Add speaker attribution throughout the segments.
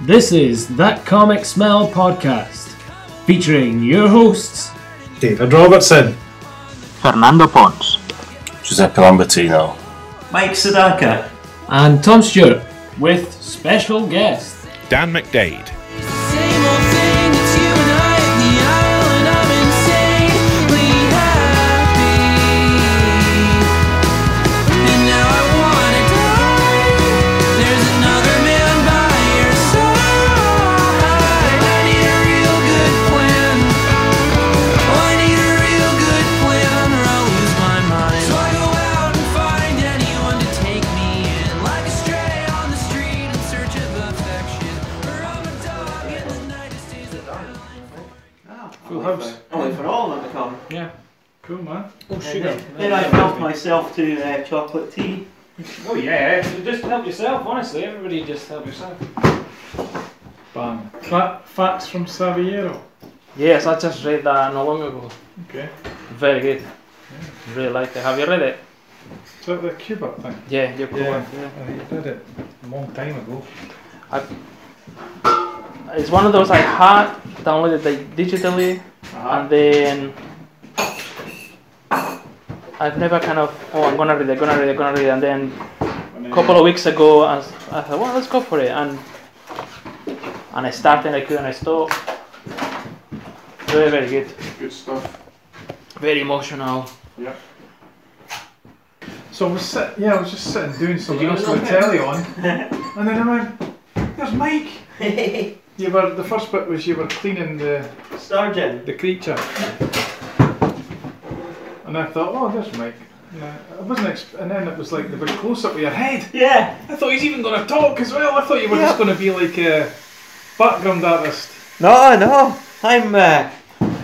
Speaker 1: This is That Comic Smell Podcast, featuring your hosts.
Speaker 2: David Robertson.
Speaker 3: Fernando Pons.
Speaker 4: Giuseppe Lambertino.
Speaker 5: Mike Sadaka.
Speaker 1: And Tom Stewart, with special guest.
Speaker 6: Dan McDade.
Speaker 1: Full house.
Speaker 5: Only for all of them to come.
Speaker 1: Yeah. Cool, man. Oh,
Speaker 5: Then, then I helped myself to uh, chocolate tea.
Speaker 1: Oh, yeah. You just help yourself, honestly. Everybody just help yourself.
Speaker 7: Bang. Fa- facts from Saviero.
Speaker 8: Yes, I just read that not long ago.
Speaker 7: Okay.
Speaker 8: Very good. Really like it. Have you read it?
Speaker 7: Is that the Cuba thing?
Speaker 8: Yeah, you're cool.
Speaker 7: Yeah.
Speaker 8: yeah.
Speaker 7: I read it a long time ago.
Speaker 8: It's one of those I had downloaded like, digitally, and then I've never kind of oh I'm gonna read it, gonna read it, gonna read it, and then a couple
Speaker 7: uh,
Speaker 8: of weeks ago I, s- I thought well let's go for it, and and I started I couldn't stop. Very very good.
Speaker 7: Good stuff.
Speaker 8: Very emotional.
Speaker 7: So I was sit- yeah, I was just sitting doing something else with the telly on, and then I went, "There's Mike." You were the first bit was you were cleaning the
Speaker 5: Sturgeon.
Speaker 7: the creature, and I thought, "Oh, there's Mike." And I I wasn't, ex- and then it was like the big close up of your head.
Speaker 5: Yeah.
Speaker 7: I thought he's even going to talk as well. I thought you were just going to be like a background artist.
Speaker 5: No, no. I'm. Uh,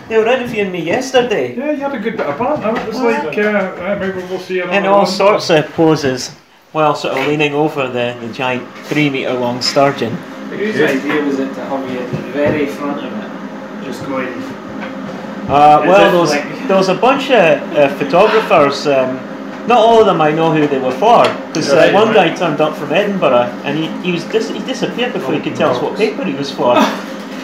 Speaker 5: they were interviewing me yesterday.
Speaker 7: Yeah, you had a good bit of part. Now it was like, uh, uh, maybe we'll see another
Speaker 5: In all
Speaker 7: one.
Speaker 5: sorts of poses. While sort of leaning over the, the giant three metre long sturgeon.
Speaker 1: Whose idea was it to have you at the very front of it? Just going.
Speaker 5: Uh,
Speaker 1: Is
Speaker 5: well,
Speaker 1: it
Speaker 5: there was,
Speaker 1: like-
Speaker 5: there was a bunch of uh, photographers. Um, not all of them I know who they were for, because uh,
Speaker 1: Right,
Speaker 5: one
Speaker 1: right.
Speaker 5: guy turned up from Edinburgh and he, he was dis- he disappeared before he could tell us what paper he was for.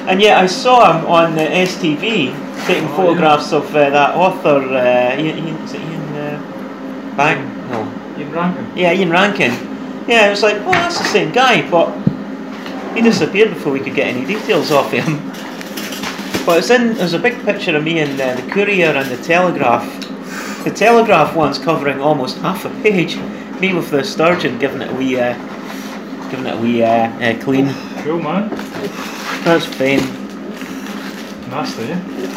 Speaker 5: and yet I saw him on uh, STV
Speaker 1: Oh,
Speaker 5: taking photographs of uh, that author. Uh, Ian, Ian, is it Ian uh, Bang? No.
Speaker 9: Oh.
Speaker 7: Ian Rankin.
Speaker 5: Yeah, Ian Rankin. Yeah, it was like, well, that's the same guy, but he disappeared before we could get any details off him. But it's in, there's a big picture of me in uh, the Courier and the Telegraph. The Telegraph one's covering almost half a page. Me with the sturgeon giving it a wee, uh, giving it a wee uh, uh, clean.
Speaker 7: Cool man.
Speaker 5: That's fine.
Speaker 7: Nasty, yeah?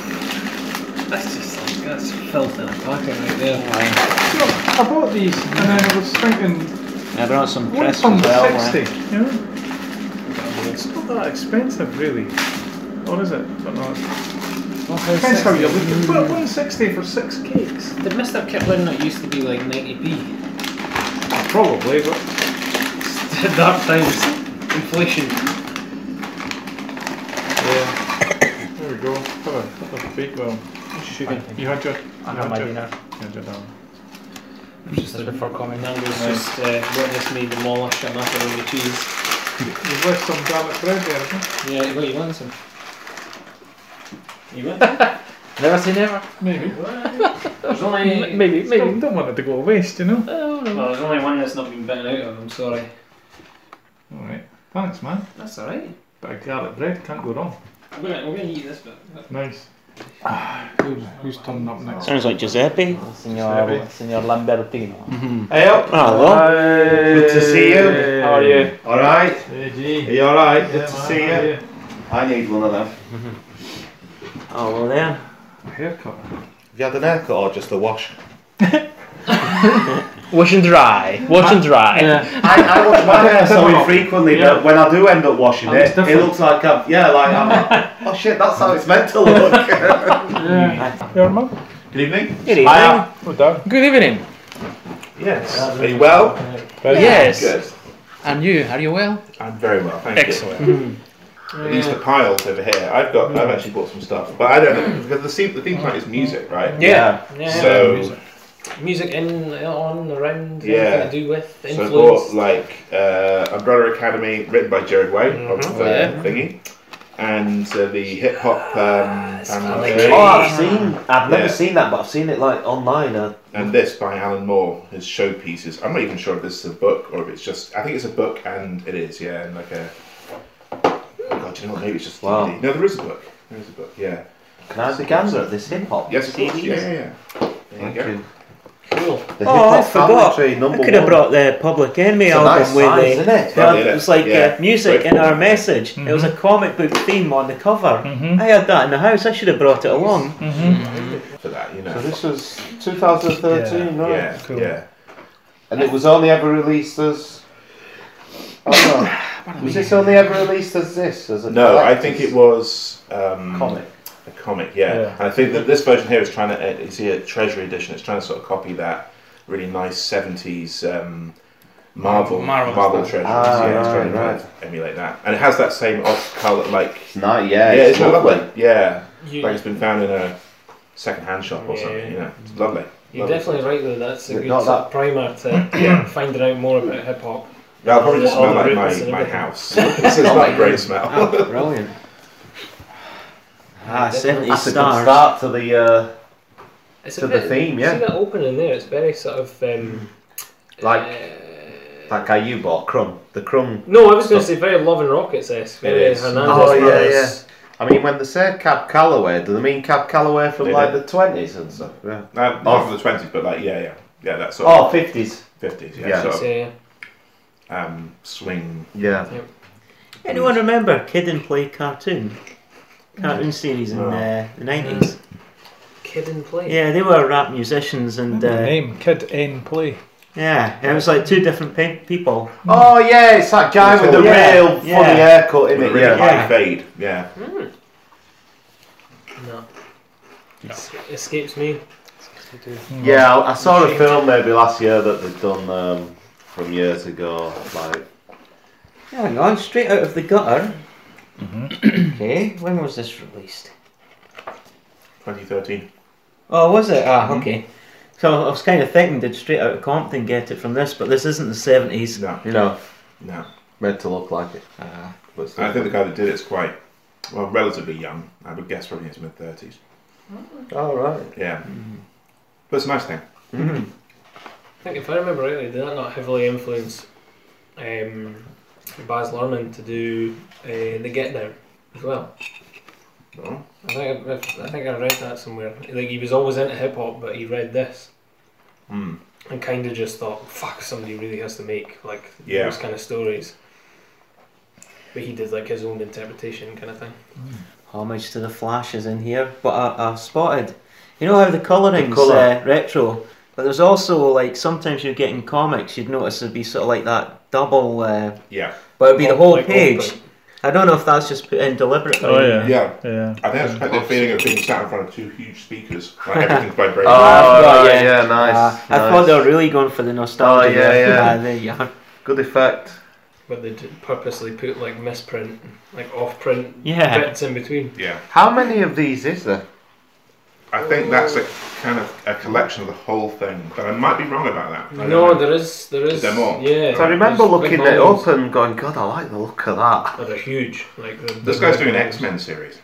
Speaker 2: That's just like, that's filth in a packet right there.
Speaker 5: Aye.
Speaker 7: So, I bought these and then I was thinking,
Speaker 5: I brought some
Speaker 7: one
Speaker 5: press as
Speaker 7: pound
Speaker 5: well. uh,
Speaker 7: sixty. You know? It's not that expensive, really. Or is it? I don't know. Depends how you look at it. One sixty for six cakes.
Speaker 10: Did Mr. Kipling not used to be like 90p?
Speaker 7: Probably, but
Speaker 10: Dark times. Inflation.
Speaker 7: yeah. There we go. Have a, have a big one.
Speaker 8: Sugar.
Speaker 7: You had your.
Speaker 8: I
Speaker 7: you
Speaker 8: had
Speaker 7: had
Speaker 8: my
Speaker 7: your-
Speaker 8: dinner.
Speaker 7: you had your dinner.
Speaker 10: Just before coming down, was just uh, witness me demolish a macaroni and cheese.
Speaker 7: You've left some garlic bread there, haven't
Speaker 10: Yeah, what you want some?
Speaker 1: You went?
Speaker 8: Never say never.
Speaker 7: you? Maybe.
Speaker 1: There's only.
Speaker 8: Maybe,
Speaker 7: Don't,
Speaker 8: maybe.
Speaker 7: don't want it to go to waste, you know?
Speaker 8: Oh, no.
Speaker 1: Well, there's only one that's not been
Speaker 10: Bitten out of, I'm sorry.
Speaker 7: Alright. Thanks, man.
Speaker 10: That's alright.
Speaker 7: Bit of garlic bread, can't go wrong.
Speaker 10: I'm gonna, we're gonna eat this bit.
Speaker 7: Nice. Who's, who's turning up next?
Speaker 5: Sounds like Giuseppe.
Speaker 9: Oh,
Speaker 8: Senor, Senor Lambertino.
Speaker 9: Hey up,
Speaker 5: Hello.
Speaker 9: good to see you.
Speaker 8: How are you?
Speaker 9: Alright,
Speaker 7: Hey, G.
Speaker 9: are you alright? Good
Speaker 7: Yeah,
Speaker 9: to
Speaker 7: man,
Speaker 9: see
Speaker 7: how are
Speaker 9: you. I need one of them. Have
Speaker 5: Oh, well there.
Speaker 7: Haircut.
Speaker 9: you had an haircut or just a wash?
Speaker 5: Wash and dry. Wash and dry.
Speaker 8: Yeah.
Speaker 9: I, I wash my hair so infrequently
Speaker 1: Yeah.
Speaker 9: that when I do end up washing
Speaker 7: And it's
Speaker 9: it, it
Speaker 7: different.
Speaker 9: looks like I'm, yeah, like I'm, oh shit, that's how it's meant to look.
Speaker 7: Your mum?
Speaker 9: Good evening.
Speaker 8: Good evening.
Speaker 9: I am.
Speaker 7: Well done.
Speaker 8: Good evening.
Speaker 9: Yes. Are you well?
Speaker 8: Yes.
Speaker 9: Good.
Speaker 8: And you? Are you well?
Speaker 9: I'm very well, thank
Speaker 8: Excellent.
Speaker 11: Mm-hmm.
Speaker 9: you. These are piles over here. I've got, I've actually bought some stuff, but I don't know, because the theme, the theme tonight is music, right?
Speaker 8: Yeah.
Speaker 9: So
Speaker 12: Music in, on, around,
Speaker 11: Yeah.
Speaker 12: anything to do with,
Speaker 11: So I got
Speaker 12: influence.
Speaker 11: like uh, Umbrella Academy, written by Jared White of uh,
Speaker 12: Mm-hmm. yeah.
Speaker 11: Thingy, and uh, the hip hop
Speaker 12: Ah,
Speaker 11: um, and,
Speaker 9: Oh,
Speaker 11: uh,
Speaker 9: I've seen. I've never
Speaker 11: Yeah.
Speaker 9: seen that, but I've seen it like online. Uh,
Speaker 11: and this by Alan Moore, his showpieces. I'm not even sure if this is a book or if it's just. I think it's a book, and it is. Yeah, and like a. Oh God, do you know what? Maybe it's just DVD.
Speaker 9: Wow.
Speaker 11: No, there is a book. There is a book. Yeah.
Speaker 9: can I have the gander at this hip hop?
Speaker 11: Yes, of course. Yeah, yeah, yeah. There you
Speaker 9: Thank
Speaker 11: go.
Speaker 9: you.
Speaker 12: Cool.
Speaker 9: The
Speaker 5: Oh, I
Speaker 9: hip hop
Speaker 5: forgot.
Speaker 9: commentary
Speaker 5: I
Speaker 9: number
Speaker 5: could have
Speaker 9: one.
Speaker 5: brought the Public Enemy
Speaker 9: It's a
Speaker 5: album
Speaker 9: nice
Speaker 5: with
Speaker 9: size,
Speaker 5: the-
Speaker 9: isn't it?
Speaker 5: Well,
Speaker 11: Yeah,
Speaker 5: it was like
Speaker 11: yeah.
Speaker 5: uh, music in our
Speaker 11: Straightforward.
Speaker 5: message. It
Speaker 9: Mm-hmm.
Speaker 5: was a comic book theme on the cover. I had that in the house. I should have brought it along.
Speaker 9: Mm-hmm.
Speaker 11: For that, you know.
Speaker 9: So this was 2013, right?
Speaker 11: yeah, yeah.
Speaker 9: And it was only ever released as. Oh no. was this only ever released as this? As a
Speaker 11: No, I think
Speaker 9: collector's
Speaker 11: it was um,
Speaker 9: comic.
Speaker 11: A comic, yeah.
Speaker 12: Yeah.
Speaker 11: And I think that this version here is trying to, it's a treasury edition, it's trying to sort of copy that really nice 70s um, Marvel
Speaker 13: Marvel
Speaker 11: Marvel
Speaker 13: stuff.
Speaker 11: treasuries.
Speaker 9: Ah,
Speaker 11: yeah, it's
Speaker 9: right,
Speaker 11: trying to
Speaker 9: right.
Speaker 11: emulate that. And it has that same off colour, like,
Speaker 9: It's not, yeah.
Speaker 11: yeah,
Speaker 9: it's
Speaker 11: it's lovely.
Speaker 9: lovely.
Speaker 11: Yeah,
Speaker 12: You,
Speaker 11: like it's been found in a second hand shop or
Speaker 12: Yeah.
Speaker 11: something, you know. It's lovely.
Speaker 12: you're
Speaker 11: lovely.
Speaker 12: definitely right though, that's a
Speaker 9: But
Speaker 12: good
Speaker 9: not
Speaker 12: sort of primer to
Speaker 11: Yeah.
Speaker 12: finding out more about hip hop.
Speaker 11: That'll probably just
Speaker 12: All
Speaker 11: smell
Speaker 12: the
Speaker 11: like
Speaker 12: roots
Speaker 11: my,
Speaker 12: and
Speaker 11: my
Speaker 12: everything.
Speaker 11: house. this is not a great smell.
Speaker 9: Brilliant.
Speaker 5: Ah, 70
Speaker 9: That's a good
Speaker 5: stars.
Speaker 9: start to the. Uh,
Speaker 12: It's
Speaker 9: To the theme, yeah.
Speaker 12: See that opening there, it's very sort of. Um,
Speaker 9: like
Speaker 12: uh,
Speaker 9: that guy you bought, Crumb. The Crumb.
Speaker 12: no, I was going to say very Love and Rockets esque. Very
Speaker 11: is.
Speaker 12: Hernandez
Speaker 9: Oh, yeah,
Speaker 12: Brothers.
Speaker 9: I mean, when they say Cab Calloway, do they mean Cab Calloway from
Speaker 11: They
Speaker 9: like
Speaker 11: do.
Speaker 9: the 20s and stuff? Yeah.
Speaker 11: Uh, not
Speaker 9: Oh.
Speaker 11: from the 20s, but like, yeah, yeah. Yeah, that sort
Speaker 9: Oh, 50s.
Speaker 11: of 50s, yeah.
Speaker 9: yeah.
Speaker 11: Sort of,
Speaker 12: Yeah.
Speaker 11: um, swing.
Speaker 9: Yeah.
Speaker 5: Anyone remember Kid and Play cartoon? Cartoon
Speaker 9: Mm.
Speaker 5: series in uh, the 90s.
Speaker 12: Kid in Play.
Speaker 5: Yeah, they were rap musicians and uh,
Speaker 7: name Kid N Play.
Speaker 5: yeah, it was like two different pe- people.
Speaker 9: Oh, yeah, it's that guy with the
Speaker 5: Yeah,
Speaker 9: real
Speaker 5: yeah.
Speaker 9: funny haircut in
Speaker 11: With a
Speaker 9: it.
Speaker 11: really
Speaker 9: Yeah.
Speaker 11: high fade, yeah.
Speaker 12: No. It's- Escapes me.
Speaker 9: Yeah, I, I saw a film maybe last year that they'd done um, from years ago. Like,
Speaker 5: Hang on, straight out of the gutter.
Speaker 9: Mm-hmm.
Speaker 5: okay, when was this released?
Speaker 11: 2013.
Speaker 5: Oh, was it? Ah,
Speaker 9: Mm-hmm.
Speaker 5: okay. So I was kind of thinking, did Straight Out of Compton get it from this? But this isn't the 70s.
Speaker 11: No,
Speaker 9: you know,
Speaker 11: no.
Speaker 9: meant to look like it.
Speaker 5: Ah,
Speaker 9: But
Speaker 11: And I
Speaker 9: still.
Speaker 11: think the guy that did it's quite, well, relatively young. I would guess probably in his mid 30s.
Speaker 9: All Oh, right.
Speaker 11: Yeah. But it's a nice thing.
Speaker 12: I think if I remember rightly, did that not heavily influence um, Baz Luhrmann to do uh, The Get Down as well?
Speaker 11: Oh.
Speaker 12: I think I, I think I read that somewhere. Like he was always into hip hop, but he read this
Speaker 11: Mm.
Speaker 12: and kind of just thought, "Fuck, somebody really has to make like
Speaker 11: Yeah.
Speaker 12: those kind of stories." But he did like his own interpretation kind of thing.
Speaker 5: Homage to the Flash is in here, but I, I spotted. You know how the colouring's
Speaker 9: The colour.
Speaker 5: uh, retro, but there's also like sometimes you get in comics, you'd notice it'd be sort of like that double, uh,
Speaker 11: Yeah.
Speaker 5: but it'd be the
Speaker 12: Alt-
Speaker 5: whole
Speaker 12: like alt
Speaker 5: page.
Speaker 12: print.
Speaker 5: I don't know if that's just put in deliberately.
Speaker 7: Oh, yeah.
Speaker 11: Yeah.
Speaker 7: Yeah.
Speaker 11: I think that's quite the feeling of being sat in front of two huge speakers. Like everything's vibrating.
Speaker 9: Oh,
Speaker 5: right,
Speaker 9: yeah, yeah, nice.
Speaker 5: Uh, I thought they were really going for the nostalgia.
Speaker 9: Oh, yeah,
Speaker 5: there.
Speaker 9: yeah.
Speaker 5: Ah, there you are.
Speaker 9: Good effect.
Speaker 12: But they did purposely put like misprint, like off print
Speaker 5: Yeah.
Speaker 12: bits in between.
Speaker 11: Yeah.
Speaker 9: How many of these is there?
Speaker 11: I think that's a kind of a collection of the whole thing. But I might be wrong about that. I don't
Speaker 12: No,
Speaker 11: know.
Speaker 12: there is, there is,
Speaker 11: Is there more?
Speaker 12: yeah.
Speaker 9: So I remember
Speaker 12: there's big
Speaker 9: looking it
Speaker 12: volumes.
Speaker 9: up and going, God, I like the look of that.
Speaker 12: But they're huge. Like they're
Speaker 11: This
Speaker 12: big
Speaker 11: guy's doing an
Speaker 12: volumes.
Speaker 11: X Men series.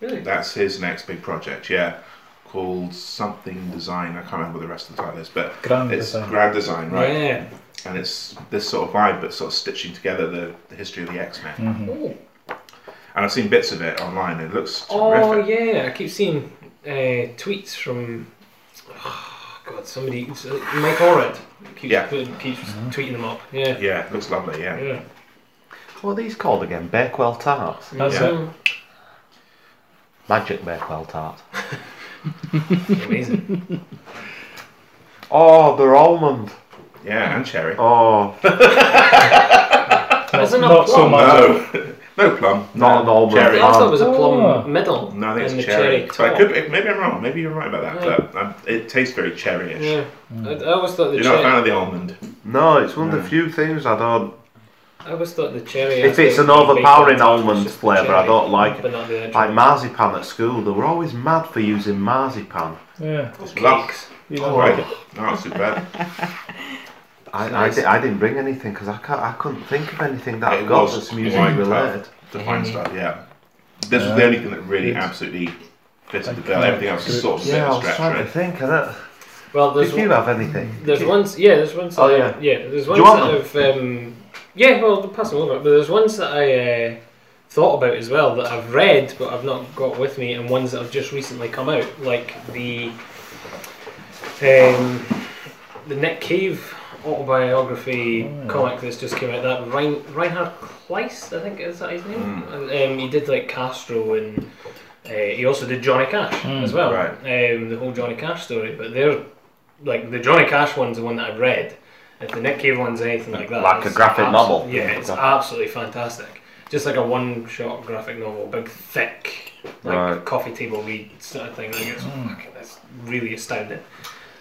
Speaker 12: Really?
Speaker 11: That's his next big project, yeah. Called something design. I can't remember what the rest of the title is, but
Speaker 7: Grand
Speaker 11: it's
Speaker 7: Design.
Speaker 11: Grand Design, right?
Speaker 12: Yeah.
Speaker 11: and it's this sort of vibe, but sort of stitching together the, the history of the X Men.
Speaker 12: Mm-hmm.
Speaker 11: And I've seen bits of it online. and It looks
Speaker 12: Oh
Speaker 11: terrific.
Speaker 12: yeah, I keep seeing uh, tweets from oh, God, somebody, Mike Orred keeps
Speaker 11: Yeah.
Speaker 12: putting, keeps
Speaker 9: Mm-hmm.
Speaker 12: tweeting them up. Yeah.
Speaker 11: yeah, it looks lovely. Yeah,
Speaker 12: Yeah.
Speaker 9: What are these called again? Bakewell tarts.
Speaker 12: That's
Speaker 11: Yeah.
Speaker 12: um,
Speaker 9: Magic Bakewell tart.
Speaker 12: amazing.
Speaker 9: Oh, they're almond.
Speaker 11: yeah, and cherry.
Speaker 9: Oh,
Speaker 12: That's not,
Speaker 7: Not so much.
Speaker 11: no, no plum.
Speaker 9: not an almond
Speaker 11: Cherry.
Speaker 12: I thought it
Speaker 9: tart.
Speaker 12: was a plum
Speaker 7: Oh.
Speaker 12: middle.
Speaker 11: No, I think
Speaker 12: and
Speaker 11: it's
Speaker 12: the
Speaker 11: cherry.
Speaker 12: cherry
Speaker 11: but
Speaker 12: top.
Speaker 11: it could be, maybe I'm wrong. Maybe you're right about that.
Speaker 12: Yeah.
Speaker 11: But um, it tastes very cherryish.
Speaker 12: Yeah.
Speaker 9: Hmm.
Speaker 12: I, I always thought the
Speaker 11: You're not a fan
Speaker 12: cherry.
Speaker 11: of the almond.
Speaker 9: No, it's one of the
Speaker 11: No.
Speaker 9: few things I don't.
Speaker 12: I always thought the cherry.
Speaker 9: If it's
Speaker 12: aspect
Speaker 9: an
Speaker 12: of the baked
Speaker 9: overpowering
Speaker 12: potato was
Speaker 9: almond
Speaker 12: just the
Speaker 9: flavour, I
Speaker 12: cherry,
Speaker 9: don't like
Speaker 12: But
Speaker 9: it.
Speaker 12: not the actual
Speaker 9: Like marzipan at school, they were always mad for using marzipan.
Speaker 7: Yeah.
Speaker 11: Love.
Speaker 12: cakes. Oh,
Speaker 7: You
Speaker 11: All
Speaker 7: know,
Speaker 11: right. Oh, No, it's too bad.
Speaker 14: I, I,
Speaker 11: Nice.
Speaker 14: di- I didn't bring anything because I, can't- I couldn't think of anything that
Speaker 11: It
Speaker 14: I've got
Speaker 11: was
Speaker 14: that's music
Speaker 11: quite tough.
Speaker 14: related.
Speaker 11: to find stuff. Yeah, this was the only thing that really absolutely fitted the bill. Everything else is sort of
Speaker 14: Yeah, I
Speaker 11: yeah,
Speaker 14: was
Speaker 11: stretch,
Speaker 14: trying
Speaker 11: right?
Speaker 14: to think of that.
Speaker 12: Well, there's
Speaker 14: Did you
Speaker 12: one,
Speaker 14: have anything?
Speaker 12: there's ones yeah there's ones that
Speaker 14: Oh,
Speaker 12: I- yeah there's
Speaker 14: Do
Speaker 12: ones
Speaker 14: you want
Speaker 12: that I've um, yeah well I'll pass them over but there's ones that I uh, thought about as well that I've read but I've not got with me and ones that have just recently come out like the um, the Nick Cave autobiography
Speaker 14: Oh,
Speaker 12: comic that's just came out that Rein, Reinhard Kleist I think is that his name
Speaker 14: Hmm.
Speaker 12: And, um, he did like Castro and uh, he also did Johnny Cash
Speaker 14: Hmm.
Speaker 12: as well
Speaker 11: right.
Speaker 12: um, the whole Johnny Cash story but they're like the Johnny Cash one's the one that I've read if the Nick Cave one's anything like that
Speaker 14: Like a
Speaker 12: it's
Speaker 14: graphic novel.
Speaker 12: yeah it's absolutely fantastic just like a one shot graphic novel big thick like
Speaker 14: Right.
Speaker 12: coffee table read sort of thing like it's
Speaker 14: Hmm.
Speaker 12: fucking that's really astounding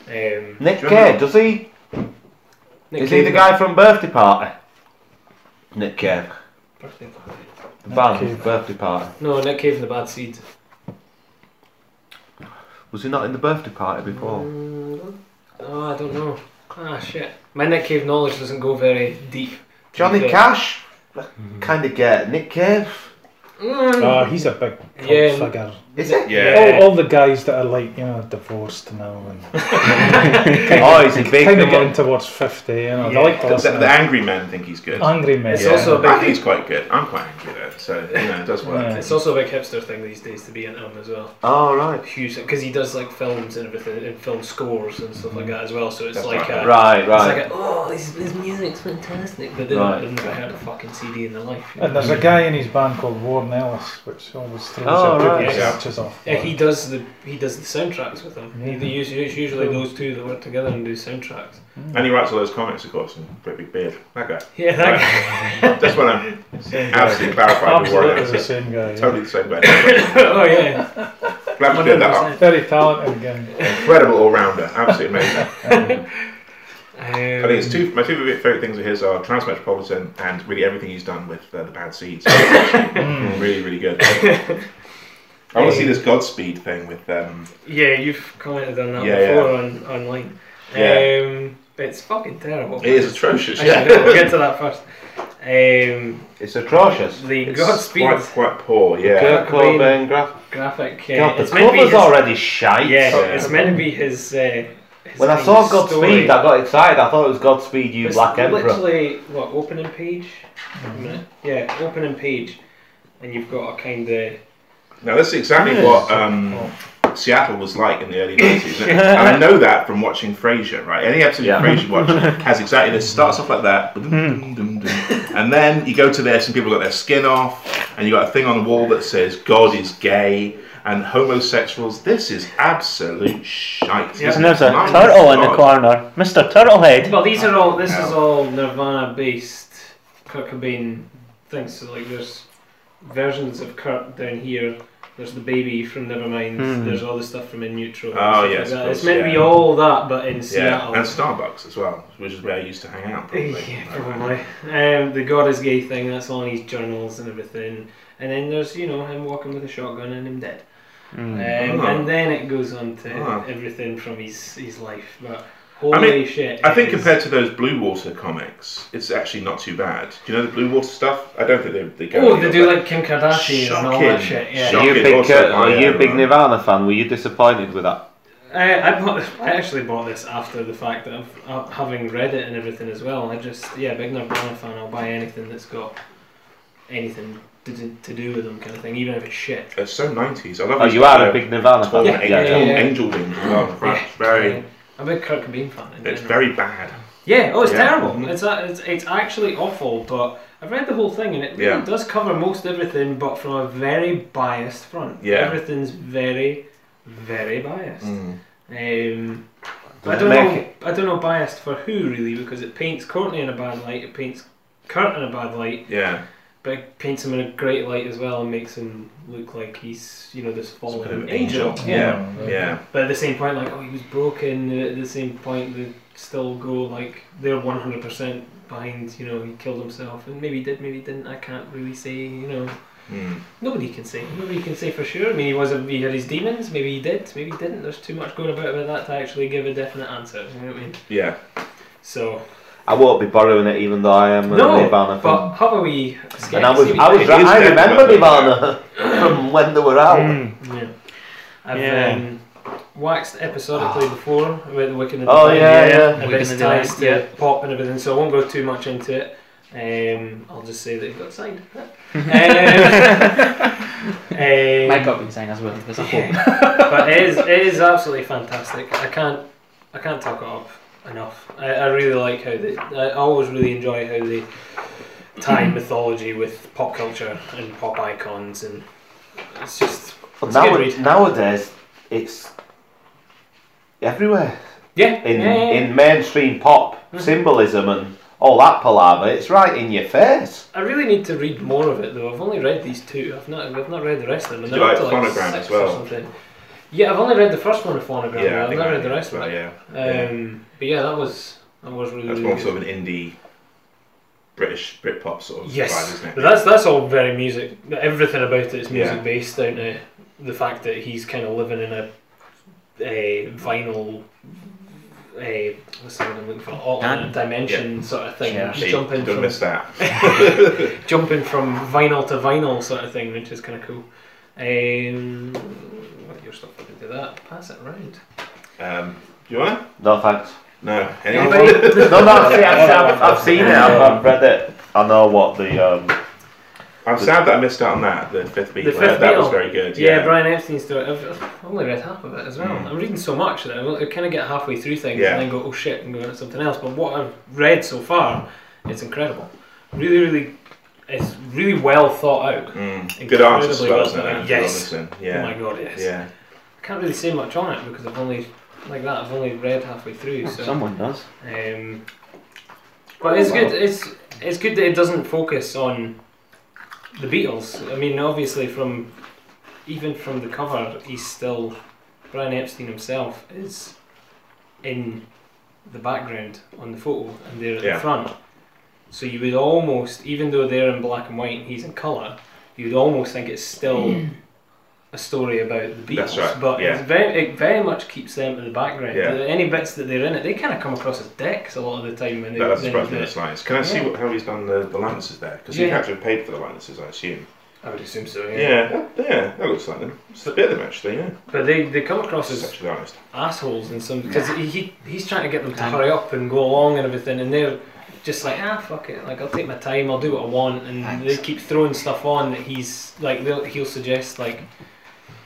Speaker 12: um,
Speaker 14: Nick
Speaker 11: Do you remember-
Speaker 14: Cave, does he?
Speaker 12: Nick
Speaker 14: is he the
Speaker 12: Cave-
Speaker 14: guy from Birthday Party? Nick Cave.
Speaker 12: Birthday Party.
Speaker 14: The band, Birthday Party.
Speaker 12: No, Nick Cave and the Bad Seed.
Speaker 14: Was he not in the Birthday Party before?
Speaker 12: Mm-hmm. Oh, I don't know. Ah, shit. My Nick Cave knowledge doesn't go very deep. to
Speaker 14: Johnny
Speaker 12: be fair.
Speaker 14: Cash? Kind of get Nick Cave.
Speaker 12: Mm,
Speaker 7: Ah, he's a big cult
Speaker 12: Yeah. Oh,
Speaker 7: figure.
Speaker 14: Is it?
Speaker 11: Yeah.
Speaker 7: All, all the guys that are like, you know, divorced now and
Speaker 14: Oh, he's a big
Speaker 7: kind
Speaker 14: one.
Speaker 7: of getting towards 50, you know, they like to
Speaker 11: The,
Speaker 7: listen
Speaker 11: the
Speaker 7: to
Speaker 11: angry men think he's good.
Speaker 7: angry men.
Speaker 12: It's also a
Speaker 11: I think
Speaker 12: big.
Speaker 11: he's quite good. I'm quite angry though, so you know it does work.
Speaker 12: It's also a big hipster thing these days to be into him as well.
Speaker 14: Oh, right.
Speaker 12: Huge, because he does like films and everything, and film scores and stuff like that as well. So it's
Speaker 11: That's
Speaker 12: like
Speaker 11: right.
Speaker 12: a,
Speaker 14: Right,
Speaker 12: it's
Speaker 14: right.
Speaker 12: like a, oh, this, this music's fantastic, but they've
Speaker 14: Right.
Speaker 12: they've never heard a fucking CD in their life. you
Speaker 7: And
Speaker 12: know?
Speaker 7: there's a guy in his band called Warren Ellis, which always throws
Speaker 14: Oh,
Speaker 7: oh,
Speaker 14: right.
Speaker 7: right.
Speaker 11: Yeah.
Speaker 7: off.
Speaker 12: Yeah, he does the he does the soundtracks with him. He, they usually, it's usually those two that work together and do soundtracks.
Speaker 11: And he writes all those comics, of course, and great big beard. That guy.
Speaker 12: Yeah, that guy.
Speaker 11: Just when I'm
Speaker 7: Same guy.
Speaker 11: absolutely clarified the
Speaker 7: Absolutely the
Speaker 11: word.
Speaker 7: same guy. yeah.
Speaker 11: Totally the same guy.
Speaker 12: oh yeah,
Speaker 11: Glad we cleared that up.
Speaker 12: 100%.
Speaker 7: Very talented again.
Speaker 11: Incredible all rounder. Absolutely amazing. I
Speaker 12: Um,
Speaker 11: think it's two. My two favorite things of his are Transmetropolitan and really everything he's done with uh, the Bad Seeds. really, really good. I want to see this Godspeed thing with um,
Speaker 12: Yeah, you've commented on that
Speaker 11: Yeah,
Speaker 12: before on online.
Speaker 11: Yeah.
Speaker 12: Um, it's fucking terrible.
Speaker 11: It is atrocious.
Speaker 12: Actually, no, we'll get to that first. Um,
Speaker 14: It's atrocious.
Speaker 12: the
Speaker 11: It's
Speaker 12: Godspeed
Speaker 11: Quite, quite poor. Yeah.
Speaker 14: Kurt
Speaker 12: Kurt Cobain.
Speaker 14: Cobain, Graf.
Speaker 12: graphic. Uh,
Speaker 14: God, the
Speaker 12: it's meant to be
Speaker 14: cover's
Speaker 12: his-
Speaker 14: already shite.
Speaker 12: Yeah,
Speaker 11: Yeah.
Speaker 12: it's meant to be his. Uh, his
Speaker 14: When I
Speaker 12: main
Speaker 14: saw Godspeed,
Speaker 12: story.
Speaker 14: I got excited. I thought it was Godspeed, you
Speaker 12: It's
Speaker 14: Black Emperor. Mm-hmm.
Speaker 12: literally what opening page. Yeah, opening page, and you've got a kind of
Speaker 11: Now this is exactly what um, Seattle was like in the early nineties, and I know that from watching Frasier. Right, any episode
Speaker 14: Yeah.
Speaker 11: of Frasier you watch has exactly this. Starts off like that,
Speaker 9: Hmm.
Speaker 11: dum, dum, dum, and then you go to this, and people got their skin off, and you got a thing on the wall that says God is gay. And homosexuals, this is absolute shite.
Speaker 12: Yeah.
Speaker 11: This
Speaker 9: And there's a
Speaker 11: is-
Speaker 9: turtle in the
Speaker 11: God.
Speaker 9: corner. Mr. Turtlehead.
Speaker 12: Well, these are all. This
Speaker 11: Yeah.
Speaker 12: is all Nirvana-based Kurt Cobain things. So like, there's versions of Kurt down here. There's the baby from Nevermind. There's all the stuff from In Neutral. and
Speaker 11: Oh,
Speaker 12: stuff like
Speaker 11: yes,
Speaker 12: that.
Speaker 11: of
Speaker 12: it's
Speaker 11: course,
Speaker 12: meant to be
Speaker 11: yeah.
Speaker 12: all that, but in
Speaker 11: Yeah,
Speaker 12: Seattle.
Speaker 11: and Starbucks as well, which is where I used to hang out. Probably.
Speaker 12: Yeah, probably. Um, the God is Gay thing, that's all in his journals and everything. And then there's, you know, him walking with a shotgun and him dead. Um,
Speaker 11: Ah.
Speaker 12: And then it goes on to
Speaker 11: Ah.
Speaker 12: everything from his, his life. But holy shit.
Speaker 11: I think
Speaker 12: it is-
Speaker 11: compared to those Blue Water comics, it's actually not too bad. Do you know the Blue Water stuff? I don't think they, they go.
Speaker 12: Oh,
Speaker 11: anywhere,
Speaker 12: they do
Speaker 11: but
Speaker 12: like Kim Kardashian and all that
Speaker 11: Shocking.
Speaker 12: shit. Yeah.
Speaker 14: Are you a
Speaker 11: Shocking,
Speaker 14: big,
Speaker 11: also,
Speaker 14: Kurt, are
Speaker 11: yeah,
Speaker 14: you a big
Speaker 11: right.
Speaker 14: Nirvana fan? Were you disappointed with that?
Speaker 12: I, I, bought, I actually bought this after the fact that I've, uh, having read it and everything as well. I just, yeah, big Nirvana fan. I'll buy anything that's got anything to, do- to do with them kind of thing, even if it's shit.
Speaker 11: It's so nineties. I love.
Speaker 14: Oh,
Speaker 11: these
Speaker 14: you are a
Speaker 11: little
Speaker 14: big Nirvana fan.
Speaker 11: Torn
Speaker 14: Yeah,
Speaker 11: angel,
Speaker 14: yeah,
Speaker 12: yeah, yeah.
Speaker 11: um, angel wings as well. Right. It's Very.
Speaker 12: Yeah. I'm a big Kurt Cobain fan. in
Speaker 11: It's
Speaker 12: general.
Speaker 11: very bad.
Speaker 12: Yeah. Oh, it's
Speaker 11: Yeah.
Speaker 12: terrible. It's, a, it's it's actually awful. But I've read the whole thing, and it really
Speaker 11: Yeah.
Speaker 12: does cover most everything, but from a very biased front.
Speaker 11: Yeah.
Speaker 12: Everything's very, very biased. Um, I
Speaker 14: Does it
Speaker 12: don't
Speaker 14: make
Speaker 12: know.
Speaker 14: it-
Speaker 12: I don't know biased for who really, because it paints Courtney in a bad light. It paints Kurt in a bad light,
Speaker 11: Yeah.
Speaker 12: but it paints him in a great light as well, and makes him look like he's you know this
Speaker 11: It's a bit
Speaker 12: fallen
Speaker 11: of an
Speaker 12: angel.
Speaker 11: angel. Yeah. Yeah.
Speaker 12: But at the same point, like, oh, he was broken. and At the same point, they still go like they're one hundred percent behind. You know, he killed himself, and maybe he did, maybe he didn't. I can't really say. You know,
Speaker 11: Mm.
Speaker 12: Nobody can say. Nobody can say for sure. I mean, he was a, he had his demons. Maybe he did. Maybe he didn't. There's too much going about about that to actually give a definite answer. You know what I mean?
Speaker 11: Yeah.
Speaker 12: So
Speaker 14: I won't be borrowing it, even though I am a
Speaker 12: no,
Speaker 14: Nirvana fan.
Speaker 12: but have a wee. sketch,
Speaker 14: And I was,
Speaker 12: see what
Speaker 14: I
Speaker 12: you
Speaker 14: was,
Speaker 12: think.
Speaker 14: right, I remember Nirvana from when they were out.
Speaker 12: Mm.
Speaker 7: Oh.
Speaker 12: Yeah. I've
Speaker 14: Yeah. Ah.
Speaker 12: um, waxed episodically before about the Wicked and the
Speaker 14: Oh,
Speaker 12: Divine,
Speaker 14: yeah, yeah.
Speaker 12: about
Speaker 14: Wicked
Speaker 12: his
Speaker 14: and the
Speaker 12: ties to
Speaker 14: Divine, yeah.
Speaker 12: pop and everything, so I won't go too much into it. Um, I'll just say that he got signed. um,
Speaker 15: Mike got been signed as well. There's a hope.
Speaker 12: but it is, it is absolutely fantastic. I can't I can't talk it up enough. I, I really like how they. I always really enjoy how they tie mythology with pop culture and pop icons, and it's just.
Speaker 14: But
Speaker 12: it's a good
Speaker 14: now,
Speaker 12: read.
Speaker 14: nowadays, it's everywhere.
Speaker 12: Yeah,
Speaker 14: In,
Speaker 12: yeah, Mm. yeah, yeah.
Speaker 14: in mainstream pop, symbolism and all that palaver, it's right in your face.
Speaker 12: I really need to read more of it though. I've only read these two. I've not. I've not read the rest of them. and
Speaker 11: Do you
Speaker 12: they're
Speaker 11: like
Speaker 12: up to,
Speaker 11: Phonogram
Speaker 12: six
Speaker 11: as well?
Speaker 12: Or something. Yeah, I've only read the first one of Phonogram.
Speaker 11: Yeah, I
Speaker 12: I've
Speaker 11: think
Speaker 12: not
Speaker 11: I
Speaker 12: read the
Speaker 11: did
Speaker 12: rest of
Speaker 11: as
Speaker 12: it.
Speaker 11: well, yeah.
Speaker 12: Um, But yeah, that was that was really.
Speaker 11: That's
Speaker 12: really
Speaker 11: more
Speaker 12: good.
Speaker 11: sort of an indie, British Britpop sort of vibe,
Speaker 12: Yes,
Speaker 11: isn't it?
Speaker 12: but that's that's all very music. Everything about it is music
Speaker 11: Yeah.
Speaker 12: based down to the fact that he's kind of living in a a vinyl. A, what's the word I'm looking for? Alternate dimension sort of thing.
Speaker 11: Yeah.
Speaker 12: He's jumping
Speaker 11: Don't
Speaker 12: from,
Speaker 11: miss that.
Speaker 12: jumping from vinyl to vinyl sort of thing, which is kind of cool. Um, what your stuff to do that? Pass it round.
Speaker 11: Um, do you want
Speaker 14: No thanks.
Speaker 11: to? No.
Speaker 14: no,
Speaker 11: Anyway.
Speaker 14: no, I've, seen- I've, I've, I've seen it. I've, I've read it. I know what the. Um,
Speaker 11: I'm sad that I missed out on that. The fifth beat.
Speaker 12: The
Speaker 11: uh,
Speaker 12: fifth
Speaker 11: that
Speaker 12: Beatle.
Speaker 11: was very good.
Speaker 12: Yeah,
Speaker 11: Yeah. Mm.
Speaker 12: Brian Epstein's story. I've I've only read half of it as well. I'm reading so much that I kind of get halfway through things
Speaker 11: Yeah.
Speaker 12: and then go, oh shit, and go on to something else. But what I've read so far, it's incredible. Really, really, it's really well thought out.
Speaker 11: Mm. Good
Speaker 12: Incredibly
Speaker 11: answer as well, isn't
Speaker 12: thought out.
Speaker 11: it?
Speaker 12: Yes.
Speaker 11: Robinson. Yeah.
Speaker 12: Oh my god, yes.
Speaker 11: Yeah.
Speaker 12: I can't really say much on it because I've only like that. I've only read halfway through. so
Speaker 14: someone does.
Speaker 12: Um, but it's good. It's it's good that it doesn't focus on the Beatles. I mean, obviously, from even from the cover, he's still Brian Epstein himself is in the background on the photo, and they're at
Speaker 11: Yeah.
Speaker 12: the front. So you would almost, even though they're in black and white and he's in colour, you would almost think it's still a story about the Beatles.
Speaker 11: That's right,
Speaker 12: But
Speaker 11: yeah.
Speaker 12: it's very, it very much keeps them in the background.
Speaker 11: Yeah.
Speaker 12: Any bits that they're in it, they kind of come across as dicks a lot of the time when they.
Speaker 11: That- That's
Speaker 12: when
Speaker 11: surprised
Speaker 12: they
Speaker 11: me.
Speaker 12: do
Speaker 11: That's
Speaker 12: it.
Speaker 11: nice. Can I see
Speaker 12: Yeah.
Speaker 11: what, how he's done the, the likenesses there? Because he
Speaker 12: Yeah.
Speaker 11: actually paid for the likenesses, I assume.
Speaker 12: I would assume so.
Speaker 11: Yeah.
Speaker 12: Yeah.
Speaker 11: Yeah. That, yeah, that looks like them. It's a bit of them actually. Yeah.
Speaker 12: But they, they come across
Speaker 11: It's
Speaker 12: as
Speaker 11: actually honest.
Speaker 12: assholes and some because he, he he's trying to get them to hurry up and go along and everything, and they're just like ah fuck it, like I'll take my time, I'll do what I want, and they keep throwing stuff on that he's like they'll, he'll suggest like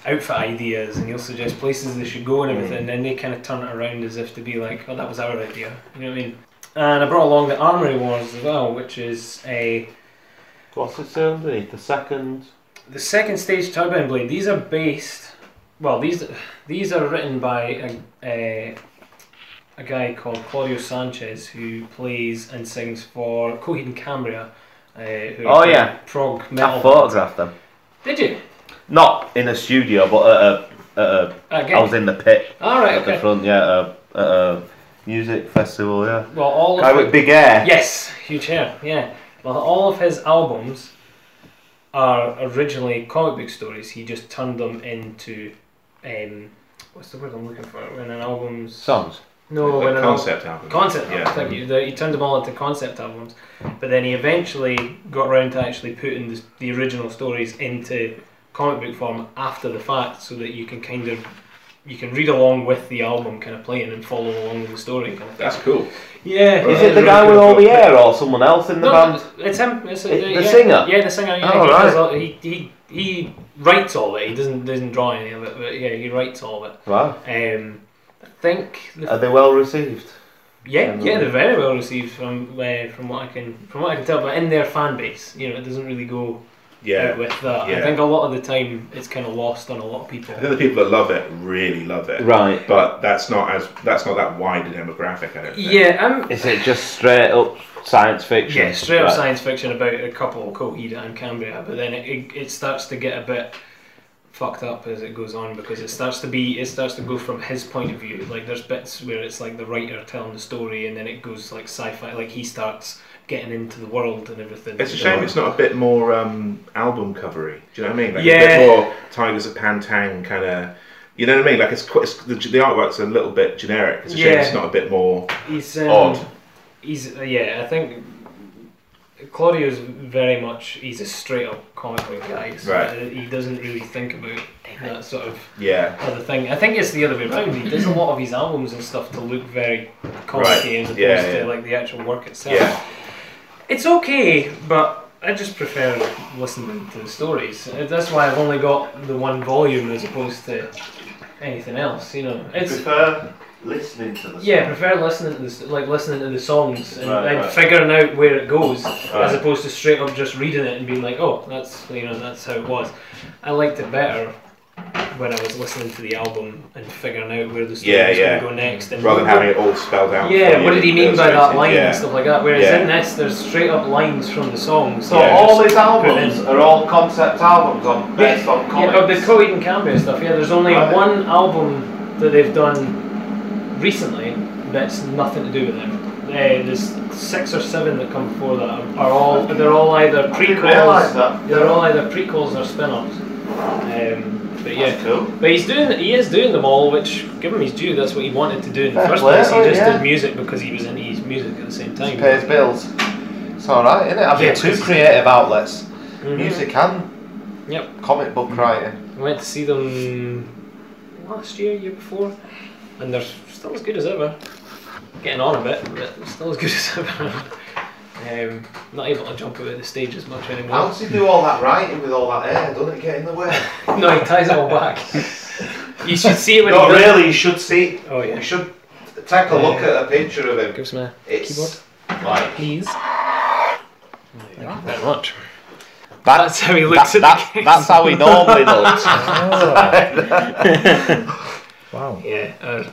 Speaker 12: outfit ideas and he'll suggest places they should go and everything, and then they kind of turn it around as if to be like oh that was our idea, you know what I mean? And I brought along the Armory Wars as well, which is a
Speaker 14: What's it say underneath? The second.
Speaker 12: the second stage turbine blade. These are based. Well, these these are written by a, a, a guy called Claudio Sanchez who plays and sings for Coheed and Cambria. Uh, who
Speaker 14: Oh,
Speaker 12: are a
Speaker 14: yeah.
Speaker 12: prog metal.
Speaker 14: I photographed them.
Speaker 12: Did you?
Speaker 14: Not in a studio, but at a. At a
Speaker 12: Again.
Speaker 14: I was in the pit.
Speaker 12: Ah, All right.
Speaker 14: at the
Speaker 12: Okay.
Speaker 14: front, yeah, uh, at a music festival, yeah.
Speaker 12: Well, all
Speaker 14: Guy
Speaker 12: of
Speaker 14: with big hair.
Speaker 12: Yes, huge hair. Yeah. Well, all of his albums are originally comic book stories. He just turned them into. Um, what's the word I'm looking for? When an album's
Speaker 14: Songs.
Speaker 12: no,
Speaker 11: Like
Speaker 12: when an al-
Speaker 11: concept album.
Speaker 12: Concept
Speaker 11: Yeah.
Speaker 12: albums. Thank you. The- He turned them all into concept albums, but then he eventually got around to actually putting the, the original stories into comic book form after the fact, so that you can kind of you can read along with the album kind of playing and follow along with the story. Kind of thing.
Speaker 11: That's cool.
Speaker 12: Yeah.
Speaker 14: Is it the guy with all the hair or someone else in the
Speaker 12: No,
Speaker 14: band?
Speaker 12: it's him. It's, uh,
Speaker 14: The
Speaker 12: yeah.
Speaker 14: singer?
Speaker 12: Yeah, the singer. Yeah,
Speaker 14: Oh,
Speaker 12: he,
Speaker 14: right.
Speaker 12: does all, he he he writes all of it. He doesn't doesn't draw any of it, but yeah, he writes all of it.
Speaker 14: Wow.
Speaker 12: Um, I think the
Speaker 14: Are they well received?
Speaker 12: Yeah,
Speaker 14: And
Speaker 12: yeah,
Speaker 14: the-
Speaker 12: they're very well received from uh, from what I can from what I can tell. But in their fan base, you know, it doesn't really go
Speaker 11: Yeah.
Speaker 12: out with that. I
Speaker 11: Yeah.
Speaker 12: think a lot of the time it's kind of lost on a lot of people.
Speaker 11: I think the people that love it really love it.
Speaker 14: Right.
Speaker 11: But that's not as that's not that wide a demographic. I don't think.
Speaker 12: Yeah, um,
Speaker 14: Is it just straight up science fiction?
Speaker 12: yeah, straight up
Speaker 14: Right.
Speaker 12: science fiction about a couple, Coheed and Cambria, but then it, it, it starts to get a bit fucked up as it goes on because it starts to be it starts to go from his point of view. Like there's bits where it's like the writer telling the story, and then it goes like sci-fi. Like he starts getting into the world and everything.
Speaker 11: It's a shame it's not a bit more um, album covery. Do you know what I mean? Like a
Speaker 12: Yeah.
Speaker 11: bit more Tigers of Pantang kind of. You know what I mean? Like it's, quite, it's the, the artwork's a little bit generic. It's a shame
Speaker 12: Yeah.
Speaker 11: it's not a bit more
Speaker 12: He's um,
Speaker 11: odd.
Speaker 12: He's uh, yeah. I think Claudio's very much. He's a straight up comic book guy. So
Speaker 11: Right.
Speaker 12: He doesn't really think about that sort of
Speaker 11: Yeah.
Speaker 12: other thing. I think it's the other way around. He does a lot of his albums and stuff to look very comic
Speaker 11: Right.
Speaker 12: as opposed
Speaker 11: Yeah, yeah.
Speaker 12: to like the actual work itself.
Speaker 11: Yeah.
Speaker 12: It's okay, but I just prefer listening to the stories. Uh, That's why I've only got the one volume as opposed to anything else. You know, it's
Speaker 9: prefer listening to the
Speaker 12: yeah, I prefer listening to the, s- like listening to the songs and,
Speaker 9: Right,
Speaker 12: and
Speaker 9: right.
Speaker 12: figuring out where it goes,
Speaker 9: Right.
Speaker 12: as opposed to straight up just reading it and being like, oh, that's you know that's how it was. I liked it better when I was listening to the album and figuring out where the story
Speaker 11: Yeah,
Speaker 12: was
Speaker 11: yeah.
Speaker 12: going to go next, and
Speaker 11: Rather than having it all spelled out. for
Speaker 12: Yeah,
Speaker 11: you
Speaker 12: what did he
Speaker 11: and
Speaker 12: mean by that
Speaker 11: illustrated.
Speaker 12: line
Speaker 11: Yeah.
Speaker 12: and stuff like that? Whereas
Speaker 11: Yeah.
Speaker 12: in this, there's straight up lines from the songs.
Speaker 14: So all his albums are all concept albums on based on
Speaker 12: Yeah, but
Speaker 14: comics.
Speaker 12: the Coed and Cambria stuff, yeah, there's only
Speaker 14: Right.
Speaker 12: one album that they've done recently that's nothing to do with them. Eh, there's six or seven that come before that are all they're all either
Speaker 14: I didn't realise
Speaker 12: prequels.
Speaker 14: that.
Speaker 12: They're all either prequels or spin-offs. Um, but yeah,
Speaker 14: That's cool.
Speaker 12: But he's doing he is doing them all, which give him his due. That's what he wanted to do in the
Speaker 14: Fair
Speaker 12: first
Speaker 14: play,
Speaker 12: place. He
Speaker 14: oh,
Speaker 12: just
Speaker 14: yeah.
Speaker 12: did music because he was into his music at the same time.
Speaker 14: to pay his bills. It's alright, isn't it? I've
Speaker 12: Yeah,
Speaker 14: got two
Speaker 12: because-
Speaker 14: creative outlets
Speaker 12: Mhm.
Speaker 14: music and
Speaker 12: Yep.
Speaker 14: comic book writing.
Speaker 12: I went to see them last year, year before, and they're still as good as ever. Getting on a bit, but they're still as good as ever. um, not able to jump about the stage as much anymore.
Speaker 14: How does he do all that writing with all that air? Doesn't it get in the way?
Speaker 12: No, he ties it all back. you should see it when
Speaker 14: Not
Speaker 12: he does-
Speaker 14: really, you should see.
Speaker 12: Oh yeah.
Speaker 14: You should take a look at a picture of him.
Speaker 12: Gives me a
Speaker 14: It's like
Speaker 12: please. Very much.
Speaker 9: That's
Speaker 12: That's how he looks at the case.
Speaker 9: that's how he normally looks.
Speaker 7: Wow.
Speaker 12: Yeah. uh,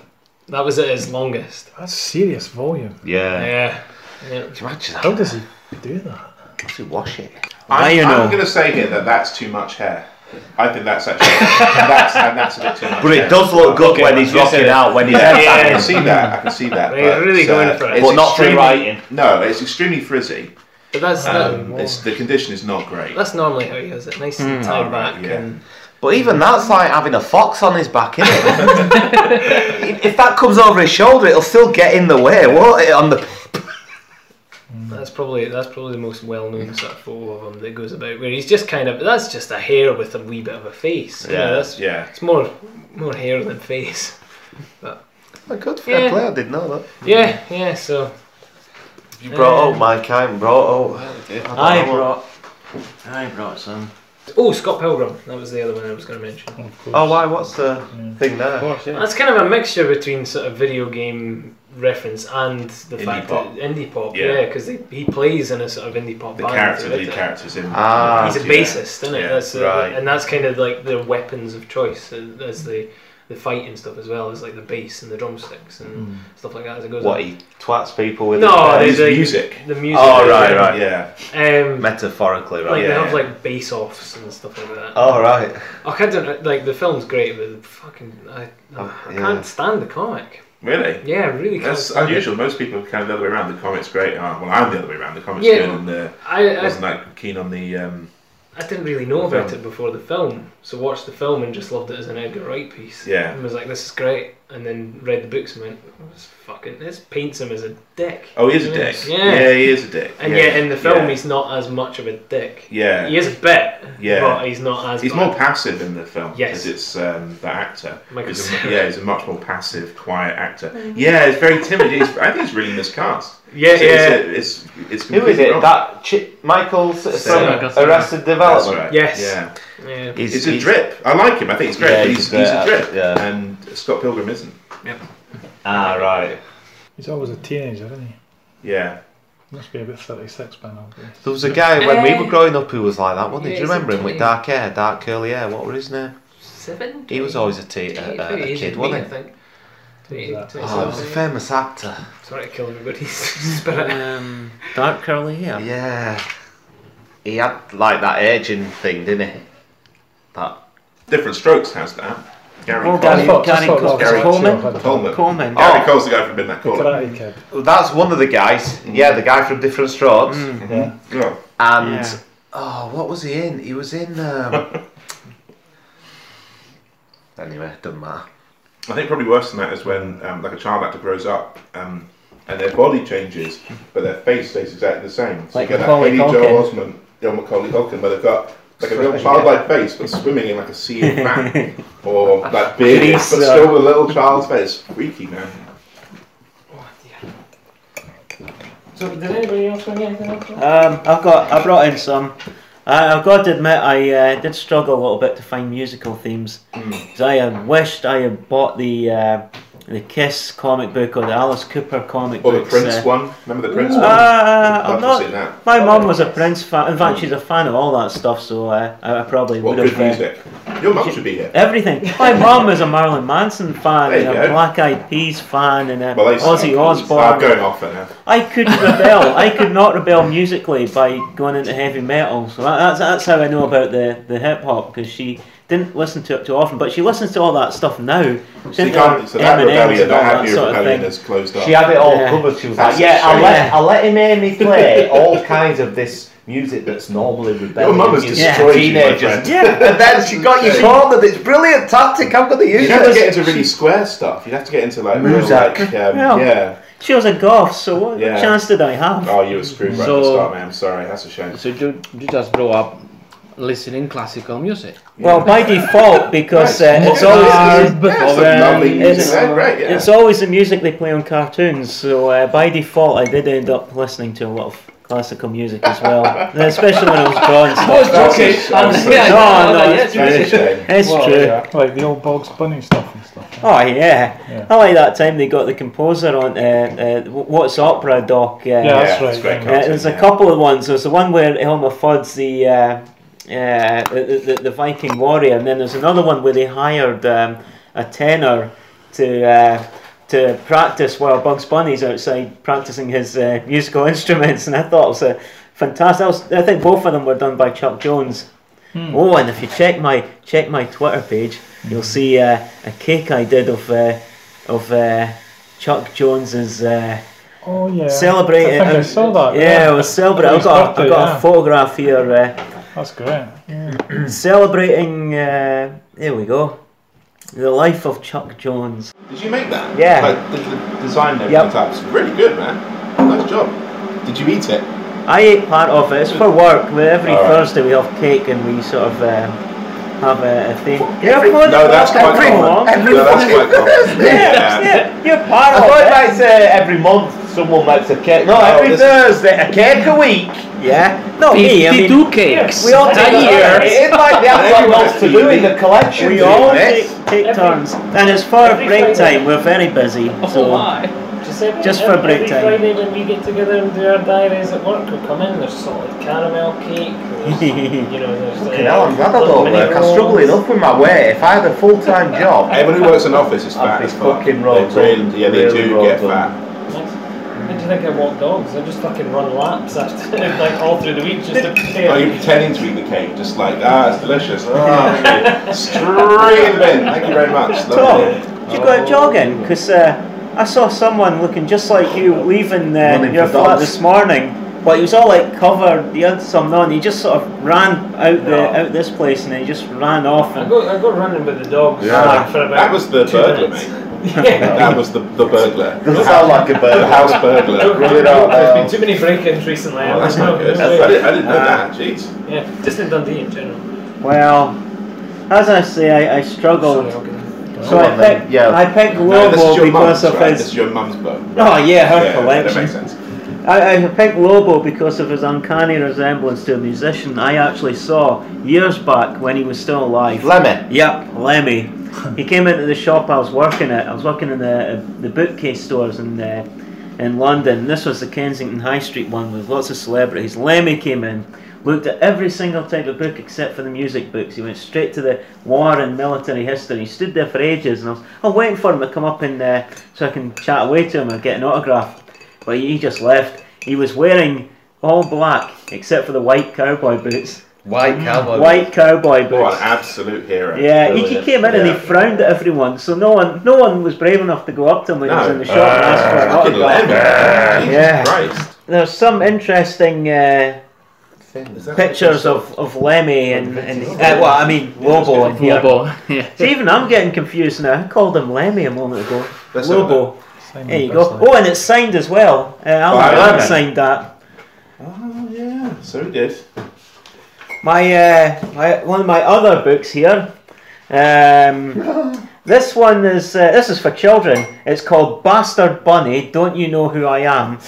Speaker 12: that was at his longest.
Speaker 7: That's serious volume.
Speaker 9: yeah.
Speaker 12: Yeah. yeah.
Speaker 9: Can you imagine
Speaker 7: How
Speaker 9: that?
Speaker 7: does he do that?
Speaker 9: Does he wash it?
Speaker 11: I'm,
Speaker 9: you know.
Speaker 11: I'm going to say here that that's too much hair. I think that's actually that's and that's a bit too much.
Speaker 9: But it
Speaker 11: hair.
Speaker 9: does look good
Speaker 11: Okay,
Speaker 9: when he's
Speaker 11: you said
Speaker 9: rocking
Speaker 11: it.
Speaker 9: out, when he's
Speaker 11: Yeah,
Speaker 9: head
Speaker 11: I
Speaker 9: banging.
Speaker 11: can see that. I can see that.
Speaker 12: They're
Speaker 11: but,
Speaker 12: really
Speaker 11: it's, uh,
Speaker 12: going for it.
Speaker 11: it's
Speaker 9: But not for
Speaker 11: extremely-
Speaker 9: writing.
Speaker 11: No, it's extremely frizzy.
Speaker 12: But that's
Speaker 11: Um,
Speaker 12: that,
Speaker 11: it's, the condition is not great.
Speaker 12: that's normally how he does it. Nice and tied back.
Speaker 11: yeah.
Speaker 12: And,
Speaker 9: But even that's like having a fox on his back, isn't it? if that comes over his shoulder, it'll still get in the way, won't it? On the
Speaker 12: That's probably that's probably the most well known sort of photo of him that goes about where he's just kind of that's just a hair with a wee bit of a face. Yeah,
Speaker 9: Yeah,
Speaker 12: that's
Speaker 11: Yeah.
Speaker 12: It's more more hair than face.
Speaker 14: Oh, good fair
Speaker 12: Yeah.
Speaker 14: play, I didn't know that.
Speaker 11: Hmm.
Speaker 12: Yeah, yeah. So
Speaker 14: You brought
Speaker 12: Yeah.
Speaker 14: out my kind, brought out.
Speaker 9: I brought, I brought some.
Speaker 12: oh, Scott Pilgrim. That was the other one I was going to mention.
Speaker 14: Oh, why? What's the thing there?
Speaker 12: That's kind of a mixture between sort of video game reference and the
Speaker 11: Indie
Speaker 12: fact
Speaker 11: pop.
Speaker 12: that indie pop.
Speaker 11: Yeah.
Speaker 12: Yeah, because he plays in a sort of indie pop
Speaker 11: The
Speaker 12: band.
Speaker 11: character,
Speaker 12: throughout
Speaker 11: lead
Speaker 12: it.
Speaker 11: character's in.
Speaker 14: Ah.
Speaker 12: He's a
Speaker 11: yeah.
Speaker 12: bassist, isn't it?
Speaker 11: Yeah,
Speaker 12: that's uh,
Speaker 14: right.
Speaker 12: and that's kind of like the weapons of choice. uh, That's the the fight and stuff as well. Is like the bass and the drumsticks and stuff like that as it goes.
Speaker 9: What
Speaker 12: on.
Speaker 9: he twats people with?
Speaker 12: No,
Speaker 9: his
Speaker 12: they,
Speaker 11: His
Speaker 12: they,
Speaker 11: music.
Speaker 12: The music.
Speaker 9: Oh, right,
Speaker 12: yeah.
Speaker 9: right.
Speaker 11: Yeah.
Speaker 12: Um,
Speaker 9: metaphorically,
Speaker 12: like
Speaker 9: right?
Speaker 12: they
Speaker 11: yeah,
Speaker 12: have
Speaker 11: yeah.
Speaker 12: like bass offs and stuff like that.
Speaker 14: Oh, right.
Speaker 12: Like, I don't know, like the film's great, but fucking I, I
Speaker 14: yeah.
Speaker 12: can't stand the comic.
Speaker 11: Really.
Speaker 12: Yeah, I really can't.
Speaker 11: That's
Speaker 12: stand it.
Speaker 11: unusual. Most people are kind of the other way around. The comic's great. Oh, well, I'm the other way around. The comic's
Speaker 12: Yeah.
Speaker 11: good, and the,
Speaker 12: I,
Speaker 11: I
Speaker 12: I
Speaker 11: wasn't that keen on the. Um,
Speaker 12: I didn't really know
Speaker 11: The
Speaker 12: about
Speaker 11: film.
Speaker 12: it before the film, so watched the film and just loved it as an Edgar Wright piece.
Speaker 11: Yeah.
Speaker 12: And was like, this is great. And then read the books and went, oh, this fucking, this paints him as a dick.
Speaker 11: oh, he is a
Speaker 12: Yeah.
Speaker 11: dick.
Speaker 12: Yeah.
Speaker 11: he is a dick.
Speaker 12: And
Speaker 11: yeah.
Speaker 12: yet in the film,
Speaker 11: yeah.
Speaker 12: he's not as much of a dick.
Speaker 11: Yeah.
Speaker 12: He is a bit,
Speaker 11: Yeah.
Speaker 12: but he's not as
Speaker 11: He's
Speaker 12: bad.
Speaker 11: more passive in the film
Speaker 12: Yes.
Speaker 11: because it's um, the actor.
Speaker 12: Michael
Speaker 11: He's a-
Speaker 12: Cera.
Speaker 11: yeah, he's a much more passive, quiet actor. Yeah, he's very timid. He's, I think he's really miscast.
Speaker 12: Yeah,
Speaker 11: So
Speaker 12: yeah.
Speaker 11: It's, it's, it's
Speaker 14: Who is
Speaker 11: completely
Speaker 14: it?
Speaker 11: wrong.
Speaker 14: That chi- Michael S-
Speaker 11: Sarah.
Speaker 14: from Arrested
Speaker 11: That's
Speaker 14: Development.
Speaker 11: right.
Speaker 12: Yes.
Speaker 11: Yeah.
Speaker 12: Yeah.
Speaker 9: He's,
Speaker 11: It's a drip. I like him. I think he's great.
Speaker 9: Yeah,
Speaker 11: but
Speaker 9: he's
Speaker 11: he's,
Speaker 9: a
Speaker 11: he's a
Speaker 9: great
Speaker 11: drip.
Speaker 9: actor, yeah.
Speaker 11: And Scott Pilgrim isn't.
Speaker 9: Ah, right.
Speaker 7: He's always a teenager, isn't he?
Speaker 11: Yeah.
Speaker 7: Must be about 36 by now.
Speaker 14: There was a guy when we
Speaker 12: Eh.
Speaker 14: were growing up who was like that, wasn't he?
Speaker 12: Yeah,
Speaker 14: Do you
Speaker 12: he's a
Speaker 14: remember him with
Speaker 12: teenager.
Speaker 14: dark hair, dark curly hair? What were his name?
Speaker 12: Seven?
Speaker 14: He was always a, te- a, a, a kid, wasn't
Speaker 12: I
Speaker 14: he?
Speaker 12: think. 28,
Speaker 7: Who's that?
Speaker 14: Oh, he was a
Speaker 12: 27.
Speaker 14: famous actor.
Speaker 12: Sorry to kill everybody's spirit.
Speaker 9: Um, dark curly hair.
Speaker 14: Yeah.
Speaker 9: He had like that aging thing, didn't he? That
Speaker 11: Different Strokes has that. Gary
Speaker 5: Well,
Speaker 11: Coleman.
Speaker 5: Danny- That's what- Danny that's what- that's what- Coleman? that's what-
Speaker 11: Coleman.
Speaker 5: Coleman.
Speaker 11: Gary
Speaker 9: Oh.
Speaker 11: Cole's the guy from Midnight Coleman.
Speaker 9: That's one of the guys.
Speaker 11: Mm.
Speaker 9: Yeah, the guy from Different Strokes.
Speaker 11: Yeah.
Speaker 9: And
Speaker 5: Yeah.
Speaker 9: oh, what was he in? He was in. Um... anyway, doesn't matter.
Speaker 11: I think probably worse than that is when um, like a child actor grows up um, and their body changes, but their face stays exactly the same. So
Speaker 5: Like
Speaker 11: you get
Speaker 5: Macaulay
Speaker 11: that Haley Joel
Speaker 5: Culkin.
Speaker 11: Osment, Joel Macaulay Culkin, where they've got like a real childlike face, but swimming in like a sea of fat, or like beard, but
Speaker 5: Grease, uh,
Speaker 11: still with a little child's face. Freaky man.
Speaker 12: So, did anybody else bring anything else?
Speaker 5: Um, I've got. I brought in some. I, I've got to admit, I uh, did struggle a little bit to find musical themes. Because I had wished I had bought the uh, the Kiss comic book or the Alice Cooper comic
Speaker 11: Or
Speaker 5: book.
Speaker 11: the Prince one. Remember the Prince one?
Speaker 5: Uh,
Speaker 11: I'd
Speaker 5: I'm
Speaker 11: love to see
Speaker 5: not.
Speaker 11: that.
Speaker 5: My mum was a Prince fan. In fact, she's a fan of all that stuff, so uh, I, I probably
Speaker 11: What
Speaker 5: would have.
Speaker 11: good music. Your mum should be here.
Speaker 5: Everything. My mum is a Marilyn Manson fan
Speaker 11: There
Speaker 5: and
Speaker 11: you
Speaker 5: a
Speaker 11: go.
Speaker 5: Black Eyed Peas fan and a
Speaker 11: Well, they-
Speaker 5: Ozzy Osbourne.
Speaker 11: I'm going off it now.
Speaker 5: I couldn't rebel. I could not rebel musically by going into heavy metal. So that, that's that's how I know about the, the hip hop because she didn't listen to it too often, but she listens to all that stuff now. She's
Speaker 11: So, you
Speaker 5: into
Speaker 11: can't, so that
Speaker 5: Eminem's
Speaker 11: rebellion,
Speaker 5: and all
Speaker 11: that happy
Speaker 5: sort of
Speaker 11: rebellion
Speaker 5: thing.
Speaker 11: is closed off.
Speaker 9: She had it all
Speaker 5: Yeah.
Speaker 9: covered. She was
Speaker 11: That's
Speaker 9: like, "Yeah,
Speaker 11: a
Speaker 9: I let
Speaker 5: shame.
Speaker 9: I let him hear me play all kinds of this music that's normally rebellious."
Speaker 11: Your mum has
Speaker 9: music,
Speaker 11: destroyed you, my
Speaker 9: teenagers.
Speaker 11: friend.
Speaker 5: Yeah.
Speaker 9: and then she got you cornered. It's brilliant tactic. I'm going to use
Speaker 11: You'd have to get
Speaker 9: it.
Speaker 11: into really square stuff. You'd have to get into like real,
Speaker 9: Muzak.
Speaker 11: like um,
Speaker 5: Yeah.
Speaker 11: yeah.
Speaker 5: She was a goth, so what
Speaker 11: Yeah.
Speaker 5: chance did I have?
Speaker 11: Oh, you were screwed right at the
Speaker 12: So-
Speaker 11: start, man. I'm sorry. That's a shame.
Speaker 12: So, you, you just grow up listening classical music.
Speaker 5: Well, by default, because uh, it's always
Speaker 12: Barb,
Speaker 11: Yeah, it's a lovely music.
Speaker 5: it's-
Speaker 11: man. Right, yeah.
Speaker 5: it's always the music they play on cartoons. So uh, by default, I did end up listening to a lot of classical music as well, especially when I was drawing stuff.
Speaker 11: Okay,
Speaker 5: No, no, it's
Speaker 11: That is a shame.
Speaker 5: uh, It's
Speaker 7: Well,
Speaker 5: true.
Speaker 7: yeah, like the old Bugs Bunny stuff and stuff.
Speaker 5: Oh yeah.
Speaker 7: Yeah.
Speaker 5: I like that time they got the composer on uh, uh, What's Opera doc. Uh,
Speaker 7: Yeah, that's
Speaker 11: yeah,
Speaker 7: right.
Speaker 11: it's great
Speaker 7: yeah.
Speaker 5: uh, there's a
Speaker 11: yeah.
Speaker 5: couple of ones. There's the one where Elmer Fudd's the, uh, uh, the, the the Viking warrior, and then there's another one where they hired um, a tenor to uh, to practice while Bugs Bunny's outside practicing his uh, musical instruments, and I thought it was a fantastic. I, was, I think both of them were done by Chuck Jones. Oh, and if you check my check my Twitter page, you'll see uh, a cake I did of uh, of uh, Chuck Jones's. Uh,
Speaker 7: Oh yeah.
Speaker 5: Celebrate
Speaker 7: I
Speaker 5: it.
Speaker 7: think I
Speaker 5: Um,
Speaker 7: saw that.
Speaker 5: yeah, we're celebrating. I've
Speaker 7: His
Speaker 5: got, a, I've
Speaker 7: birthday,
Speaker 5: got
Speaker 7: yeah. Hmm.
Speaker 5: a photograph here. Uh,
Speaker 7: That's great.
Speaker 5: celebrating, uh, there we go, the life of Chuck Jones.
Speaker 11: Did you make that?
Speaker 5: Yeah.
Speaker 11: Like, the, the design and
Speaker 5: Yep.
Speaker 11: everything. Yep. It's really good, man. Nice job. Did you eat it?
Speaker 5: I ate part of it. It's for work. We- Every
Speaker 11: All right.
Speaker 5: Thursday we have cake and we sort of um, have a, a thing.
Speaker 11: no, that's quite
Speaker 5: everyone.
Speaker 11: common. no, that's quite common.
Speaker 5: Yeah, yeah, you're part
Speaker 9: I
Speaker 5: of
Speaker 9: thought
Speaker 5: it.
Speaker 9: it might say every month someone makes a cake. No,
Speaker 11: No,
Speaker 9: every
Speaker 11: Oh, this-
Speaker 9: Thursday a cake a week.
Speaker 5: Yeah, no, me. I mean,
Speaker 12: cakes.
Speaker 5: we all take
Speaker 9: It is like they haven't
Speaker 11: Everyone
Speaker 9: got else to do in the collection.
Speaker 5: We
Speaker 9: to
Speaker 5: all
Speaker 9: do
Speaker 5: take,
Speaker 9: this.
Speaker 5: take
Speaker 12: Every-
Speaker 5: turns, and it's for
Speaker 12: every
Speaker 5: break
Speaker 12: Friday.
Speaker 5: time. We're very busy.
Speaker 12: Oh
Speaker 5: so.
Speaker 12: my. Just, every,
Speaker 5: Just for
Speaker 12: every-
Speaker 5: break time.
Speaker 12: Every Friday when we get together and do our diaries at work, we come in, there's solid caramel cake, there's, you know, there's...
Speaker 9: Fucking hell, I'm glad I don't work. I'm struggling enough with my weight. If I had a full time job,
Speaker 11: Everyone who works in office is
Speaker 9: I'd
Speaker 11: fat.
Speaker 9: be
Speaker 11: as fuck.
Speaker 9: fucking rolled
Speaker 11: They really-
Speaker 9: up,
Speaker 11: Yeah, they
Speaker 9: really
Speaker 11: do get
Speaker 9: rolled up.
Speaker 11: fat.
Speaker 12: How do you think I walk dogs? I just fucking run laps after, like, all through the week just to
Speaker 11: Oh,
Speaker 12: prepare.
Speaker 11: you're pretending to eat the cake, just like, ah, it's delicious. Ah, okay. Straight in the bin. Thank you very much.
Speaker 5: Tom,
Speaker 11: Lovely.
Speaker 5: did you go out jogging? Because uh, I saw someone looking just like you leaving uh,
Speaker 9: Running
Speaker 5: your
Speaker 9: for
Speaker 5: flat
Speaker 9: dogs.
Speaker 5: this morning, but he was all like covered. He had some on. He just sort of ran out the out this place and he just ran off.
Speaker 12: I
Speaker 5: And
Speaker 12: go, I go running with the dogs
Speaker 11: Yeah.
Speaker 12: for about
Speaker 11: That was the
Speaker 12: two
Speaker 11: burglar,
Speaker 12: minutes.
Speaker 11: mate.
Speaker 12: Yeah.
Speaker 11: That was the, the burglar.
Speaker 9: doesn't sound like a
Speaker 11: The
Speaker 9: bird.
Speaker 11: house burglar.
Speaker 9: Really not, no.
Speaker 12: There's been too many break-ins recently.
Speaker 11: Oh, that's
Speaker 12: I
Speaker 11: not
Speaker 12: don't
Speaker 11: good.
Speaker 12: know.
Speaker 11: I didn't, I didn't know that, jeez.
Speaker 12: Yeah, just in Dundee in general.
Speaker 5: well, as I say, I, I struggled.
Speaker 12: Sorry, I'll get in.
Speaker 5: so
Speaker 9: Go
Speaker 5: I
Speaker 9: on then,
Speaker 5: picked,
Speaker 9: yeah.
Speaker 5: I picked
Speaker 11: No, this
Speaker 5: Lobo
Speaker 11: is your
Speaker 5: because
Speaker 11: mum's,
Speaker 5: of
Speaker 11: right? This
Speaker 5: his.
Speaker 11: is your mum's book.
Speaker 5: Oh yeah, her
Speaker 11: yeah,
Speaker 5: collection.
Speaker 11: That makes sense.
Speaker 5: I, I picked Lobo because of his uncanny resemblance to a musician I actually saw years back when he was still alive.
Speaker 9: Lemmy.
Speaker 5: Yep, Lemmy. he came into the shop I was working at. I was working in the the bookcase stores in uh, in London. This was the Kensington High Street one with lots of celebrities. Lemmy came in, looked at every single type of book except for the music books. He went straight to the war and military history. He stood there for ages, and I was I'm waiting for him to come up and uh, so I can chat away to him and get an autograph. But he just left. He was wearing all black except for the white cowboy boots.
Speaker 8: White cowboy.
Speaker 5: White cowboy boots.
Speaker 11: Oh, What an absolute hero.
Speaker 5: Yeah, he, he came in and he frowned at everyone, so no one no one was brave enough to go up to him when he was
Speaker 11: No.
Speaker 5: in the shop and ask for an
Speaker 11: Ah, fucking
Speaker 5: autograph.
Speaker 11: legend. Jesus
Speaker 5: yeah.
Speaker 11: Christ.
Speaker 5: There's some interesting uh, pictures of, of Lemmy and, and uh, well, I mean Lobo in here.
Speaker 15: Lobo, yeah.
Speaker 5: See, even I'm getting confused now. I called him Lemmy a moment ago.
Speaker 15: That's
Speaker 5: Lobo.
Speaker 15: Simon
Speaker 5: There you go.
Speaker 15: Presley.
Speaker 5: Oh, and it's signed as well. Uh, Alan
Speaker 11: Mm, Oh,
Speaker 5: Ladd
Speaker 11: yeah.
Speaker 5: signed that.
Speaker 11: Oh, yeah. So he did.
Speaker 5: My, uh, my one of my other books here. Um, this one is uh, this is for children. It's called Bastard Bunny. Don't you know who I am?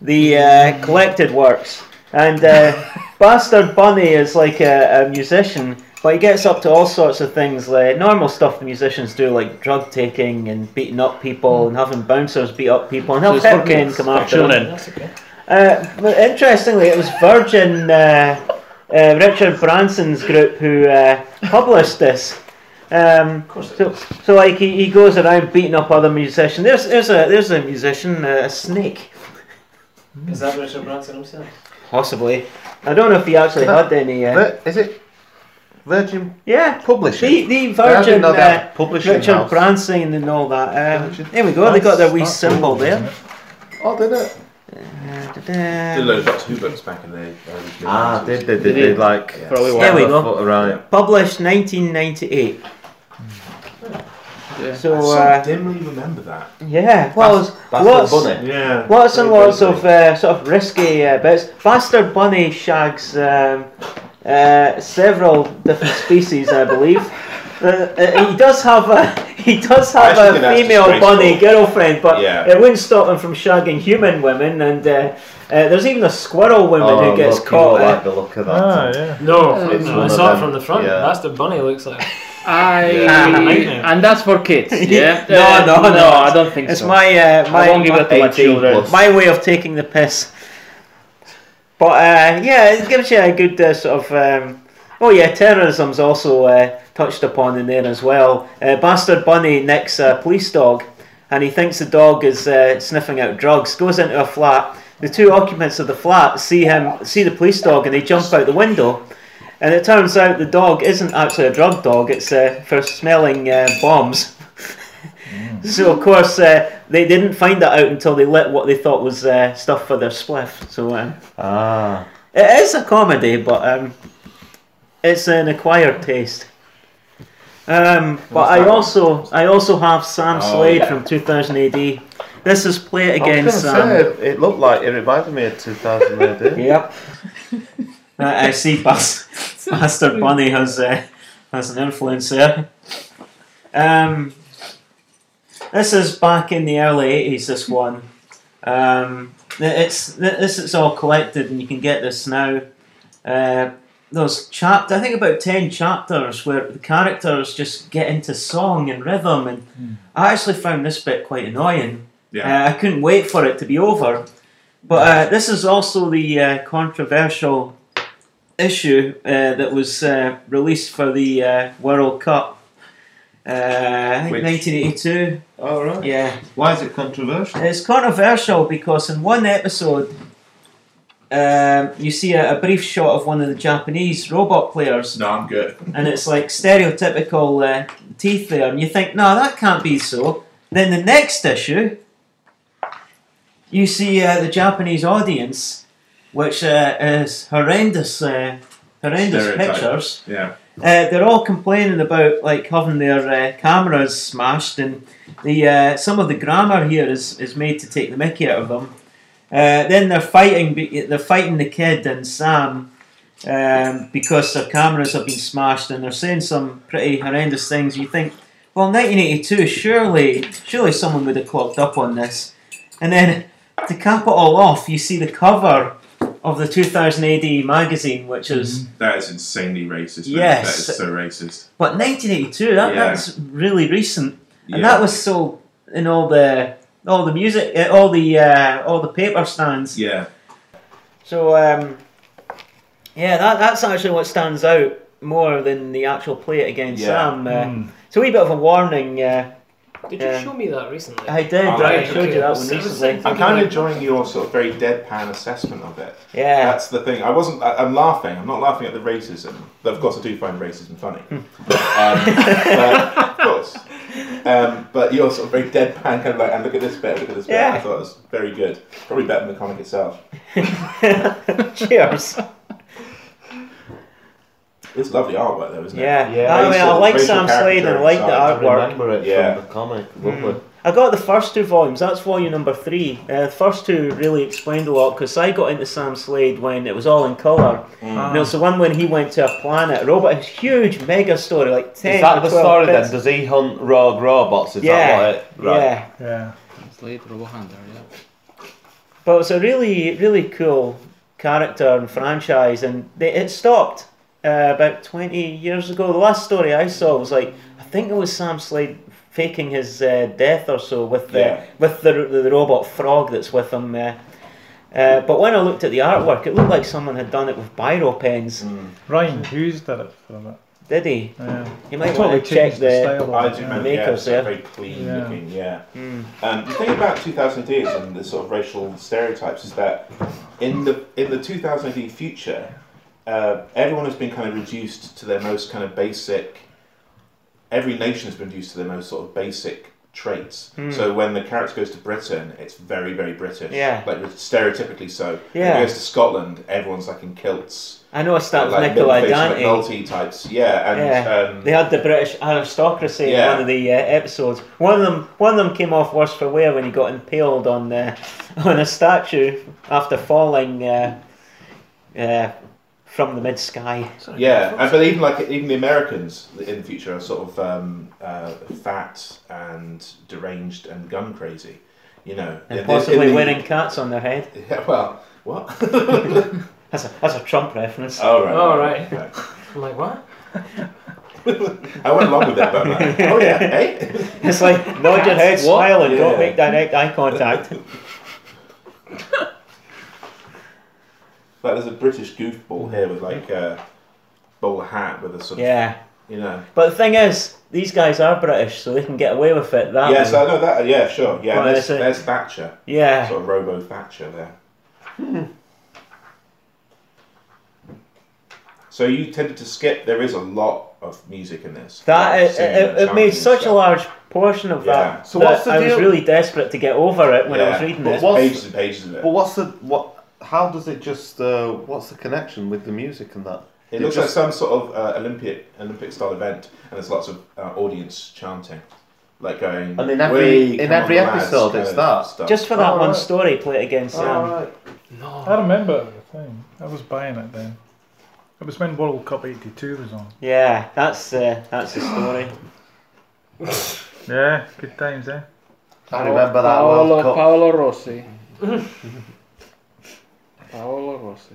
Speaker 5: The uh, collected works and uh, Bastard Bunny is like a, a musician. But he gets up to all sorts of things, like normal stuff the musicians do, like drug taking and beating up people and
Speaker 12: Hmm.
Speaker 5: having bouncers beat up people, and
Speaker 15: So
Speaker 5: he'll
Speaker 15: it's
Speaker 5: hit
Speaker 15: for
Speaker 5: me and
Speaker 15: kids,
Speaker 5: come
Speaker 15: for
Speaker 5: after
Speaker 15: children.
Speaker 5: them.
Speaker 15: That's okay.
Speaker 5: Uh, but interestingly, it was Virgin uh, uh, Richard Branson's group who uh, published this. Um, so, so like he, he goes around beating up other musicians. There's there's a there's a musician, uh, a snake,
Speaker 12: Is that Richard Branson himself?
Speaker 5: possibly. I don't know if he actually had any. Uh,
Speaker 9: Is it Virgin?
Speaker 5: Yeah,
Speaker 9: publishing.
Speaker 5: The, the
Speaker 9: They have
Speaker 5: Virgin
Speaker 9: another
Speaker 5: uh,
Speaker 9: publishing
Speaker 5: Richard
Speaker 9: house.
Speaker 5: Branson and all that. Um, there we go. They got their wee symbol there. Uh,
Speaker 9: Oh, did it?
Speaker 11: Did a load of Doctor Who books back in the early
Speaker 9: Ah,
Speaker 11: 90s.
Speaker 9: did they? Did they like?
Speaker 5: There we go.
Speaker 9: Right.
Speaker 5: Published 1998. So,
Speaker 11: I so
Speaker 5: uh,
Speaker 11: dimly remember that.
Speaker 5: Yeah, well,
Speaker 11: Bas-
Speaker 5: it's
Speaker 11: Bastard
Speaker 5: lots,
Speaker 11: Bunny. Yeah,
Speaker 5: lots and
Speaker 11: very
Speaker 5: lots of uh, sort of risky uh, bits. Bastard Bunny shags um, uh, several different species, I believe. Uh, uh, he does have a he does have
Speaker 11: actually think
Speaker 5: a
Speaker 11: that's
Speaker 5: female bunny girlfriend, but
Speaker 11: Yeah.
Speaker 5: it wouldn't stop him from shagging human women. And uh, uh, there's even a squirrel woman
Speaker 9: Oh,
Speaker 5: who gets
Speaker 9: look, you
Speaker 5: caught.
Speaker 9: don't
Speaker 5: uh,
Speaker 9: like the look of that.
Speaker 7: Ah, yeah.
Speaker 12: No,
Speaker 9: It's
Speaker 12: no,
Speaker 9: one
Speaker 12: I
Speaker 9: of
Speaker 12: saw it
Speaker 9: them,
Speaker 12: from the front.
Speaker 9: yeah.
Speaker 12: That's the bunny looks like.
Speaker 8: I
Speaker 12: Yeah.
Speaker 8: Ah, and that's for kids. Yeah.
Speaker 5: no,
Speaker 8: Uh,
Speaker 5: no, no,
Speaker 8: I don't think
Speaker 5: it's
Speaker 8: so.
Speaker 5: my uh,
Speaker 8: I
Speaker 5: my
Speaker 8: won't give it to my
Speaker 5: 18
Speaker 8: children.
Speaker 5: plus. My way of taking the piss. But uh, yeah, it gives you a good uh, sort of. Um, oh yeah, terrorism's also uh, touched upon in there as well. Uh, Bastard Bunny nicks a police dog, and he thinks the dog is uh, sniffing out drugs. Goes into a flat. The two occupants of the flat see him, see the police dog, and they jump out the window. And it turns out the dog isn't actually a drug dog; it's uh, for smelling uh, bombs. So of course uh, they didn't find that out until they lit what they thought was uh, stuff for their spliff. So um,
Speaker 9: Ah.
Speaker 5: it is a comedy, but um, it's an acquired taste. Um, but I also I also have Sam
Speaker 9: Oh,
Speaker 5: Slade
Speaker 9: yeah.
Speaker 5: from 2000 AD. This is Play It
Speaker 9: I was
Speaker 5: Again,
Speaker 9: gonna
Speaker 5: Sam.
Speaker 9: say, it- it looked like it reminded me of 2000 AD.
Speaker 5: yep. I I see Bas- Bastard Bunny has, uh, has an influence there. Um, this is back in the early 80s, this one. Um, th- it's th- This is all collected and you can get this now. Uh, those chapter, I think about 10 chapters where the characters just get into song and rhythm and I actually found this bit quite annoying.
Speaker 11: Yeah.
Speaker 5: Uh, I couldn't wait for it to be over. But uh, this is also the uh, controversial issue uh, that was uh, released for the uh, World Cup. Uh, I think
Speaker 9: Which-
Speaker 5: 1982.
Speaker 9: Oh, right.
Speaker 5: Yeah.
Speaker 9: Why is it controversial?
Speaker 5: It's controversial because in one episode, um, you see a, a brief shot of one of the Japanese robot players.
Speaker 11: No, I'm good.
Speaker 5: And it's like stereotypical uh, teeth there, and you think, no, that can't be so. Then the next issue, you see uh, the Japanese audience, which uh, is horrendous, uh, horrendous
Speaker 11: Stereotype.
Speaker 5: pictures.
Speaker 11: Yeah.
Speaker 5: Uh, they're all complaining about like having their uh, cameras smashed, and the uh, some of the grammar here is, is made to take the mickey out of them. Uh, then they're fighting, be- they're fighting the kid and Sam um, because their cameras have been smashed, and they're saying some pretty horrendous things. You think, well, 1982, surely, surely someone would have clocked up on this. And then to cap it all off, you see the cover of the 2000 AD magazine, which is.
Speaker 11: That is insanely racist. man.
Speaker 5: Yes.
Speaker 11: That is so racist.
Speaker 5: But 1982, that,
Speaker 11: Yeah.
Speaker 5: that's really recent, and
Speaker 11: Yeah.
Speaker 5: that was sold in all the all the music, uh, all the uh, all the paper stands.
Speaker 11: Yeah.
Speaker 5: So um, yeah, that that's actually what stands out more than the actual play it against
Speaker 11: Yeah.
Speaker 5: Sam. Uh, It's a wee bit of a warning uh,
Speaker 12: Did you
Speaker 5: Yeah.
Speaker 12: show me that recently?
Speaker 5: I did,
Speaker 11: Oh,
Speaker 5: I
Speaker 11: right,
Speaker 5: showed you that one
Speaker 12: So it was
Speaker 5: recently.
Speaker 12: like-
Speaker 11: I'm kind of enjoying your sort of very deadpan assessment of it.
Speaker 5: Yeah.
Speaker 11: That's the thing. I wasn't. I, I'm laughing. I'm not laughing at the racism. Though of course, I do find racism funny. um, but, of course. Um, but you're sort of very deadpan, kind of like, and look at this bit, look at this bit.
Speaker 5: Yeah.
Speaker 11: I thought it was very good. Probably better than the comic itself.
Speaker 5: Cheers.
Speaker 11: It's lovely artwork, though, isn't
Speaker 5: Yeah.
Speaker 11: it?
Speaker 5: I, mean, I
Speaker 11: Racial-
Speaker 5: like
Speaker 11: racial
Speaker 5: Sam Slade and I
Speaker 11: caricature
Speaker 5: like the
Speaker 11: inside.
Speaker 5: artwork.
Speaker 11: yeah.
Speaker 9: from the comic.
Speaker 5: Mm. I got the first two volumes. That's volume number three. Uh, the first two really explained a lot because I got into Sam Slade when it was all in colour.
Speaker 9: Mm.
Speaker 5: And it was the one when he went to a planet, robot, a huge mega story, like ten.
Speaker 9: Is that
Speaker 5: or
Speaker 9: the
Speaker 5: 12
Speaker 9: story
Speaker 5: bits.
Speaker 9: then? Does he hunt rogue robots? Is
Speaker 5: yeah,
Speaker 9: that what it? Right.
Speaker 5: yeah,
Speaker 7: yeah.
Speaker 8: Slade Robohander, yeah.
Speaker 5: But it was a really, really cool character and franchise, and they, it stopped uh, about 20 years ago. The last story I saw was like, I think it was Sam Slade faking his uh, death or so with the
Speaker 11: Yeah.
Speaker 5: with the, the robot frog that's with him. Uh, uh, but when I looked at the artwork, it looked like someone had done it with biro pens.
Speaker 11: Mm.
Speaker 7: Ryan Hughes did it for a bit.
Speaker 5: Did he?
Speaker 7: Yeah.
Speaker 5: You might
Speaker 7: They
Speaker 5: want
Speaker 7: totally
Speaker 5: to check
Speaker 7: changed
Speaker 5: the,
Speaker 7: the style of
Speaker 11: I
Speaker 7: it,
Speaker 11: do
Speaker 7: yeah.
Speaker 11: remember, yeah,
Speaker 5: makers
Speaker 11: it's like
Speaker 5: there. Hmm.
Speaker 11: very clean
Speaker 7: Yeah.
Speaker 11: looking, yeah. Um, the thing about 2008 and the sort of racial stereotypes is that in the in the 2008 future, uh, everyone has been kind of reduced to their most kind of basic. Every nation has been reduced to their most sort of basic traits.
Speaker 5: Hmm.
Speaker 11: So when the character goes to Britain, it's very very British,
Speaker 5: Yeah.
Speaker 11: like stereotypically so.
Speaker 5: Yeah.
Speaker 11: When it goes to Scotland, everyone's like in kilts.
Speaker 5: I noticed that with
Speaker 11: like
Speaker 5: Nicola Dante.
Speaker 11: middle-aged McNulty types, yeah, and
Speaker 5: yeah,
Speaker 11: um,
Speaker 5: they had the British aristocracy in
Speaker 11: Yeah.
Speaker 5: one of the uh, episodes. One of them, one of them came off worse for wear when he got impaled on uh, on a statue after falling uh, uh, from the mid sky.
Speaker 11: Yeah, and, but even like even the Americans in the future are sort of um, uh, fat and deranged and gun crazy, you know.
Speaker 5: and
Speaker 11: In the- in
Speaker 5: possibly
Speaker 11: the-
Speaker 5: wearing cats on their head.
Speaker 11: Yeah, well, what?
Speaker 5: That's a, that's a Trump reference.
Speaker 11: Oh right.
Speaker 12: All
Speaker 11: right.
Speaker 12: right.
Speaker 11: right.
Speaker 12: I'm like, what?
Speaker 11: I went along with that, but I'm like, oh yeah, hey.
Speaker 5: It's like nod your head,
Speaker 8: Cats, what?
Speaker 5: smile, and
Speaker 11: Yeah.
Speaker 5: don't make direct eye contact.
Speaker 11: Like there's a British goofball here with like a bowl hat with a sort of
Speaker 5: yeah,
Speaker 11: you know.
Speaker 5: but the thing is, these guys are British, so they can get away with it. That
Speaker 11: yeah,
Speaker 5: way.
Speaker 11: so I know that. Yeah, sure. Yeah,
Speaker 5: Well,
Speaker 11: there's,
Speaker 5: that's it.
Speaker 11: there's Thatcher,
Speaker 5: yeah. Hmm.
Speaker 11: sort of Robo Thatcher there. So you tended to skip. There is a lot of music in this.
Speaker 5: That uh,
Speaker 11: Like
Speaker 5: it,
Speaker 11: singing
Speaker 5: it, it
Speaker 11: and
Speaker 5: made
Speaker 11: chanting
Speaker 5: such a
Speaker 11: stuff.
Speaker 5: large portion of
Speaker 11: Yeah.
Speaker 5: that.
Speaker 9: So
Speaker 5: that
Speaker 9: what's the
Speaker 5: I
Speaker 9: deal-
Speaker 5: was really desperate to get over it when I was
Speaker 11: Yeah.
Speaker 5: reading
Speaker 11: There's
Speaker 5: it.
Speaker 9: But what's-
Speaker 11: pages and pages of it.
Speaker 9: But what's the what? How does it just? Uh, what's the connection with the music and that?
Speaker 11: It looks like some sort of uh, Olympic Olympic style event, and there's lots of uh, audience chanting, like going.
Speaker 9: And in every-
Speaker 11: "Whey,
Speaker 9: in
Speaker 11: come on,
Speaker 9: every
Speaker 11: lads,"
Speaker 9: episode
Speaker 11: kind
Speaker 9: it's
Speaker 11: of
Speaker 9: that.
Speaker 11: stuff.
Speaker 5: Just for that
Speaker 7: Oh,
Speaker 5: one
Speaker 7: right.
Speaker 5: story, play it again, Sam.
Speaker 12: No.
Speaker 7: I remember the thing. I was buying it then. It was when World Cup '82 was on.
Speaker 5: Yeah, that's uh, that's the story.
Speaker 7: Yeah, good times, eh?
Speaker 9: I remember that
Speaker 8: Paolo,
Speaker 9: World Cup.
Speaker 8: Paolo Rossi. Paolo Rossi.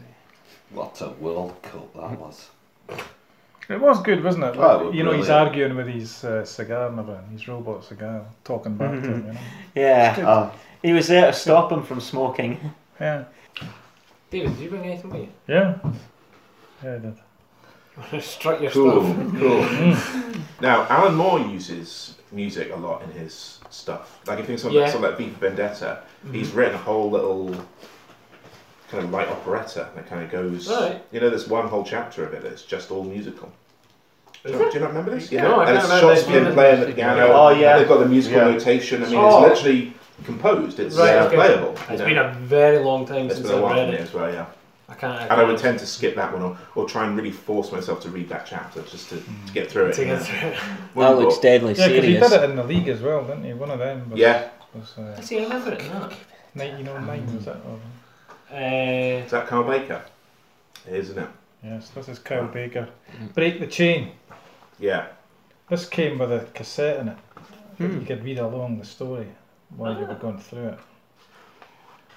Speaker 9: What a World Cup that was.
Speaker 7: It was good, wasn't it?
Speaker 9: Oh, it was
Speaker 7: you know, he's
Speaker 9: brilliant.
Speaker 7: arguing with his uh, cigar and everything, his robot cigar, talking back to
Speaker 5: Mm-hmm.
Speaker 7: him. You know?
Speaker 5: Yeah,
Speaker 9: Oh,
Speaker 5: he was there to stop him from smoking.
Speaker 7: Yeah,
Speaker 12: David, did you bring anything with
Speaker 7: yeah, yeah, I did.
Speaker 12: you? Strike your
Speaker 11: Cool,
Speaker 12: stuff.
Speaker 11: cool. Hmm. now, Alan Moore uses music a lot in his stuff. Like, if you think something
Speaker 12: Yeah. Mm-hmm.
Speaker 11: like, something like V for Vendetta, he's written a whole little kind of light operetta that kind of goes.
Speaker 12: Right.
Speaker 11: You know, there's one whole chapter of it that's just all musical. Do you,
Speaker 12: Is
Speaker 11: do you not remember this? Yeah,
Speaker 12: No, I
Speaker 11: and
Speaker 12: don't
Speaker 11: it's
Speaker 12: know
Speaker 11: shots
Speaker 12: this
Speaker 11: of him
Speaker 12: one.
Speaker 11: playing the piano.
Speaker 9: Oh,
Speaker 11: and
Speaker 9: yeah.
Speaker 11: they've got the musical
Speaker 9: Yeah.
Speaker 11: notation. I mean,
Speaker 12: Oh.
Speaker 11: it's literally composed. It's
Speaker 12: Right,
Speaker 11: uh,
Speaker 12: okay.
Speaker 11: playable. you
Speaker 12: It's
Speaker 11: know.
Speaker 12: been a very long time
Speaker 11: It's
Speaker 12: since
Speaker 11: been a
Speaker 12: I've
Speaker 11: while for
Speaker 12: read
Speaker 11: me
Speaker 12: it.
Speaker 11: as well, yeah.
Speaker 12: I can't.
Speaker 11: And I would
Speaker 12: can't
Speaker 11: tend to skip that one or, or try and really force myself to read that chapter just to, to get through
Speaker 7: Mm.
Speaker 11: it.
Speaker 12: to
Speaker 11: yeah.
Speaker 12: get through it.
Speaker 11: What
Speaker 5: that
Speaker 11: have you
Speaker 5: looks
Speaker 11: got?
Speaker 5: deadly
Speaker 7: Yeah, because he
Speaker 5: serious.
Speaker 7: did it in the league as well, didn't he? One of them. Was,
Speaker 11: Yeah.
Speaker 7: Was uh,
Speaker 12: I see. I remember it now.
Speaker 7: 1909, was it? Or,
Speaker 12: Uh,
Speaker 11: Is that Carl Baker? It is, isn't it?
Speaker 7: yes, this is Kyle Baker. Break the chain.
Speaker 11: Yeah.
Speaker 7: This came with a cassette in it. that You could read along the story while you were going through it.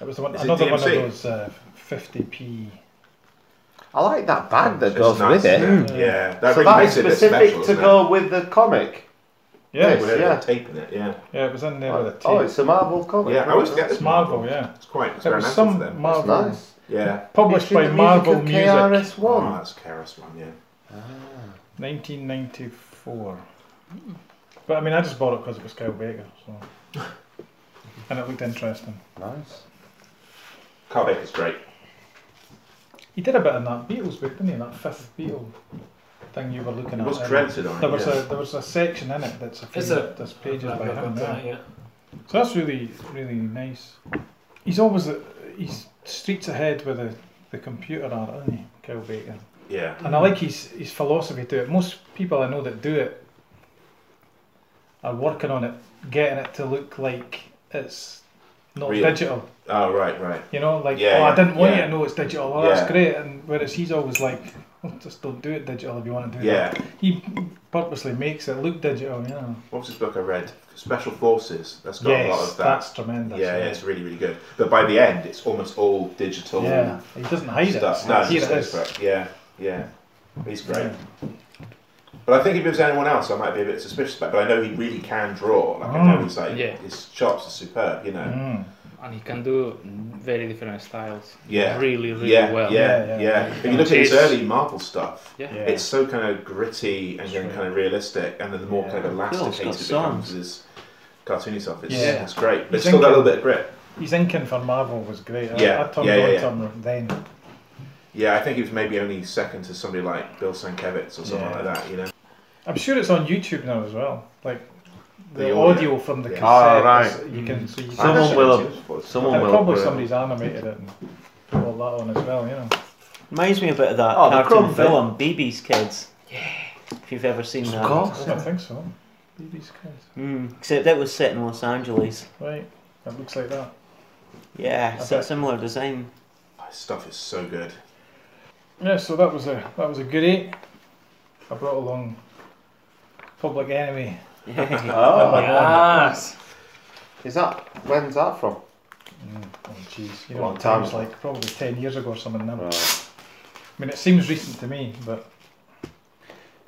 Speaker 7: It was the one,
Speaker 11: Is it
Speaker 7: another one of
Speaker 11: DMC?
Speaker 7: those uh, 50p.
Speaker 9: I like that bag that
Speaker 11: It's
Speaker 9: goes
Speaker 11: nice,
Speaker 9: with it.
Speaker 7: Mm.
Speaker 11: isn't Yeah. That
Speaker 9: So
Speaker 11: really
Speaker 9: that is
Speaker 11: makes it a bit
Speaker 9: specific
Speaker 11: special,
Speaker 9: to
Speaker 11: doesn't
Speaker 9: go with the comic.
Speaker 11: it?
Speaker 7: Yeah,
Speaker 9: Yes,
Speaker 11: Whatever,
Speaker 9: yeah.
Speaker 11: tape in it, yeah.
Speaker 7: yeah, it was in there with a tape.
Speaker 9: Oh, it's a Marvel comic.
Speaker 11: Yeah, I always get
Speaker 7: it's
Speaker 11: this
Speaker 7: Marvel, yeah.
Speaker 11: It's quite, it's
Speaker 7: It
Speaker 11: very
Speaker 7: was
Speaker 11: nice
Speaker 7: some
Speaker 11: to them.
Speaker 9: It's
Speaker 7: Marvel,
Speaker 9: nice.
Speaker 11: Yeah.
Speaker 7: published by
Speaker 9: Featured the
Speaker 7: Marvel
Speaker 9: of
Speaker 7: Music,
Speaker 9: KRS
Speaker 11: Oh,
Speaker 9: One.
Speaker 11: that's Karis one, yeah.
Speaker 7: 1994. But I mean, I just bought it because it was Kyle Baker, so. and it looked interesting.
Speaker 9: Oh,
Speaker 14: Nice.
Speaker 11: Carl Baker's great.
Speaker 7: He did a bit in that Beatles book, didn't he? That fifth Beatle thing you were looking
Speaker 11: It
Speaker 7: at.
Speaker 11: was
Speaker 7: Um,
Speaker 11: credited on it,
Speaker 7: There was
Speaker 11: yeah.
Speaker 7: a there was a section in it that's a few
Speaker 12: It's a-
Speaker 7: that's pages
Speaker 12: I've
Speaker 7: by
Speaker 12: got
Speaker 7: him.
Speaker 12: that, yeah.
Speaker 7: So that's really really nice. He's always a, he's streets ahead with the, the computer art, isn't he, Kyle Baker?
Speaker 11: Yeah.
Speaker 7: And I like his his philosophy to it. Most people I know that do it are working on it, getting it to look like it's not
Speaker 11: Real.
Speaker 7: digital.
Speaker 11: Oh, right, right.
Speaker 7: You know, like,
Speaker 11: Yeah,
Speaker 7: oh, I didn't want
Speaker 11: yeah.
Speaker 7: you to know it's digital. Oh,
Speaker 11: Yeah.
Speaker 7: that's great. And whereas he's always like, "Oh, just don't do it digital if you want to do
Speaker 11: Yeah.
Speaker 7: that. He purposely makes it look digital, you know.
Speaker 11: What was this book I read? Special Forces. That's got a lot
Speaker 7: Yes,
Speaker 11: of that.
Speaker 7: that's tremendous,
Speaker 11: Yeah, yeah,
Speaker 7: yeah.
Speaker 11: it's really, really good. But by the end, it's almost all digital.
Speaker 7: Yeah, he doesn't hide it.
Speaker 11: stuff. No,
Speaker 7: Here
Speaker 11: it's
Speaker 7: it
Speaker 11: just
Speaker 7: is.
Speaker 11: correct. Yeah, yeah. He's great. But I think if it was anyone else, I might be a bit suspicious about. But I know he really can draw. Like I know
Speaker 8: Mm.
Speaker 11: he's like
Speaker 8: Yeah.
Speaker 11: his chops are superb. You know.
Speaker 7: Mm.
Speaker 8: And he can do very different styles.
Speaker 11: Yeah.
Speaker 8: Really, really
Speaker 11: yeah,
Speaker 8: well.
Speaker 11: Yeah, yeah. If you look at his
Speaker 8: It's-
Speaker 11: early Marvel stuff,
Speaker 8: Yeah. Yeah.
Speaker 11: it's so kind of gritty and then kind of realistic, and then the more kind of
Speaker 7: Yeah. Cool, it's got
Speaker 11: elasticated it becomes, his cartoony stuff. It's,
Speaker 7: Yeah.
Speaker 11: it's great, but it's
Speaker 7: He's
Speaker 11: still got a little
Speaker 7: inking-
Speaker 11: bit of grit.
Speaker 7: His inking for Marvel was great. I-
Speaker 11: Yeah,
Speaker 7: I, turned
Speaker 11: yeah, yeah,
Speaker 7: on
Speaker 11: yeah.
Speaker 7: to him then.
Speaker 11: Yeah, I think he was maybe only second to somebody like Bill Sienkiewicz or someone
Speaker 7: Yeah.
Speaker 11: like that. You know.
Speaker 7: I'm sure it's on YouTube now as well. Like, the,
Speaker 11: The audio.
Speaker 7: audio from the
Speaker 11: Yeah.
Speaker 7: cassette.
Speaker 11: Ah,
Speaker 7: is-
Speaker 11: right.
Speaker 7: You can, so you
Speaker 11: Someone
Speaker 7: can
Speaker 11: will
Speaker 7: And
Speaker 11: have- someone
Speaker 7: probably
Speaker 11: will have put it on.
Speaker 7: somebody's animated it and put all that on as well, you know.
Speaker 5: Reminds me a bit of that
Speaker 7: Oh, the
Speaker 5: cartoon
Speaker 7: Crumb thing.
Speaker 5: film, Baby's Kids. Yeah. If you've ever seen that.
Speaker 7: I don't think so. These guys.
Speaker 5: Mm, except that was set in Los Angeles.
Speaker 7: Right, that looks like that.
Speaker 5: Yeah, it's
Speaker 7: Okay.
Speaker 5: a similar design.
Speaker 11: His stuff is so good.
Speaker 7: Yeah, so that was a that was a good eight. I brought along Public Enemy.
Speaker 14: Oh, yes. Is that when's that from?
Speaker 7: Oh, jeez, you
Speaker 14: A
Speaker 7: know
Speaker 14: long
Speaker 7: what
Speaker 14: time
Speaker 7: it was
Speaker 14: ago.
Speaker 7: like probably ten years ago or something. Now. I mean, it seems recent to me, but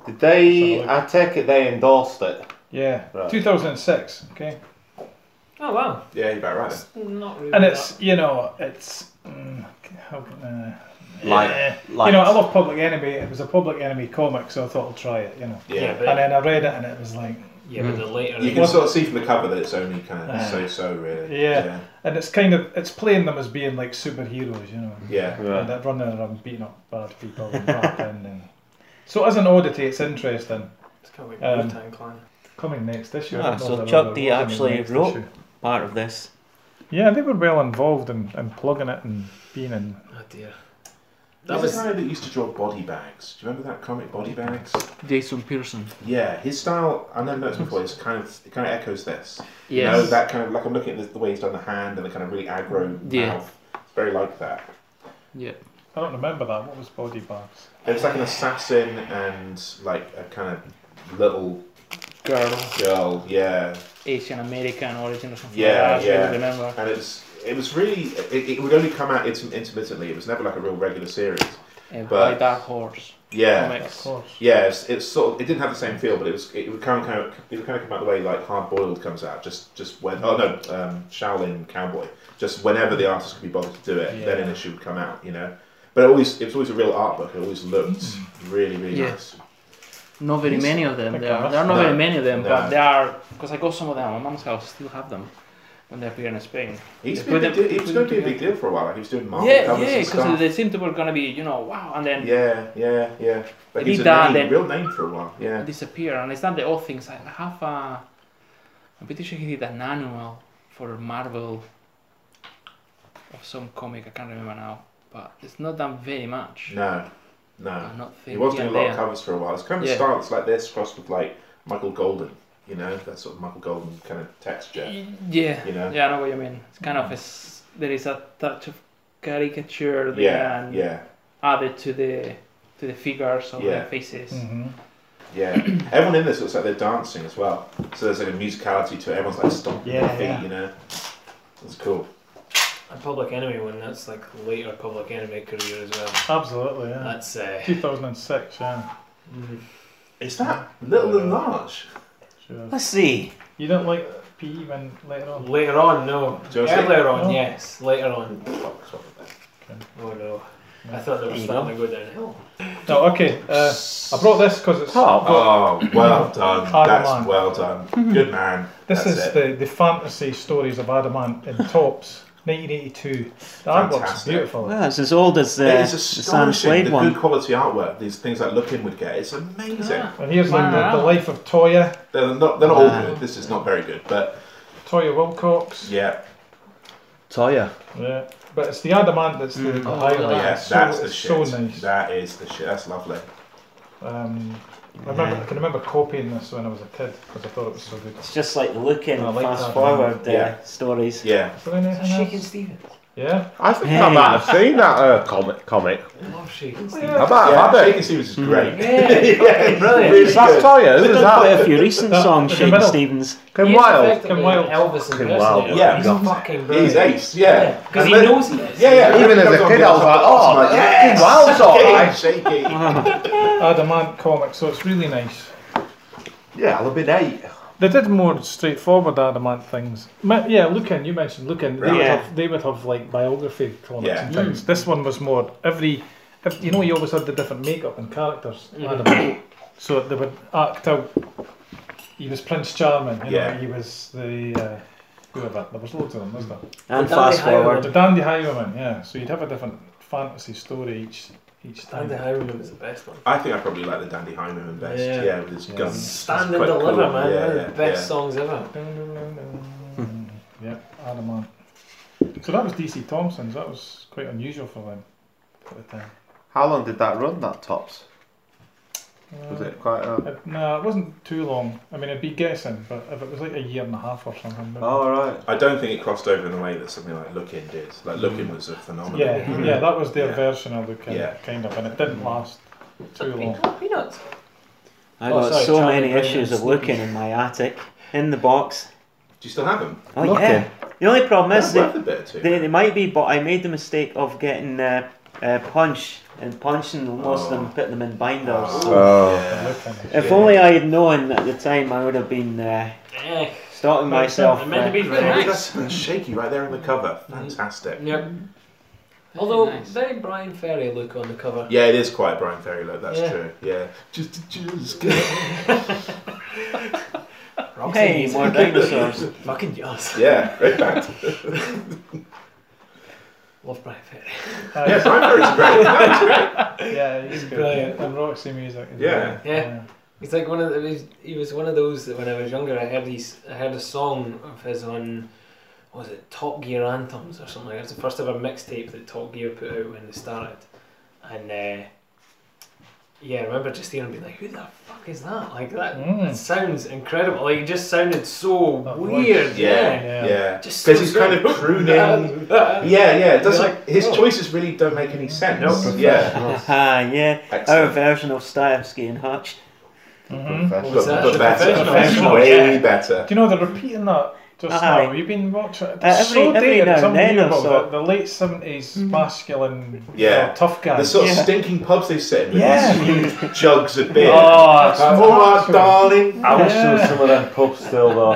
Speaker 14: Did they? I take it they endorsed it.
Speaker 7: yeah,
Speaker 14: Right.
Speaker 7: 2006. Okay,
Speaker 12: Oh wow.
Speaker 11: Yeah, you're about right.
Speaker 12: It's not really.
Speaker 7: and
Speaker 12: that-
Speaker 7: it's you know it's mm, how can- uh,
Speaker 14: Light-
Speaker 7: yeah.
Speaker 14: light.
Speaker 7: you know I love Public Enemy. It was a Public Enemy comic, so I thought I'll try it. You know,
Speaker 11: Yeah, but-
Speaker 7: and then I read it and it was like
Speaker 12: Yeah, but the later.
Speaker 11: You can sort of see from the cover that it's only kind of
Speaker 7: Uh,
Speaker 11: so-so, really.
Speaker 7: Yeah. and it's kind of it's playing them as being like superheroes, you know.
Speaker 11: Yeah.
Speaker 7: And that running around beating up bad people and rapping and so as an oddity, it's interesting. It's
Speaker 12: kind
Speaker 5: like
Speaker 7: Um,
Speaker 5: Wu-Tang
Speaker 12: Clan.
Speaker 7: Coming next issue. I
Speaker 5: Ah,
Speaker 7: don't know
Speaker 5: so
Speaker 7: if
Speaker 5: Chuck
Speaker 7: there
Speaker 5: D
Speaker 7: was any
Speaker 5: actually
Speaker 7: next
Speaker 5: wrote
Speaker 7: issue.
Speaker 5: part of this.
Speaker 7: Yeah, they were well involved in, in plugging it and being in.
Speaker 12: Oh dear.
Speaker 7: That
Speaker 11: That was
Speaker 7: was-
Speaker 11: the guy that used to draw body bags. Do you remember that comic, Body Bags?
Speaker 8: Jason Pearson.
Speaker 11: Yeah, his style. I never noticed before. It's kind of it kind of echoes this. You
Speaker 8: Yes.
Speaker 11: know that kind of like I'm looking at the, the way he's done the hand and the kind of really aggro
Speaker 8: Yeah.
Speaker 11: mouth. It's very like that.
Speaker 8: Yeah.
Speaker 7: I don't remember that. What was Body Bags?
Speaker 11: It's like an assassin and like a kind of little
Speaker 8: Girl.
Speaker 11: girl. Yeah,
Speaker 8: Asian American origin or something.
Speaker 11: yeah,
Speaker 8: like that, I
Speaker 11: yeah.
Speaker 8: don't remember.
Speaker 11: And it's it was really it, it would only come out inter- intermittently. It was never like a real regular series.
Speaker 8: Yeah,
Speaker 11: But-
Speaker 8: by Dark Horse.
Speaker 11: Yeah.
Speaker 8: Comics.
Speaker 11: Yeah, it's, it's sort of, it didn't have the same feel, but it was it would kind of, kind of it would kind of come out the way like Hard Boiled comes out, just just when oh no, um, Shaolin Cowboy, just whenever the artist could be bothered to do it, then an issue would come out, you know. But it always it was always a real art book. It always looked really really
Speaker 8: Mm. Yeah.
Speaker 11: nice.
Speaker 8: Not very
Speaker 11: Yes.
Speaker 8: many of them.
Speaker 11: Thank
Speaker 8: There are,
Speaker 11: God.
Speaker 8: there are not
Speaker 11: No.
Speaker 8: very many of them,
Speaker 11: No.
Speaker 8: but there are. Because I got some of them. My mom's house still have them when they appear in Spain.
Speaker 11: He was,
Speaker 8: They put
Speaker 11: been a
Speaker 8: them-
Speaker 11: big deal- he was
Speaker 8: put
Speaker 11: going
Speaker 8: them
Speaker 11: to be a
Speaker 8: together.
Speaker 11: big deal for a while. Like he was doing Marvel
Speaker 8: Yeah,
Speaker 11: covers
Speaker 8: yeah,
Speaker 11: and
Speaker 8: because
Speaker 11: stuff.
Speaker 8: they seemed they were gonna be, you know, wow, and then
Speaker 11: Yeah, yeah, yeah. Like
Speaker 8: They
Speaker 11: he was
Speaker 8: did
Speaker 11: a
Speaker 8: that,
Speaker 11: name,
Speaker 8: then-
Speaker 11: real name for a while. Yeah.
Speaker 8: disappear. And it's not the odd things. I have a. I'm pretty sure he did an annual for Marvel of some comic. I can't remember now, but it's not done very much.
Speaker 11: No, no.
Speaker 8: I'm not
Speaker 11: He was
Speaker 8: thinking
Speaker 11: doing a lot
Speaker 8: there.
Speaker 11: of covers for a while. It's kind of
Speaker 8: Yeah.
Speaker 11: style that's like this crossed with like Michael Golden, you know, that sort of Michael Golden kind of texture.
Speaker 8: Yeah,
Speaker 11: You know?
Speaker 8: yeah, I know what you mean. It's kind of a s there is a touch of caricature there
Speaker 11: Yeah,
Speaker 8: and
Speaker 11: yeah.
Speaker 8: added to the to the figures or
Speaker 11: Yeah.
Speaker 8: the faces.
Speaker 7: Mm-hmm.
Speaker 11: Yeah. Everyone in this looks like they're dancing as well. So there's like a musicality to it. Everyone's like stomping
Speaker 8: Yeah,
Speaker 11: their feet,
Speaker 8: yeah.
Speaker 11: you know. That's cool.
Speaker 12: A Public Enemy one. That's like later Public Enemy career as well.
Speaker 7: Absolutely, yeah.
Speaker 12: That's uh,
Speaker 7: 2006, yeah.
Speaker 11: Is that Little and Large?
Speaker 7: Sure.
Speaker 5: Let's see.
Speaker 7: You don't like PE when later on?
Speaker 12: Later on, no.
Speaker 11: Do you wanna say-
Speaker 12: Earlier on,
Speaker 7: No.
Speaker 12: yes. Later on.
Speaker 11: Fuck, what's wrong with that?
Speaker 12: Oh no. I thought they were
Speaker 7: There you
Speaker 12: starting to go downhill.
Speaker 7: No, okay. Uh, I brought this because it's.
Speaker 11: Oh, well done.
Speaker 7: Adamant.
Speaker 11: That's well done. Good man.
Speaker 7: This
Speaker 11: That's
Speaker 7: is
Speaker 11: it.
Speaker 7: the the fantasy stories of Adamant in Tops, 1982. The artwork's
Speaker 11: Fantastic.
Speaker 7: beautiful.
Speaker 5: Well, it's as old as uh,
Speaker 11: it
Speaker 5: the
Speaker 11: is
Speaker 5: Sam
Speaker 11: astonishing
Speaker 5: Slade
Speaker 11: the
Speaker 5: one. Ah.
Speaker 11: good quality artwork these things that Looking would get. It's amazing.
Speaker 7: And here's one, the, the life of Toya,
Speaker 11: They're not, they're not all
Speaker 7: Wow.
Speaker 11: good. This is not very good, but
Speaker 7: Toya Wilcox.
Speaker 11: yeah.
Speaker 9: Toya.
Speaker 7: Yeah, but it's the Adamant that's the, the highlight.
Speaker 11: Mm. Oh, yeah,
Speaker 7: It's so,
Speaker 11: that's the
Speaker 7: it's
Speaker 11: shit.
Speaker 7: so nice.
Speaker 11: That is the shit. That's lovely.
Speaker 7: Um, I remember I can remember copying this when I was a kid because I thought it was so good.
Speaker 5: It's just like the looking
Speaker 7: I like
Speaker 5: fast
Speaker 7: that.
Speaker 5: forward uh,
Speaker 7: Yeah.
Speaker 5: stories.
Speaker 11: Yeah.
Speaker 7: Is there anything else? Yeah.
Speaker 9: I think I
Speaker 5: Hey.
Speaker 9: might have seen that uh, comic. Comic.
Speaker 12: Love shaking.
Speaker 9: I Hmm. might
Speaker 11: Yeah,
Speaker 9: have had
Speaker 11: Shaken
Speaker 9: it.
Speaker 11: Stevens is great.
Speaker 12: Oh, Yeah, brilliant.
Speaker 9: Is that Toya? Who
Speaker 5: We've
Speaker 9: is
Speaker 5: done quite a
Speaker 9: that?
Speaker 5: few recent
Speaker 7: That-
Speaker 5: songs,
Speaker 7: in the
Speaker 5: Shane
Speaker 7: middle.
Speaker 5: Stevens.
Speaker 9: Kim
Speaker 12: He's
Speaker 9: Wilde.
Speaker 12: effectively
Speaker 7: Kim Wilde.
Speaker 12: Elvis
Speaker 9: Kim
Speaker 12: impersonator.
Speaker 9: Wilde,
Speaker 11: yeah.
Speaker 12: he's
Speaker 11: God.
Speaker 12: fucking brilliant.
Speaker 11: He's ace, yeah.
Speaker 12: Because
Speaker 11: And
Speaker 12: he
Speaker 11: then-
Speaker 12: knows he is.
Speaker 11: Yeah, yeah.
Speaker 9: Even as a kid, I was like, oh,
Speaker 11: yes,
Speaker 9: Kim Wilde's alright.
Speaker 11: shaky.
Speaker 7: Adamant comic, so it's really nice.
Speaker 9: Yeah, I'll have been eight.
Speaker 7: They did more straightforward Adamant things. Ma- yeah, Lucan, you mentioned Lucan. They, would
Speaker 5: Yeah.
Speaker 7: have, they would have like biography comics
Speaker 11: Yeah.
Speaker 7: and things. This one was more every, ev you know, you always had the different makeup and characters. Adamant. so they would act out. He was Prince Charming. You
Speaker 11: Yeah.
Speaker 7: know, he was the uh, whoever. There was loads of them, wasn't there?
Speaker 5: And
Speaker 12: Dandy
Speaker 5: fast
Speaker 12: Highway.
Speaker 5: forward.
Speaker 7: The Dandy Highwayman. Yeah. So you'd have a different fantasy story each each time.
Speaker 12: Andy Highwayman is the best one.
Speaker 11: I think I probably like the Dandy Hyman best.
Speaker 12: Yeah.
Speaker 11: Yeah, with his guns.
Speaker 12: Stand
Speaker 11: It's
Speaker 12: and
Speaker 11: quite
Speaker 12: deliver,
Speaker 11: cool.
Speaker 12: man.
Speaker 11: Yeah,
Speaker 12: One of
Speaker 11: yeah,
Speaker 12: the best
Speaker 11: yeah.
Speaker 12: songs ever.
Speaker 7: yep, Adamant. So that was DC Thompson's. That was quite unusual for them at the time.
Speaker 9: How long did that run, that tops? Was it quite uh, a.
Speaker 7: Uh, It, nah, it wasn't too long. I mean, I'd be guessing, but if it was like a year and a half or something. maybe.
Speaker 9: Oh, right.
Speaker 11: I don't think it crossed over in a way that something like Looking did. Like Looking was a phenomenon.
Speaker 7: yeah, yeah, that was their
Speaker 11: Yeah.
Speaker 7: version of the kind,
Speaker 11: Yeah.
Speaker 7: kind of, and it didn't last too long.
Speaker 12: Peanuts.
Speaker 5: I
Speaker 7: Oh,
Speaker 5: got
Speaker 7: sorry,
Speaker 5: so
Speaker 7: Charlie
Speaker 5: many
Speaker 7: Brown
Speaker 5: issues
Speaker 7: and
Speaker 5: of looking in my attic, in the box.
Speaker 11: Do you still have them?
Speaker 5: Oh yeah. The only problem is
Speaker 11: That's worth a
Speaker 5: that
Speaker 11: bit or two.
Speaker 5: they, they might be, but I made the mistake of getting uh, uh, punch and punching most of them,
Speaker 12: Oh.
Speaker 5: and putting them in binders. So
Speaker 9: Oh.
Speaker 5: if only I had known at the time, I would have been uh,
Speaker 12: Eh,
Speaker 5: stopping myself.
Speaker 12: it meant to be
Speaker 5: uh,
Speaker 12: very
Speaker 11: Nice.
Speaker 12: nice.
Speaker 11: shaky right there on the cover. Fantastic.
Speaker 12: Yep. Although
Speaker 8: nice.
Speaker 12: very Brian Ferry look on the cover.
Speaker 11: Yeah, it is quite a Brian Ferry look. That's
Speaker 12: Yeah.
Speaker 11: true. Yeah. Just a Jews.
Speaker 12: Roxy
Speaker 5: uh, hey,
Speaker 12: music.
Speaker 5: more dinosaurs.
Speaker 12: Fucking jazz.
Speaker 11: yeah, great band.
Speaker 12: Love Brian Ferry.
Speaker 11: Yeah, Brian Ferry's great. That's great.
Speaker 7: Yeah, he's
Speaker 12: brilliant.
Speaker 7: good. And Roxy music. Is
Speaker 11: Yeah.
Speaker 7: great.
Speaker 12: Yeah. He's like one of the, he was- he was one of those that when I was younger I heard these I heard a song of his on what was it Top Gear Anthems or something. It was the first ever mixtape that Top Gear put out when they started, and uh, yeah, I remember just hearing him being like, "Who the fuck is that?" Like that,
Speaker 7: Mm.
Speaker 12: that sounds incredible. Like it just sounded so
Speaker 7: That voice.
Speaker 12: weird. Yeah.
Speaker 11: Yeah,
Speaker 7: Yeah.
Speaker 11: yeah.
Speaker 12: Just
Speaker 11: Because
Speaker 12: so
Speaker 11: he's kind of
Speaker 12: strange.
Speaker 11: crooning.
Speaker 12: Ah,
Speaker 11: Yeah, yeah. It doesn't.
Speaker 12: You're like,
Speaker 11: his
Speaker 12: oh.
Speaker 11: choices really don't make any sense. Yeah.
Speaker 5: Ah, yeah. Our
Speaker 11: Excellent.
Speaker 5: version of Starsky and Hutch.
Speaker 12: what
Speaker 7: mm-hmm.
Speaker 11: But,
Speaker 12: was that?
Speaker 11: but
Speaker 12: The
Speaker 11: better.
Speaker 12: professional.
Speaker 7: Professional,
Speaker 11: Way
Speaker 12: yeah.
Speaker 11: better.
Speaker 7: Do you know they're repeating that just
Speaker 5: Aye. Uh,
Speaker 7: now? You've been watching. It's
Speaker 5: every-
Speaker 7: so
Speaker 5: every
Speaker 7: dated.
Speaker 5: now
Speaker 7: it's
Speaker 5: and then or
Speaker 7: unbelievable.
Speaker 5: so. Mm-hmm.
Speaker 7: The, the late seventies masculine,
Speaker 11: Yeah.
Speaker 7: uh, tough guy.
Speaker 11: The sort of
Speaker 5: Yeah.
Speaker 11: stinking pubs they sit in with
Speaker 7: Yeah.
Speaker 11: these huge jugs of beer.
Speaker 7: Oh,
Speaker 11: Like, oh my darling.
Speaker 14: I wish there was some of them pubs still though.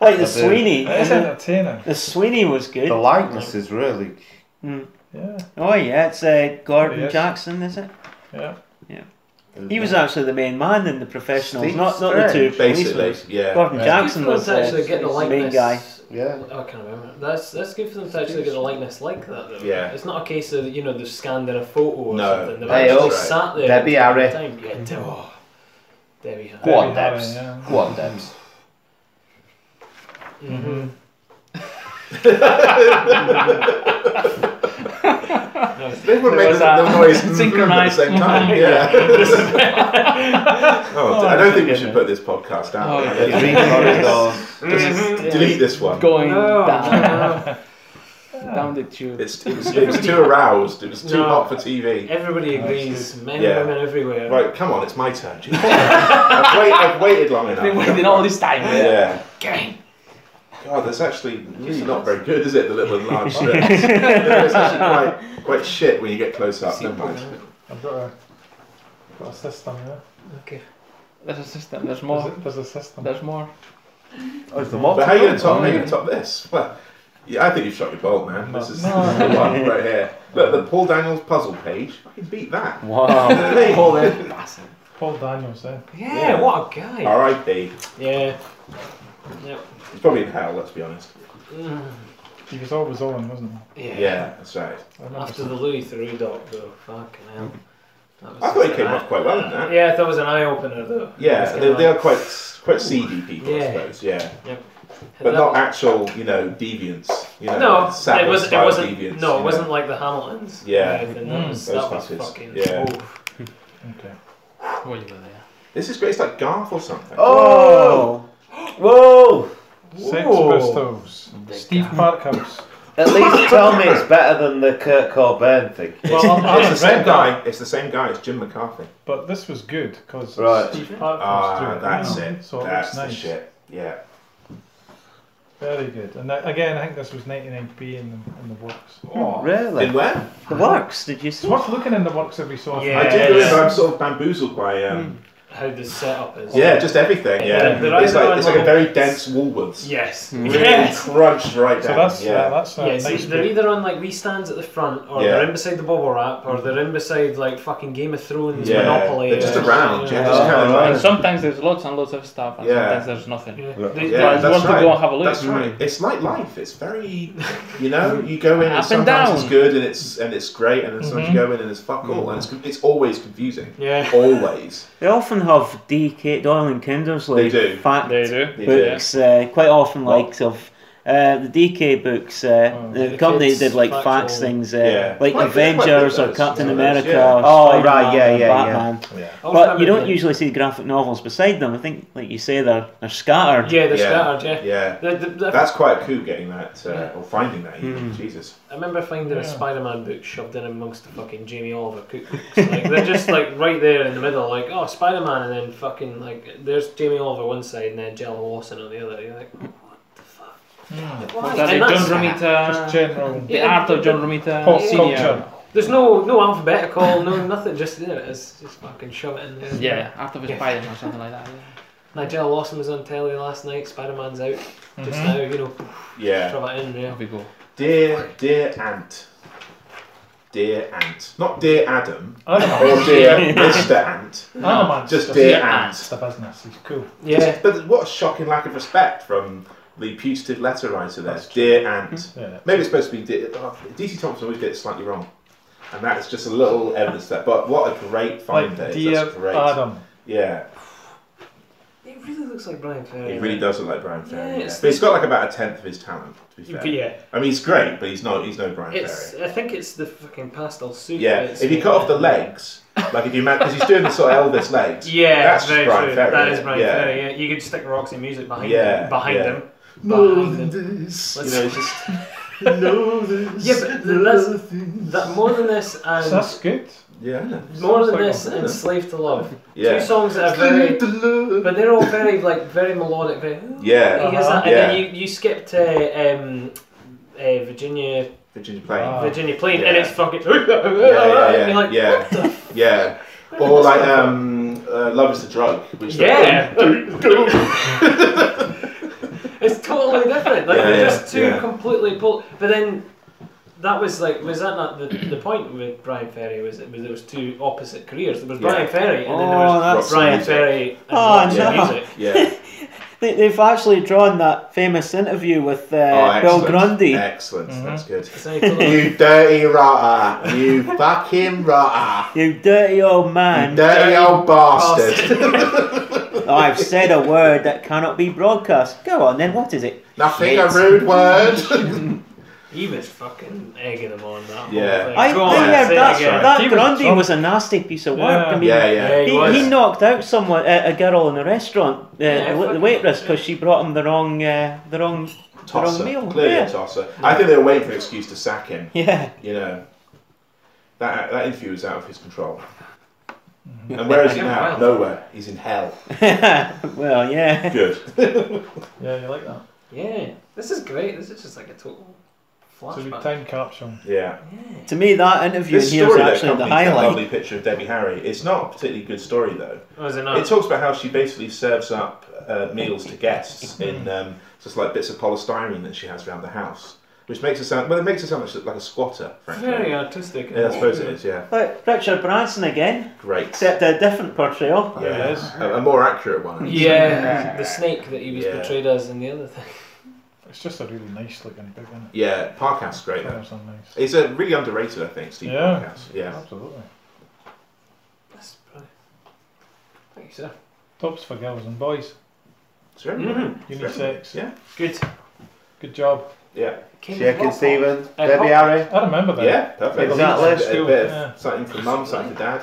Speaker 5: Like the
Speaker 14: do.
Speaker 5: Sweeney.
Speaker 7: It's
Speaker 5: The
Speaker 7: entertaining.
Speaker 5: Sweeney was
Speaker 9: The
Speaker 5: good.
Speaker 9: likeness is really.
Speaker 7: Yeah,
Speaker 5: Oh yeah, it's uh, Gordon
Speaker 7: Yes.
Speaker 5: Jackson, is it?
Speaker 7: yeah.
Speaker 5: He was actually the main man in the professionals,
Speaker 9: Steve
Speaker 5: not not the two
Speaker 9: Strange.
Speaker 11: Basically,
Speaker 5: policemen.
Speaker 11: yeah.
Speaker 5: Gordon
Speaker 9: Yeah.
Speaker 5: Jackson
Speaker 12: Good for
Speaker 5: was
Speaker 12: them to actually get the
Speaker 5: uh, main guy.
Speaker 12: likeness.
Speaker 9: Yeah.
Speaker 12: I can't remember. That's that's good for them to actually get a likeness like that. Though.
Speaker 11: Yeah.
Speaker 12: It's not a case of you know they've scanned in a photo or
Speaker 11: No.
Speaker 12: something. They've
Speaker 9: Hey,
Speaker 12: actually
Speaker 9: oh,
Speaker 12: sat there.
Speaker 9: Debbie
Speaker 12: at
Speaker 9: Harry.
Speaker 12: the Time. Yeah, De- oh, Debbie Harry.
Speaker 9: Go on,
Speaker 7: Debbie Harry,
Speaker 9: Debs.
Speaker 7: yeah.
Speaker 9: Go on, Debs.
Speaker 12: Mm-hmm.
Speaker 11: They would
Speaker 8: There
Speaker 11: make the,
Speaker 8: was that
Speaker 11: the noise mhm
Speaker 8: synchronized-
Speaker 11: at the same time. Yeah. oh, I don't think we should put this podcast out.
Speaker 8: Oh, Mm-hmm.
Speaker 9: The Green Corridor.
Speaker 11: Delete this one.
Speaker 8: Going
Speaker 12: No.
Speaker 5: Oh.
Speaker 8: down, down the tube.
Speaker 11: It's, it, was, it was too aroused. It was too
Speaker 12: No.
Speaker 11: hot for TV.
Speaker 12: Everybody agrees. Men
Speaker 11: Yeah.
Speaker 12: and women everywhere.
Speaker 11: Right, come on, it's my turn. Jesus. I've, wait, I've waited long enough.
Speaker 8: Been waiting all this time.
Speaker 11: Yeah.
Speaker 12: Gang.
Speaker 11: God, that's actually really not very good, is it? The little and large strips. Yeah, it's actually quite, quite shit when you get close up. Never mind.
Speaker 7: I've got a, got a system. Yeah,
Speaker 12: Okay.
Speaker 8: There's a system. There's
Speaker 7: there's
Speaker 8: more.
Speaker 7: a, there's a system.
Speaker 8: There's more.
Speaker 9: Oh, it's the mob.
Speaker 11: But how are you going to top, how you gonna top this? Well, Yeah, I think you've shot your bolt, man. This is,
Speaker 7: No.
Speaker 11: this is the one right here. Look, the Paul Daniels puzzle page. I can beat that. Hey.
Speaker 7: Paul, Paul Daniels, eh?
Speaker 12: Yeah, what a guy.
Speaker 11: R.I.P.
Speaker 12: Yeah. Yep.
Speaker 11: He's probably in hell, let's be honest.
Speaker 7: He was always on, wasn't he?
Speaker 12: Yeah.
Speaker 11: Yeah, that's right.
Speaker 12: After the Louis Theroux doc, though, fucking hell. That was
Speaker 11: I thought it
Speaker 12: an
Speaker 11: came
Speaker 12: eye-
Speaker 11: off quite well in that.
Speaker 12: Yeah, that was an eye opener, though.
Speaker 11: Yeah,
Speaker 12: It's
Speaker 11: they,
Speaker 12: kinda
Speaker 11: they are
Speaker 12: like-
Speaker 11: quite quite seedy people, I
Speaker 12: Yeah.
Speaker 11: suppose. Yeah,
Speaker 12: Yep.
Speaker 11: but
Speaker 12: That-
Speaker 11: not actual, you know, deviants. You know,
Speaker 12: no,
Speaker 11: Savage
Speaker 12: it wasn't. It
Speaker 11: style
Speaker 12: wasn't
Speaker 11: deviants,
Speaker 12: no,
Speaker 11: you
Speaker 12: it
Speaker 11: know.
Speaker 12: wasn't like the Hamiltons.
Speaker 11: Yeah,
Speaker 12: or anything.
Speaker 5: Mm-hmm.
Speaker 12: That was,
Speaker 11: Those
Speaker 12: that was
Speaker 11: fuckers.
Speaker 12: fucking.
Speaker 11: Yeah.
Speaker 12: oof.
Speaker 7: Okay.
Speaker 8: Well, you were there.
Speaker 11: This is great. It's like Garth or something.
Speaker 9: Oh! Whoa!
Speaker 7: Sex
Speaker 9: Whoa.
Speaker 7: Pistols. Steve Parkhouse.
Speaker 9: At least tell me it's better than the Kurt Cobain thing.
Speaker 7: Well, I'm- I'm
Speaker 11: it's the same
Speaker 7: red
Speaker 11: guy. It's the same guy. It's Jim McCarthy.
Speaker 7: But this was good because
Speaker 9: Right.
Speaker 7: Steve Parkhouse
Speaker 11: Ah,
Speaker 7: drew it.
Speaker 11: that's
Speaker 7: you know,
Speaker 11: it.
Speaker 7: So it
Speaker 11: that's
Speaker 7: looks nice.
Speaker 11: the shit. Yeah.
Speaker 7: Very good. And that, again, I think this was 99p in the, in the works.
Speaker 9: Really?
Speaker 11: In where?
Speaker 5: The works, did you
Speaker 7: It's
Speaker 5: see?
Speaker 7: worth looking in the works every so often.
Speaker 12: Yeah,
Speaker 11: I do remember.
Speaker 12: yeah.
Speaker 11: I'm sort of bamboozled by.
Speaker 8: Hmm.
Speaker 11: Um,
Speaker 12: How the setup is.
Speaker 11: Yeah, just everything. Yeah,
Speaker 12: The- the
Speaker 11: it's
Speaker 12: Rise of
Speaker 11: like it's like a
Speaker 12: Iron
Speaker 11: very
Speaker 12: Man-
Speaker 11: dense Woolworths.
Speaker 12: Yes.
Speaker 11: Really
Speaker 12: Yes.
Speaker 11: crunched right
Speaker 7: So
Speaker 11: down.
Speaker 7: that's,
Speaker 11: yeah.
Speaker 7: yeah, that's a
Speaker 12: Yeah,
Speaker 7: nice
Speaker 12: see,
Speaker 7: bit.
Speaker 12: they're either on like wee stands at the front, or
Speaker 11: Yeah.
Speaker 12: they're in beside the bubble wrap, or they're in beside like fucking Game of Thrones,
Speaker 11: Yeah,
Speaker 12: Monopoly.
Speaker 11: they're just
Speaker 12: and-
Speaker 11: around, yeah, just
Speaker 9: Oh,
Speaker 11: kind of
Speaker 9: right.
Speaker 11: like
Speaker 8: And sometimes there's lots and lots of stuff, and
Speaker 11: Yeah.
Speaker 8: sometimes there's nothing.
Speaker 12: Yeah.
Speaker 11: Yeah,
Speaker 12: They-
Speaker 8: yeah,
Speaker 11: that's
Speaker 8: want to
Speaker 11: right.
Speaker 8: go and have a look.
Speaker 11: That's right. It's like life. It's very, you know, you go in and
Speaker 8: Up and
Speaker 11: sometimes
Speaker 8: down. Mm-hmm.
Speaker 11: it's good and it's and it's great, and then sometimes you go in and it's fuck all, and it's con- it's always confusing.
Speaker 12: Yeah.
Speaker 11: Always.
Speaker 5: They often have D. Kate Doyle and Kindersley.
Speaker 11: They do.
Speaker 5: Fact
Speaker 8: They do.
Speaker 11: They do.
Speaker 5: books, uh, quite often likes of. Uh, the DK books, uh, the,
Speaker 12: The
Speaker 5: company
Speaker 12: kids'
Speaker 5: that did like
Speaker 12: factual-
Speaker 5: facts things, uh,
Speaker 11: Yeah.
Speaker 5: like
Speaker 11: Quite good- quite good
Speaker 5: Avengers or
Speaker 11: those,
Speaker 5: Captain
Speaker 11: yeah, those,
Speaker 5: America
Speaker 11: yeah.
Speaker 5: or
Speaker 9: Oh,
Speaker 5: Spider-Man
Speaker 9: right, yeah,
Speaker 5: or
Speaker 9: yeah, yeah.
Speaker 5: Batman.
Speaker 11: Yeah.
Speaker 12: I was
Speaker 5: But you
Speaker 12: remembering
Speaker 5: don't
Speaker 12: the-
Speaker 5: usually see graphic novels beside them. I think, like you say, they're they're scattered.
Speaker 12: Yeah, they're
Speaker 11: Yeah.
Speaker 12: scattered. Yeah.
Speaker 11: Yeah.
Speaker 12: The- the- the-
Speaker 11: That's quite a coup getting that uh, or finding that. Even.
Speaker 8: Mm-hmm.
Speaker 11: Jesus.
Speaker 12: I remember finding a Spider-Man book shoved in amongst the fucking Jamie Oliver cookbooks. Like they're just like right there in the middle, like oh Spider-Man, and then fucking like there's Jamie Oliver one side and then Jill Lawson on the other. You're like, what the fuck? Why?
Speaker 8: That's
Speaker 12: And
Speaker 8: John
Speaker 12: that's-
Speaker 8: Romita,
Speaker 11: uh,
Speaker 7: Just general
Speaker 8: the art of John Romita
Speaker 7: pop
Speaker 8: Senior.
Speaker 7: culture.
Speaker 12: There's no no alphabetical, no nothing. Just there it is. Just fucking shove it in there.
Speaker 8: Yeah, art of
Speaker 12: Yeah.
Speaker 8: Spider or something like that. yeah.
Speaker 12: Nigel Lawson was on telly last night. Spider-Man's out just now. You know,
Speaker 11: Yeah.
Speaker 12: shove it in. Yeah.
Speaker 8: There we go.
Speaker 11: Dear, dear aunt. Dear aunt. Not dear Adam.
Speaker 7: Adam,
Speaker 11: Or dear Mister Ant.
Speaker 7: Adam
Speaker 11: Just
Speaker 7: the,
Speaker 11: dear
Speaker 7: It's
Speaker 11: aunt.
Speaker 7: the business. He's cool.
Speaker 12: Yeah.
Speaker 11: But what a shocking lack of respect from the putative letter writer there. Dear Ant.
Speaker 7: Yeah.
Speaker 11: Maybe it's supposed to be dear, oh, DC Thompson always gets it slightly wrong. And that's just a little evidence that. But what a great find
Speaker 7: Like,
Speaker 11: there.
Speaker 7: dear
Speaker 11: That's great.
Speaker 7: Adam.
Speaker 11: Yeah.
Speaker 12: It really looks like Brian Ferry.
Speaker 11: He really does look like Brian Ferry.
Speaker 12: Yeah,
Speaker 11: yeah.
Speaker 12: it's-
Speaker 11: But he's got like about a tenth of his talent, to be fair.
Speaker 12: Yeah.
Speaker 11: I mean he's great, but he's no he's no Brian Ferry.
Speaker 12: It's. I think it's the fucking pastel suit.
Speaker 11: Yeah,
Speaker 12: that's-
Speaker 11: if you cut off the legs, like if you because he's doing the sort of Elvis legs.
Speaker 12: Yeah,
Speaker 11: that's
Speaker 12: that's
Speaker 11: just
Speaker 12: very
Speaker 11: Brian
Speaker 12: true.
Speaker 11: Ferry,
Speaker 12: that is
Speaker 11: yeah.
Speaker 12: Brian
Speaker 11: Yeah.
Speaker 12: Ferry. Yeah, you could stick Roxy Music behind
Speaker 11: Yeah,
Speaker 12: him. Behind
Speaker 11: yeah.
Speaker 12: him.
Speaker 11: More
Speaker 12: Behind him.
Speaker 11: than this. You
Speaker 12: Let's-
Speaker 11: know, it's just. no, this.
Speaker 12: Yeah, but that's-
Speaker 11: Um,
Speaker 12: That more than this
Speaker 7: So
Speaker 12: and
Speaker 7: that's good.
Speaker 11: Yeah.
Speaker 12: more than
Speaker 7: like
Speaker 12: this
Speaker 11: one.
Speaker 12: and Slave to Love.
Speaker 11: Yeah.
Speaker 12: Two songs that are very, but they're all very like very melodic. Very.
Speaker 11: Yeah. Uh-huh.
Speaker 12: He has that, and
Speaker 11: Yeah.
Speaker 12: then you you skipped uh, um, uh, Virginia
Speaker 11: Virginia Plain.
Speaker 7: Ah.
Speaker 12: Virginia Plain,
Speaker 11: Yeah.
Speaker 12: and it's fucking.
Speaker 11: yeah, yeah, yeah.
Speaker 12: You're like,
Speaker 11: yeah. yeah. Or like um, uh, Love is the Drug. Which
Speaker 12: Yeah. it's totally different. Like
Speaker 11: Yeah, yeah,
Speaker 12: they're just two
Speaker 11: yeah.
Speaker 12: completely pulled. But then that was like, was that not the, the point with Brian Ferry? Was it was there was two opposite careers? There was
Speaker 11: Yeah.
Speaker 12: Brian Ferry, and then there
Speaker 5: Oh,
Speaker 12: was
Speaker 5: that's
Speaker 11: Roxy
Speaker 12: Brian
Speaker 11: Music.
Speaker 12: Ferry and
Speaker 5: Oh,
Speaker 12: Roxy
Speaker 11: no.
Speaker 12: Music.
Speaker 11: Yeah.
Speaker 5: They, they've actually drawn that famous interview with uh,
Speaker 11: Oh, excellent.
Speaker 5: Bill Grundy.
Speaker 11: Excellent.
Speaker 12: Mm-hmm.
Speaker 11: That's good.
Speaker 12: So I told him,
Speaker 11: You dirty rotter. You fucking rotter.
Speaker 5: You dirty old man!
Speaker 11: Dirty old bastard.
Speaker 5: I've said a word that cannot be broadcast. Go on then, what is it?
Speaker 11: Nothing a rude word.
Speaker 12: he was fucking egging him on that.
Speaker 11: Yeah.
Speaker 12: Whole thing.
Speaker 5: I
Speaker 12: Go on,
Speaker 5: think
Speaker 12: say it
Speaker 5: that,
Speaker 12: again.
Speaker 5: that
Speaker 7: He was
Speaker 5: Grundy
Speaker 7: drunk.
Speaker 5: was a nasty piece of work. I mean,
Speaker 11: yeah, yeah.
Speaker 12: Yeah, he was.
Speaker 5: He, he knocked out someone, a, a girl in a restaurant, uh,
Speaker 12: Yeah,
Speaker 5: the, the
Speaker 12: fuck.
Speaker 5: waitress, because she brought him the wrong, uh, the wrong, the wrong
Speaker 11: Tosser.
Speaker 5: meal.
Speaker 11: Clearly a
Speaker 5: Yeah.
Speaker 11: tosser. I think they were waiting for an excuse to sack him.
Speaker 5: yeah,
Speaker 11: You know, that that interview was out of his control.
Speaker 5: Mm-hmm.
Speaker 11: And where is he now?
Speaker 12: Wow.
Speaker 11: Nowhere. He's in hell.
Speaker 5: well, yeah.
Speaker 11: Good.
Speaker 7: Yeah, you like that?
Speaker 12: yeah, this is great. This is just like a total
Speaker 7: It's a wee
Speaker 12: flashback.
Speaker 7: time capsule.
Speaker 11: Yeah.
Speaker 5: To me, that interview
Speaker 11: This
Speaker 5: here is
Speaker 11: story though
Speaker 5: actually the
Speaker 11: accompanies that
Speaker 5: highlight.
Speaker 11: lovely picture of Debbie Harry. It's not a particularly good story though.
Speaker 12: Was Oh, it
Speaker 11: It
Speaker 5: Oh.
Speaker 12: not?
Speaker 11: talks about how she basically serves up uh, meals to guests in um, just like bits of polystyrene that she has around the house. which makes it sound well. It makes it sound much like a squatter, frankly.
Speaker 12: Very artistic.
Speaker 11: Yeah, I suppose it is. Yeah,
Speaker 5: Like Richard Branson again,
Speaker 11: great.
Speaker 5: except a different portrayal.
Speaker 11: Yeah, A, a more accurate one. actually.
Speaker 12: Yeah, the snake that he was
Speaker 11: Yeah.
Speaker 12: portrayed as in the other thing.
Speaker 7: It's just a really nice looking book, isn't it?
Speaker 11: Yeah, Parcast's great. though.
Speaker 7: Colours are nice.
Speaker 11: He's a really underrated, I think, Steve
Speaker 7: Yeah,
Speaker 11: Parcast. Yeah,
Speaker 7: absolutely.
Speaker 12: That's brilliant. Thank you, sir.
Speaker 7: Tops for girls and boys.
Speaker 11: Sure.
Speaker 7: Unisex.
Speaker 11: Yeah.
Speaker 12: Good.
Speaker 7: Good job.
Speaker 11: Yeah.
Speaker 9: Jack and Stephen,
Speaker 7: Uh,
Speaker 9: Debbie
Speaker 7: Pop-
Speaker 9: Harry.
Speaker 7: I remember that.
Speaker 11: Yeah, perfect.
Speaker 9: Exactly.
Speaker 11: A bit- a bit of
Speaker 7: Yeah.
Speaker 11: Something for mum, something for dad.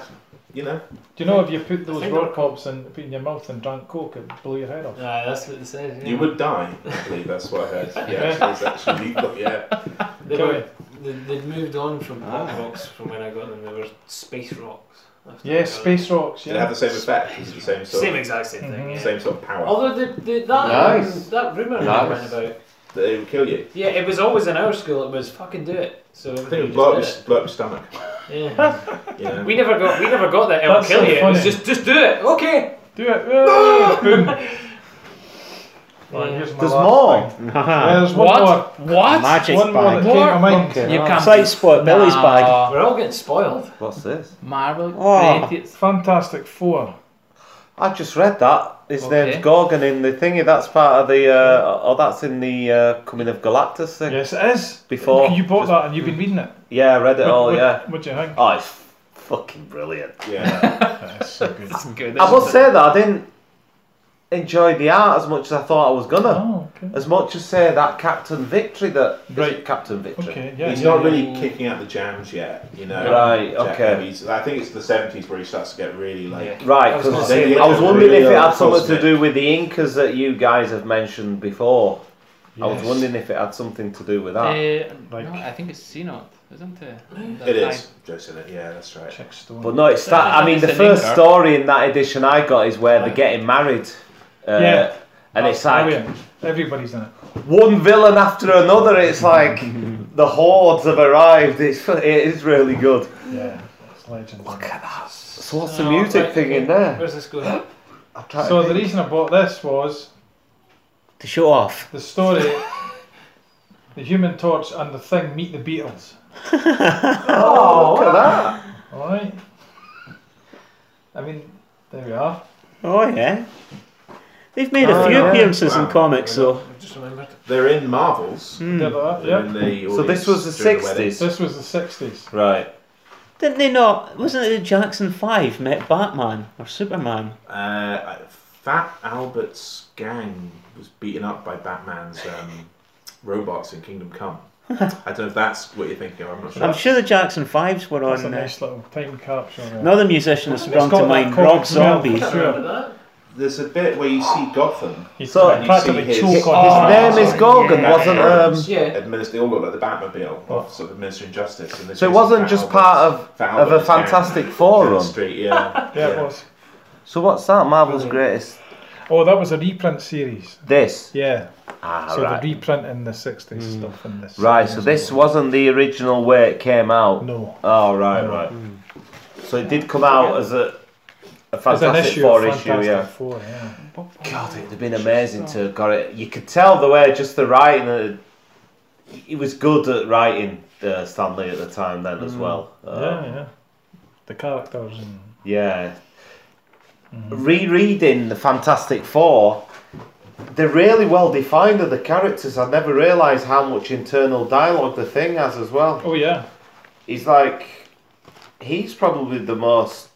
Speaker 11: You know.
Speaker 7: Do you know if you put those rock pops in, put in your mouth and drank coke, it blew your head off?
Speaker 12: Aye, that's what they said. Yeah.
Speaker 11: You would die, I believe. That's what I heard. Yeah, it's actually legal. Yeah.
Speaker 12: They
Speaker 7: Go
Speaker 12: were, they, they'd moved on from
Speaker 11: Ah.
Speaker 12: pop rocks from when I got them. They were space rocks. after
Speaker 7: Yeah,
Speaker 12: I got them.
Speaker 7: space Mm-hmm. rocks.
Speaker 11: Did it have
Speaker 7: Yeah.
Speaker 11: the same effect? Is it the same sort?
Speaker 12: Same Oh. exact same thing. Yeah.
Speaker 11: Same sort of power.
Speaker 12: Although the, the, that
Speaker 9: Nice.
Speaker 12: um, that rumor
Speaker 9: Nice.
Speaker 12: that went about,
Speaker 11: That it would kill you.
Speaker 12: yeah, it was always in our school. It was fucking do it. So
Speaker 11: I think it
Speaker 12: everybody
Speaker 11: would blow up,
Speaker 12: just
Speaker 11: your, blow up your stomach.
Speaker 12: did it. Yeah.
Speaker 11: You know.
Speaker 12: We never got we never got that it'll
Speaker 7: That's
Speaker 12: kill
Speaker 7: so
Speaker 12: you. It was
Speaker 7: funny.
Speaker 12: just just do it. Okay.
Speaker 7: Do it. Yeah, Boom. Right, here's my
Speaker 9: There's
Speaker 7: last
Speaker 9: more.
Speaker 7: thing. Yeah, there's one more.
Speaker 8: What? What?
Speaker 14: Magic
Speaker 7: One more
Speaker 14: bag.
Speaker 7: that came to mind.
Speaker 8: You can't.
Speaker 5: Side spot, Billy's bag.
Speaker 12: We're all getting spoiled.
Speaker 9: What's this?
Speaker 8: Ah, Marvel
Speaker 5: Oh.
Speaker 8: created.
Speaker 7: Fantastic Four.
Speaker 9: I just read that. His
Speaker 8: Okay.
Speaker 9: name's Gorgon in the thingy. That's part of the. Uh, oh, that's in the uh, Coming of Galactus thing.
Speaker 7: Yes, it is.
Speaker 9: Before.
Speaker 7: You bought that and you've been reading it.
Speaker 9: Yeah, I read it all,
Speaker 7: what,
Speaker 9: yeah.
Speaker 7: What do you think?
Speaker 9: Oh, it's fucking brilliant.
Speaker 11: Yeah.
Speaker 7: That's so good.
Speaker 8: Good.
Speaker 9: I must say that I didn't enjoy the art as much as I thought I was gonna.
Speaker 7: Oh, okay.
Speaker 9: As much as say that Captain Victory that is
Speaker 7: Right.
Speaker 9: it Captain Victory.
Speaker 7: Okay, yeah.
Speaker 11: he's
Speaker 7: yeah, yeah.
Speaker 11: not really kicking out the jams yet, you know.
Speaker 9: Right,
Speaker 11: Jack,
Speaker 9: okay.
Speaker 11: He's, I think it's the 70s where he starts to get really like.
Speaker 9: Right,
Speaker 12: I was
Speaker 9: 'cause
Speaker 12: gonna
Speaker 11: say,
Speaker 9: I was
Speaker 11: yeah,
Speaker 9: wondering if
Speaker 11: really
Speaker 9: it had
Speaker 11: old
Speaker 9: something to
Speaker 11: cosmic.
Speaker 9: do with the Incas that you guys have mentioned before. I was
Speaker 7: Yes.
Speaker 9: wondering if it had something to do with
Speaker 8: Uh,
Speaker 9: that.
Speaker 7: Like-
Speaker 8: no, I think it's Xenon, isn't it?
Speaker 11: It is. Just in it. Yeah, that's right.
Speaker 7: Chick Stone.
Speaker 9: But no, it's that. I mean, the
Speaker 8: It's an
Speaker 9: first
Speaker 8: Inca.
Speaker 9: story in that edition I got is where they're getting married. Uh,
Speaker 7: Yeah. Oh,
Speaker 9: And it's like
Speaker 7: Brilliant. Everybody's in it.
Speaker 9: one villain after another. It's like the hordes have arrived. It's it is really good.
Speaker 7: Yeah. It's legend.
Speaker 9: So what's
Speaker 12: So,
Speaker 9: the music
Speaker 12: right,
Speaker 9: thing
Speaker 12: okay,
Speaker 9: in there?
Speaker 12: Where's this going?
Speaker 9: I'm trying
Speaker 7: So
Speaker 9: to
Speaker 7: the
Speaker 9: think.
Speaker 7: reason I bought this was
Speaker 14: To show off.
Speaker 7: the story. The Human Torch and the Thing meet the Beatles.
Speaker 9: oh, look at that.
Speaker 7: All right. I mean, there we are.
Speaker 5: Oh yeah. They've made a
Speaker 9: Oh,
Speaker 5: few
Speaker 9: yeah.
Speaker 5: appearances in
Speaker 11: Wow.
Speaker 5: comics though.
Speaker 12: I've just remembered.
Speaker 11: They're in Marvels.
Speaker 7: Did that,
Speaker 11: They're
Speaker 7: yeah.
Speaker 11: in the
Speaker 9: Hmm. So this
Speaker 11: audience
Speaker 9: was the
Speaker 11: during wedding.
Speaker 9: 60s.
Speaker 7: This was the 60s.
Speaker 9: Right.
Speaker 5: Didn't they not? Wasn't it the Jackson Five met Batman or Superman?
Speaker 11: Uh, Fat Albert's gang was beaten up by Batman's um, robots in Kingdom Come. I don't know if that's what you're thinking of. I'm not sure.
Speaker 5: I'm sure the Jackson Fives
Speaker 9: Oh,
Speaker 5: were
Speaker 7: That's a
Speaker 5: on. Uh,
Speaker 7: nice little time capsule. there.
Speaker 5: another musician that
Speaker 7: It's
Speaker 5: sprung
Speaker 7: got
Speaker 5: to
Speaker 9: uh,
Speaker 7: that
Speaker 5: mind,
Speaker 7: comic
Speaker 5: Rob
Speaker 7: smell,
Speaker 5: Zombie.
Speaker 7: for Sure.
Speaker 11: There's a bit where you see Gotham.
Speaker 7: He
Speaker 9: So-
Speaker 7: so practically
Speaker 11: his-
Speaker 7: choke
Speaker 9: His Oh,
Speaker 7: on
Speaker 9: name is Gorgon,
Speaker 5: yeah.
Speaker 9: wasn't
Speaker 7: Mm.
Speaker 9: um.
Speaker 12: Yeah.
Speaker 11: Administer, they all look like the Batmobile of sort of administering justice. And
Speaker 9: Oh. So it wasn't just part of of a Fantastic Four run.
Speaker 11: Street, yeah.
Speaker 7: Yeah, it was.
Speaker 9: So what's that? Marvel's greatest.
Speaker 7: Oh, that was a reprint series.
Speaker 9: This.
Speaker 7: Yeah.
Speaker 9: Ah,
Speaker 7: so
Speaker 9: right.
Speaker 7: the reprint in the 60s stuff in this.
Speaker 9: Right, so this wasn't the original way it came out.
Speaker 7: No.
Speaker 9: Oh, right,
Speaker 7: No.
Speaker 9: right. So it did come out as a, a
Speaker 7: It's an
Speaker 9: Fantastic
Speaker 7: issue.
Speaker 9: Four
Speaker 7: of
Speaker 9: issue,
Speaker 7: Fantastic
Speaker 9: yeah.
Speaker 7: Four, yeah.
Speaker 9: God, it'd have been amazing to have got it. You could tell the way, just the writing. Uh, he was good at writing uh, Stanley at the time then as well.
Speaker 7: Hmm. yeah,
Speaker 9: Um,
Speaker 7: yeah. The characters and.
Speaker 9: yeah.
Speaker 7: Mm-hmm.
Speaker 9: Rereading the Fantastic Four, they're really well defined of the characters. I never realised how much internal dialogue the thing has as well.
Speaker 7: Oh, yeah.
Speaker 9: He's like, he's probably the most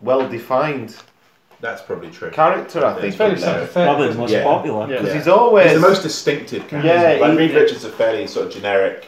Speaker 9: well defined
Speaker 11: That's probably true.
Speaker 9: character, I
Speaker 11: It's
Speaker 9: think.
Speaker 7: It's very
Speaker 9: in there.
Speaker 7: sympathetic.
Speaker 5: Probably the
Speaker 7: isn't it?
Speaker 5: most
Speaker 11: Yeah.
Speaker 5: popular.
Speaker 7: Yeah.
Speaker 9: Because he's
Speaker 11: He's
Speaker 9: always
Speaker 11: the most distinctive character.
Speaker 9: Yeah,
Speaker 11: like
Speaker 9: he-
Speaker 11: Reed Richards is a fairly sort of generic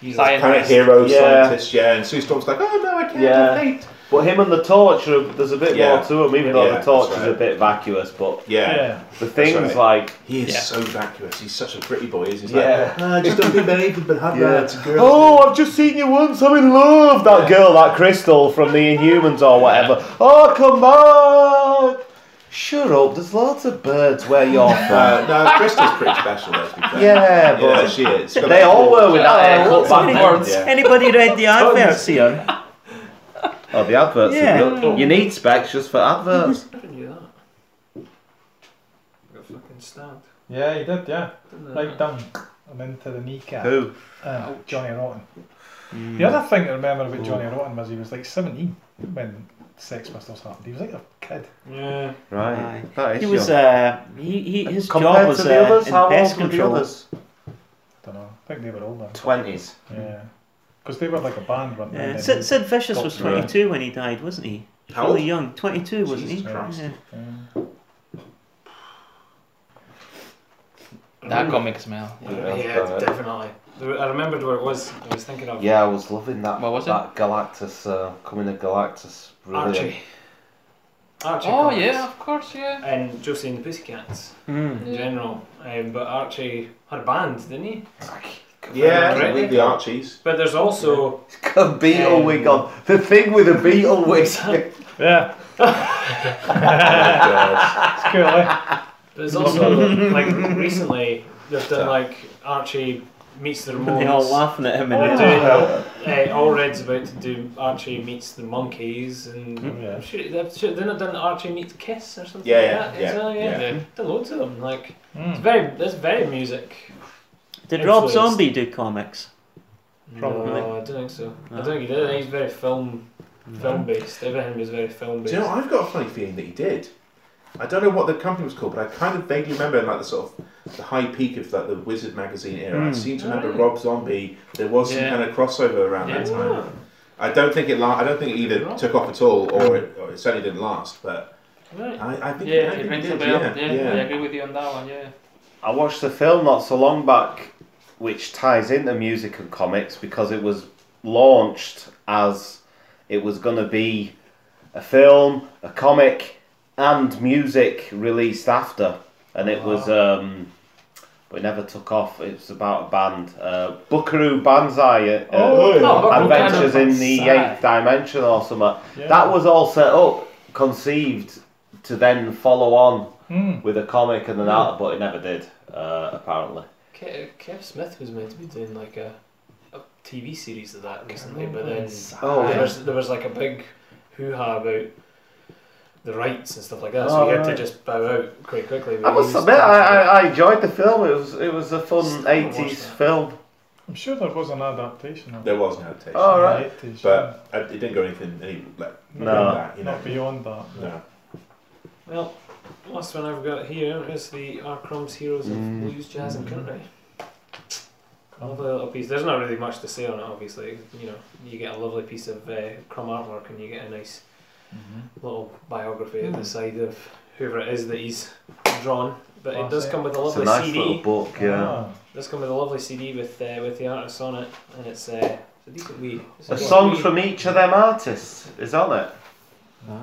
Speaker 8: He's
Speaker 11: kind of hero
Speaker 9: Yeah.
Speaker 11: scientist, yeah. And Sue Storm's like, oh no, I can't
Speaker 9: Yeah.
Speaker 11: relate.
Speaker 9: But him and the torch, are, there's a bit
Speaker 11: Yeah.
Speaker 9: more to him, even though
Speaker 11: Yeah,
Speaker 9: the torch
Speaker 11: that's
Speaker 9: is a
Speaker 11: right.
Speaker 9: bit vacuous. But
Speaker 11: Yeah.
Speaker 7: Yeah.
Speaker 9: the thing's
Speaker 11: right.
Speaker 9: like,
Speaker 11: He is
Speaker 5: Yeah.
Speaker 11: so vacuous. He's such a pretty boy, isn't he?
Speaker 9: Yeah.
Speaker 11: Like, "Ah, just don't be naive, but have
Speaker 9: Yeah.
Speaker 11: that. Girl.
Speaker 9: oh, I've just seen you once, I'm in love. That girl, that crystal from the Inhumans or whatever. Oh, come back. Sure up, there's lots of birds where you're from.
Speaker 11: Uh, no, Crystal's pretty special, let's be fair.
Speaker 9: yeah,
Speaker 11: Yeah,
Speaker 9: but
Speaker 11: she is. Got
Speaker 9: they
Speaker 11: that
Speaker 9: all
Speaker 11: cool-
Speaker 9: were with that haircut
Speaker 11: lots of
Speaker 9: back then.
Speaker 11: birds. Yeah.
Speaker 5: Anybody read the adverts here?
Speaker 9: Oh, the adverts.
Speaker 5: Yeah.
Speaker 9: are good. You need specs just for adverts.
Speaker 12: I knew that. I got fucking stabbed.
Speaker 7: Yeah, he did, yeah.
Speaker 12: Didn't I?
Speaker 7: Right done. him into the kneecap.
Speaker 11: Who? Mm.
Speaker 7: Uh, Johnny Rotten. The other thing to remember about Johnny
Speaker 11: Oh.
Speaker 7: Rotten was he was like 17 when Sex Pistols happened. He was like a kid.
Speaker 12: Yeah.
Speaker 9: Right. That is
Speaker 5: He was.
Speaker 9: young.
Speaker 5: Uh, he, he his
Speaker 9: Compared
Speaker 5: job was
Speaker 9: to the
Speaker 5: uh,
Speaker 9: others,
Speaker 5: in
Speaker 9: how
Speaker 5: pest
Speaker 9: old were the
Speaker 5: control.
Speaker 9: others?
Speaker 7: Don't know. I think they were older.
Speaker 9: 20s.
Speaker 7: Yeah. Because they were like a band, weren't they?
Speaker 5: Yeah.
Speaker 7: They
Speaker 5: Sid,
Speaker 7: did
Speaker 5: Sid Vicious
Speaker 7: Scott
Speaker 5: was
Speaker 7: Pilgrim.
Speaker 5: 22 when he died, wasn't he?
Speaker 7: How
Speaker 5: really
Speaker 7: old?
Speaker 5: young. 22, wasn't he?
Speaker 7: Jesus Christ.
Speaker 5: Yeah.
Speaker 8: That comic smell.
Speaker 12: Yeah, definitely. There- I remembered what it was. I was thinking of.
Speaker 9: Yeah, I was loving that.
Speaker 8: What was it?
Speaker 9: that Galactus, uh, coming of Galactus. Brilliant.
Speaker 12: Archie. Archie.
Speaker 8: Oh
Speaker 12: comics.
Speaker 8: yeah, of course, yeah.
Speaker 12: And Josie and the Pussycats
Speaker 9: Mm.
Speaker 12: in general. Um, but Archie had a band, didn't he?
Speaker 11: Yeah,
Speaker 12: Right.
Speaker 11: with the Archies.
Speaker 12: But there's also
Speaker 9: A beetle
Speaker 12: Um,
Speaker 9: wig on. The thing with a beetle wig.
Speaker 7: Yeah. It's cool, eh?
Speaker 12: there's also like recently they've done like Archie meets the Ramones.
Speaker 5: They all laughing at him in
Speaker 12: All
Speaker 5: the
Speaker 12: doing, uh, all Red's about to do Archie meets the Monkeys, and
Speaker 7: Yeah.
Speaker 12: shoot, they've, shoot, they've not done Archie meets Kiss or something
Speaker 11: Yeah,
Speaker 12: like
Speaker 11: yeah,
Speaker 12: that.
Speaker 11: yeah,
Speaker 12: as well, yeah.
Speaker 11: yeah.
Speaker 12: Done loads of them. Like it's
Speaker 7: Mm.
Speaker 12: very, that's very music.
Speaker 5: Did Rob
Speaker 12: Influenced.
Speaker 5: Zombie do comics?
Speaker 7: Probably.
Speaker 12: No, I don't think so. I don't think he did. I think he's very film, film based. Everything was very film
Speaker 11: Do
Speaker 12: based.
Speaker 11: you know, I've got a funny feeling that he did. I don't know what the company was called, but I kind of vaguely remember in like the sort of the high peak of like the Wizard magazine era. I
Speaker 5: Mm.
Speaker 11: seem to
Speaker 12: Oh,
Speaker 11: remember
Speaker 12: yeah.
Speaker 11: Rob Zombie. There was
Speaker 8: Yeah.
Speaker 11: some kind of crossover around that time. I don't think it. La- I don't think it either
Speaker 12: Right.
Speaker 11: took off at all, or it, or it certainly didn't last. But
Speaker 12: Right.
Speaker 11: I, I think I
Speaker 8: Yeah,
Speaker 11: think
Speaker 8: it
Speaker 11: he
Speaker 8: rings a
Speaker 11: did,
Speaker 8: bell.
Speaker 11: Yeah,
Speaker 8: Yeah,
Speaker 11: yeah.
Speaker 8: I agree with you on that one. Yeah.
Speaker 9: I watched the film not so long back, which ties into music and comics because it was launched as it was going to be a film, a comic, and music released after. And it was, um, but it never took off. It was about a band, uh, Buckaroo Banzai, uh,
Speaker 7: Oh, yeah.
Speaker 12: Oh, Buckaroo
Speaker 9: Adventures in the
Speaker 8: Banzai.
Speaker 9: Eighth Dimension or something.
Speaker 7: Yeah.
Speaker 9: That was all set up, conceived to then follow on
Speaker 7: Mm.
Speaker 9: with a comic and an art, but it never did, uh, apparently.
Speaker 12: Ke- Kev Smith was meant to be doing like a, a TV series of that recently, but then
Speaker 9: Oh,
Speaker 12: there,
Speaker 9: yeah.
Speaker 12: was, there was like a big hoo ha about the rights and stuff like that, so
Speaker 9: Oh,
Speaker 12: you had
Speaker 9: right.
Speaker 12: to just bow out quite quickly.
Speaker 9: I must admit, I, I, I enjoyed the film. It was it was a fun
Speaker 12: Still haven't watched
Speaker 9: 80s
Speaker 12: that.
Speaker 9: film.
Speaker 7: I'm sure there was an adaptation of
Speaker 11: There was no taste,
Speaker 9: Oh, right.
Speaker 7: the 80s,
Speaker 11: but I, it didn't go anything any like
Speaker 9: No.
Speaker 11: beyond that, you know.
Speaker 7: Not beyond that.
Speaker 11: No.
Speaker 12: Well, last one I've got here is the R. Crumb's Heroes of
Speaker 9: Mm.
Speaker 12: Blues, Jazz, and Country. Lovely little piece. There's not really much to say on it, obviously. You know, you get a lovely piece of uh, crumb artwork, and you get a nice little biography at the side of whoever it is that he's drawn. But it does
Speaker 7: Classic.
Speaker 12: come with a
Speaker 9: It's
Speaker 12: lovely
Speaker 9: a nice
Speaker 12: CD.
Speaker 9: little book, yeah.
Speaker 7: Ah.
Speaker 12: does come with a lovely CD with uh, with the artist on it, and it's, uh, it's a decent wee. it's
Speaker 9: A
Speaker 12: decent
Speaker 9: song
Speaker 12: wee-
Speaker 9: from each of them artists is on it.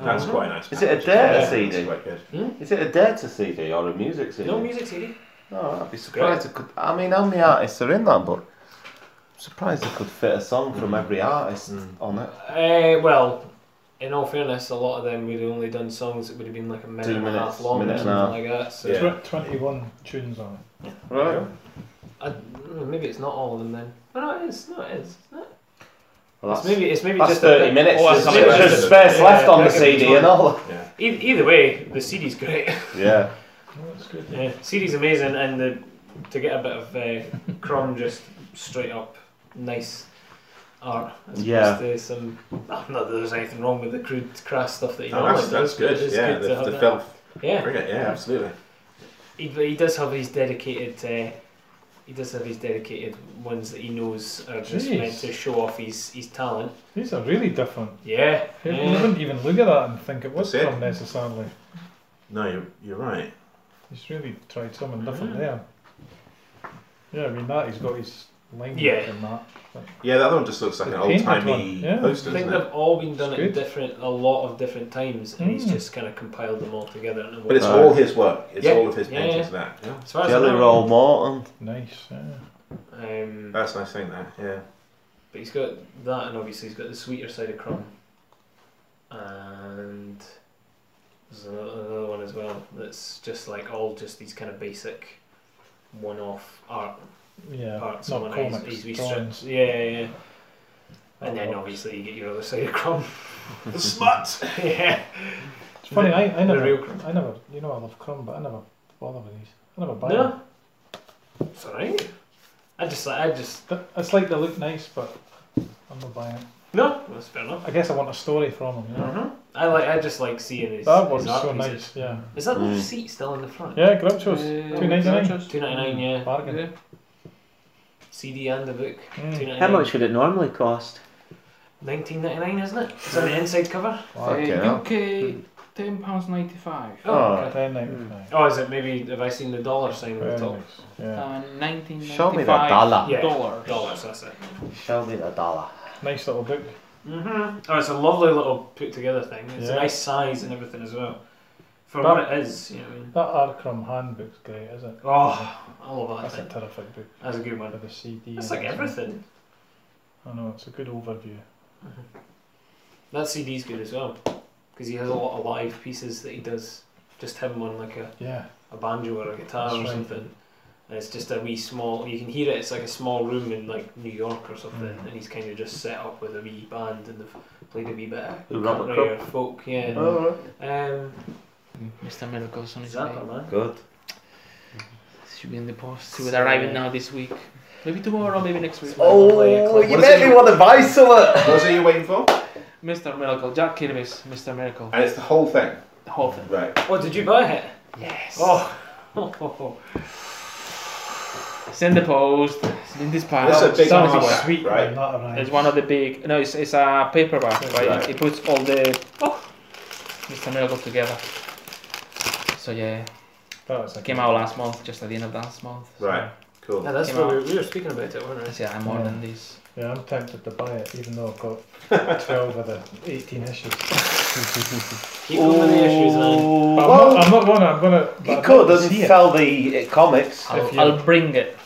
Speaker 11: That's quite a nice.
Speaker 9: Is it a
Speaker 11: package.
Speaker 9: Dare
Speaker 11: Yeah,
Speaker 9: CD?
Speaker 11: that's quite good.
Speaker 9: Is it a Data CD or a music CD?
Speaker 12: No music CD.
Speaker 9: No, I'd be surprised. It could, I mean, how many artists are in that book? I'm surprised it could fit a song from every artist on it.
Speaker 12: Uh, well, in all fairness, a lot of them would have only done songs that would have been like a minute
Speaker 9: Two
Speaker 12: and a half
Speaker 9: minutes,
Speaker 12: long or
Speaker 9: minute and
Speaker 12: something
Speaker 9: a half.
Speaker 12: like that. So
Speaker 11: Yeah.
Speaker 7: Tw- 21 tunes on it.
Speaker 9: Right.
Speaker 12: I, mm, maybe it's not all of them then. Oh, no, it is. No, it is. No.
Speaker 9: Well,
Speaker 12: It's
Speaker 9: that's,
Speaker 12: maybe it's maybe
Speaker 9: that's
Speaker 12: just a
Speaker 9: 30
Speaker 12: bit-
Speaker 9: minutes.
Speaker 12: Oh,
Speaker 9: There's
Speaker 12: that's
Speaker 11: a
Speaker 12: maybe
Speaker 11: bit-
Speaker 9: there's
Speaker 12: just a-
Speaker 9: space
Speaker 12: yeah,
Speaker 9: left on
Speaker 12: yeah,
Speaker 9: the
Speaker 12: maybe it's
Speaker 9: CD and
Speaker 12: one.
Speaker 9: all.
Speaker 12: E- either way, the CD's great.
Speaker 9: Yeah.
Speaker 12: yeah, CD's amazing, and the to get a bit of uh, crumb just straight up nice art as
Speaker 9: Yeah.
Speaker 12: opposed to some. Not that there's anything wrong with the crude, crass stuff that you
Speaker 11: Oh,
Speaker 12: normally
Speaker 11: that's,
Speaker 12: do,
Speaker 11: that's
Speaker 12: but
Speaker 11: good.
Speaker 12: it's
Speaker 11: Yeah,
Speaker 12: good to
Speaker 11: the,
Speaker 12: have
Speaker 11: the
Speaker 12: that.
Speaker 11: film.
Speaker 12: Yeah.
Speaker 11: Bring it. Yeah, absolutely.
Speaker 12: He, but he does have his dedicated. Uh, he does have his dedicated ones that he knows are just
Speaker 7: Jeez.
Speaker 12: meant to show off his, his talent.
Speaker 7: These are really different.
Speaker 12: Yeah.
Speaker 7: You
Speaker 12: yeah.
Speaker 7: wouldn't even look at that and think it was
Speaker 11: That's it.
Speaker 7: from necessarily.
Speaker 11: No, you're, you're right.
Speaker 7: He's really tried something different
Speaker 12: Mm.
Speaker 7: there. Yeah, I mean, that he's got his line
Speaker 12: Yeah.
Speaker 7: and that.
Speaker 11: Yeah, the other one just looks like
Speaker 7: The
Speaker 11: an old
Speaker 7: painted
Speaker 11: timey
Speaker 7: one, yeah.
Speaker 11: poster,
Speaker 12: I think
Speaker 11: doesn't it?
Speaker 12: they've all been done
Speaker 7: It's
Speaker 12: at
Speaker 7: good.
Speaker 12: different, a lot of different times, and he's
Speaker 7: Mm.
Speaker 12: just kind of compiled them all together. In a
Speaker 11: But it's
Speaker 12: way.
Speaker 11: all his work. It's
Speaker 12: Yeah.
Speaker 11: all of his
Speaker 12: Yeah,
Speaker 11: paintings. That. Yeah.
Speaker 12: as far as I
Speaker 9: Jelly
Speaker 12: know,
Speaker 9: Roll Morton.
Speaker 7: Nice, yeah.
Speaker 12: Um,
Speaker 11: That's a nice thing. That. Yeah.
Speaker 12: but he's got that, and obviously he's got the sweeter side of crumb, and there's another, another one as well that's just like all just these kind of basic, one-off art
Speaker 7: Yeah,
Speaker 12: parts
Speaker 7: not
Speaker 12: on it.
Speaker 7: comics,
Speaker 12: He's, he's
Speaker 7: drawings.
Speaker 12: restrict- Yeah, yeah, yeah. And then
Speaker 7: Artworks.
Speaker 12: obviously you get your other side of crumb.
Speaker 11: The smut.
Speaker 12: yeah.
Speaker 7: It's funny, I, I
Speaker 12: The
Speaker 7: never,
Speaker 12: real crumb.
Speaker 7: I never, you know I love crumb, but I never bother with these. I never buy them.
Speaker 12: No. It's alright. I just, I just.
Speaker 7: It's like they look nice, but I'm not buying it.
Speaker 12: No, that's fair enough.
Speaker 7: I guess I want a story from them. You know?
Speaker 12: Mhm. I like. I just like seeing his.
Speaker 7: That one's
Speaker 12: his art
Speaker 7: so
Speaker 12: pieces.
Speaker 7: nice, yeah.
Speaker 12: Is that
Speaker 7: Mm.
Speaker 12: little seat still in the front?
Speaker 7: Yeah, Mm. Groucho's,
Speaker 8: Eh,
Speaker 12: Uh,
Speaker 7: $2.99.
Speaker 12: $2.99, yeah.
Speaker 7: Bargain.
Speaker 12: CD and the book.
Speaker 7: Mm.
Speaker 12: $2.99.
Speaker 5: How much would it normally cost?
Speaker 12: 1999, isn't it? Is that the inside cover?
Speaker 8: Uh, UK, ten pounds ninety-five.
Speaker 12: Oh, okay. Oh, is it maybe have I seen the dollar sign on the top?
Speaker 8: Uh, nineteen
Speaker 9: Show me the dollar.
Speaker 12: Yeah,
Speaker 8: dollars.
Speaker 12: Dollars, that's it.
Speaker 9: Show me the dollar.
Speaker 12: Ah.
Speaker 7: Nice little book.
Speaker 12: Mm-hmm. Oh, it's a lovely little put together thing. It's a
Speaker 7: Yeah.
Speaker 12: nice size and everything as well. For
Speaker 7: But-
Speaker 12: what it is, you know. what I mean?
Speaker 7: That Arkram handbook's great, is it?
Speaker 12: Oh, I love that
Speaker 7: That's a
Speaker 12: thing.
Speaker 7: terrific book.
Speaker 12: That's a good one.
Speaker 7: With the CD.
Speaker 12: That's
Speaker 7: and
Speaker 12: like
Speaker 7: everything.
Speaker 12: everything.
Speaker 7: I know, it's a good overview.
Speaker 12: That CD's good as well because he has a lot of live pieces that he does. Just him on like a
Speaker 7: Yeah.
Speaker 12: a banjo or a guitar
Speaker 7: That's
Speaker 12: or
Speaker 7: right.
Speaker 12: something. And it's just a wee small. You can hear it. It's like a small room in like New York or something,
Speaker 7: Mm.
Speaker 12: and he's kind of just set up with a wee band and they've played a wee bit of
Speaker 9: Who, Robert
Speaker 12: country or
Speaker 9: Crumb?
Speaker 12: folk. Yeah.
Speaker 9: Oh,
Speaker 12: um,
Speaker 8: Mr. Miracle's on his way.
Speaker 12: Zappa, man.
Speaker 9: Good.
Speaker 8: Should be in the post. He
Speaker 12: So,
Speaker 8: would arrive
Speaker 12: uh,
Speaker 8: it now this week. Maybe tomorrow, or maybe next week.
Speaker 9: Oh, you
Speaker 11: What is
Speaker 9: made
Speaker 11: it?
Speaker 9: me want to buy some.
Speaker 11: What are you waiting for?
Speaker 8: Mr. Miracle, Jack Kirby's Mr. Miracle.
Speaker 11: And it's the whole thing.
Speaker 8: The whole thing.
Speaker 11: Right.
Speaker 12: Oh, did you buy it?
Speaker 8: Yes.
Speaker 12: Oh.
Speaker 8: It's in the post. It's in this pile.
Speaker 11: That's a big
Speaker 8: Some-
Speaker 11: hardback, right?
Speaker 8: It's one of the big. No, it's, it's a paperback, right?
Speaker 11: Right.
Speaker 8: It puts all the oh, Mr. Miracle together. So yeah,
Speaker 7: That was a
Speaker 8: it came out last month, just at the end of last month.
Speaker 11: Right. Cool.
Speaker 12: Yeah, that's
Speaker 8: Came
Speaker 12: what we,
Speaker 8: out.
Speaker 12: we were speaking about it, weren't we?
Speaker 8: Yeah, I'm more than this.
Speaker 7: Yeah, I'm tempted to buy it, even though I've got 12 of the 18 issues.
Speaker 12: Keep going with the issues, man.
Speaker 7: But I'm,
Speaker 9: Well-
Speaker 7: not, I'm not gonna, I'm gonna. but
Speaker 9: You
Speaker 7: I'd
Speaker 9: could
Speaker 7: like to
Speaker 9: doesn't
Speaker 7: see it.
Speaker 9: sell the uh, comics
Speaker 8: I'll,
Speaker 7: you-
Speaker 8: I'll bring it.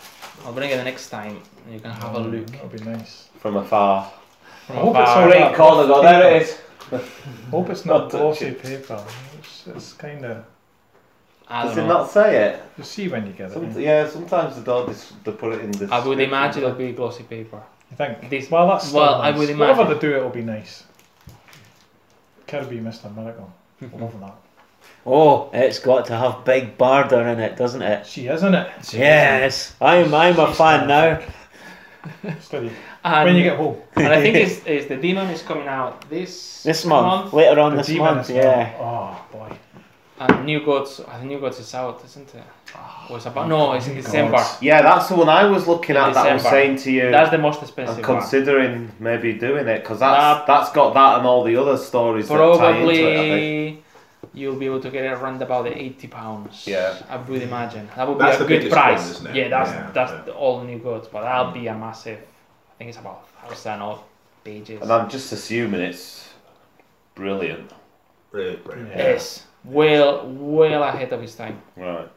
Speaker 8: I'll bring it the next time. You can have a look.
Speaker 7: That'd be nice.
Speaker 9: from afar.
Speaker 7: I
Speaker 8: From
Speaker 7: hope it's
Speaker 8: afar.
Speaker 7: all
Speaker 9: Great
Speaker 7: right.
Speaker 9: corner though, there it is.
Speaker 7: hope it's not
Speaker 9: Not touch
Speaker 7: glossy
Speaker 9: it.
Speaker 7: paper. It's, it's kind of.
Speaker 8: I
Speaker 9: Does
Speaker 8: don't
Speaker 9: it
Speaker 8: know.
Speaker 9: not say it?
Speaker 7: You see when you get it.
Speaker 9: Some,
Speaker 7: yeah.
Speaker 9: yeah, sometimes they don't. Dis- they put it in the.
Speaker 8: I would
Speaker 9: description.
Speaker 8: imagine it'll be glossy paper.
Speaker 7: You think?
Speaker 8: This-
Speaker 7: well, that's still
Speaker 8: well, I
Speaker 7: nice.
Speaker 8: would
Speaker 7: Whatever
Speaker 8: imagine.
Speaker 7: they do, it'll be nice. Kirby, Mr. Miracle. Love that.
Speaker 5: Oh, it's got to have Big Barda in it, doesn't it?
Speaker 7: She is in it.
Speaker 5: Yes, I'm I'm a fan now.
Speaker 7: Steady.
Speaker 8: And,
Speaker 7: When you get home.
Speaker 8: and I think it's, it's the demon is coming out this
Speaker 5: This month, later on
Speaker 7: The
Speaker 5: this
Speaker 7: demon
Speaker 5: month,
Speaker 7: is now-
Speaker 5: yeah.
Speaker 7: Oh boy.
Speaker 8: And New Gods, I think New Gods is out, isn't it? Or it's about no, it's in December.
Speaker 9: Yeah, that's the one I was looking at. That I was
Speaker 8: December.
Speaker 9: saying to you.
Speaker 8: That's the most
Speaker 9: I'm
Speaker 8: expensive one.
Speaker 9: considering maybe doing it because that's that's got that and all the other stories that tie into it. I think.
Speaker 8: Probably you'll be able to get it around about the eighty pounds.
Speaker 9: Yeah.
Speaker 8: I would imagine that would
Speaker 11: That's
Speaker 8: be
Speaker 11: the
Speaker 8: a good
Speaker 11: biggest
Speaker 8: price.
Speaker 11: one, isn't it?
Speaker 8: Yeah, that's
Speaker 11: Yeah,
Speaker 8: that's
Speaker 11: yeah.
Speaker 8: the all New Gods, but that'll be a massive. I think it's about thousand odd pages.
Speaker 9: And I'm just assuming it's brilliant.
Speaker 11: Really great.
Speaker 8: Yes, well, well ahead of his time.
Speaker 9: Right.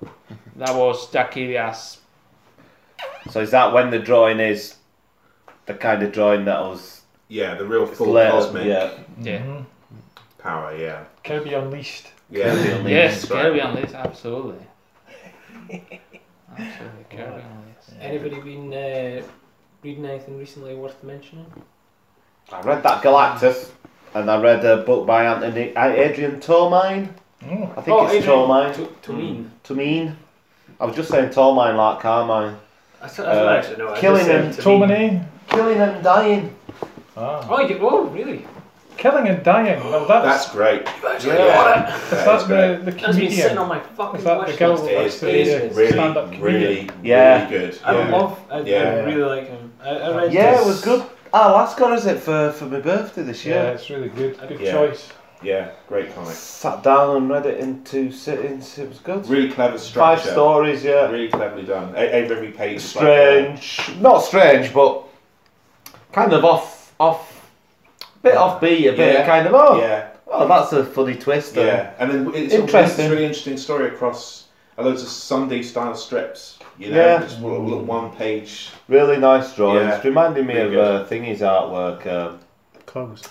Speaker 8: That was Jack Kirby's
Speaker 9: So is that when the drawing is the kind of drawing that was
Speaker 11: Yeah, the real full
Speaker 9: later?
Speaker 11: cosmic
Speaker 9: Yeah.
Speaker 8: Yeah.
Speaker 11: power, yeah.
Speaker 7: Kirby Mm, Unleashed.
Speaker 11: Yeah.
Speaker 8: Yes,
Speaker 11: right.
Speaker 8: Kirby on this, absolutely. absolutely, Kirby on this.
Speaker 12: Anybody been uh, reading anything recently worth mentioning?
Speaker 9: I read that Galactus, and I read a book by Anthony uh, Adrian Tolmine.
Speaker 7: Mm.
Speaker 9: I think it's
Speaker 12: Adrian
Speaker 9: Tolmine.
Speaker 12: To- Tomine.
Speaker 9: Tomine. I was just saying Tolmine like Carmine.
Speaker 12: I don't I don't
Speaker 9: Uh,
Speaker 12: actually know. I just
Speaker 9: Killing
Speaker 12: said
Speaker 9: and
Speaker 12: Tomine.
Speaker 7: Tomine.
Speaker 9: Killing and dying.
Speaker 7: Ah.
Speaker 12: Oh, you, oh, really?
Speaker 7: Killing and Dying. Well, that's
Speaker 11: That's great.
Speaker 12: Yeah.
Speaker 11: That
Speaker 7: that's
Speaker 11: is great.
Speaker 7: the, the
Speaker 12: That's been sitting on
Speaker 7: comedian.
Speaker 12: my fucking
Speaker 7: Is that the
Speaker 12: watch
Speaker 7: girl
Speaker 12: list.
Speaker 11: It
Speaker 7: that's
Speaker 11: is,
Speaker 7: the
Speaker 11: it
Speaker 7: uh,
Speaker 11: is
Speaker 7: stand-up
Speaker 11: really,
Speaker 7: comedian?
Speaker 11: really,
Speaker 9: Yeah.
Speaker 11: really good.
Speaker 12: I
Speaker 11: yeah.
Speaker 12: love. I, I
Speaker 11: Yeah.
Speaker 12: really like him. I, I read.
Speaker 9: Yeah,
Speaker 12: this-
Speaker 9: it was good. Ah, last got is it for, for my birthday this
Speaker 7: Yeah,
Speaker 9: year?
Speaker 7: it's really good. Good
Speaker 11: Yeah.
Speaker 7: choice.
Speaker 11: Yeah, great comic.
Speaker 9: Sat down and read it in two sittings. It was good.
Speaker 11: Really clever
Speaker 9: Five
Speaker 11: structure.
Speaker 9: stories, yeah.
Speaker 11: Really cleverly done. E- Every, every page is like-
Speaker 9: strange, not strange, but kind of off, off, bit offbeat, a bit
Speaker 11: Yeah.
Speaker 9: kind of oh,
Speaker 11: yeah,
Speaker 9: oh, that's a funny twist. and-
Speaker 11: yeah. And then it's interesting.
Speaker 9: Interesting.
Speaker 11: It's a really interesting story across uh, loads of Sunday style strips. You know,
Speaker 9: Yeah.
Speaker 11: just little, little one page.
Speaker 9: really nice drawings.
Speaker 11: Yeah.
Speaker 9: Reminding me
Speaker 11: Really
Speaker 9: of uh, Thingy's artwork. Um,
Speaker 7: Close.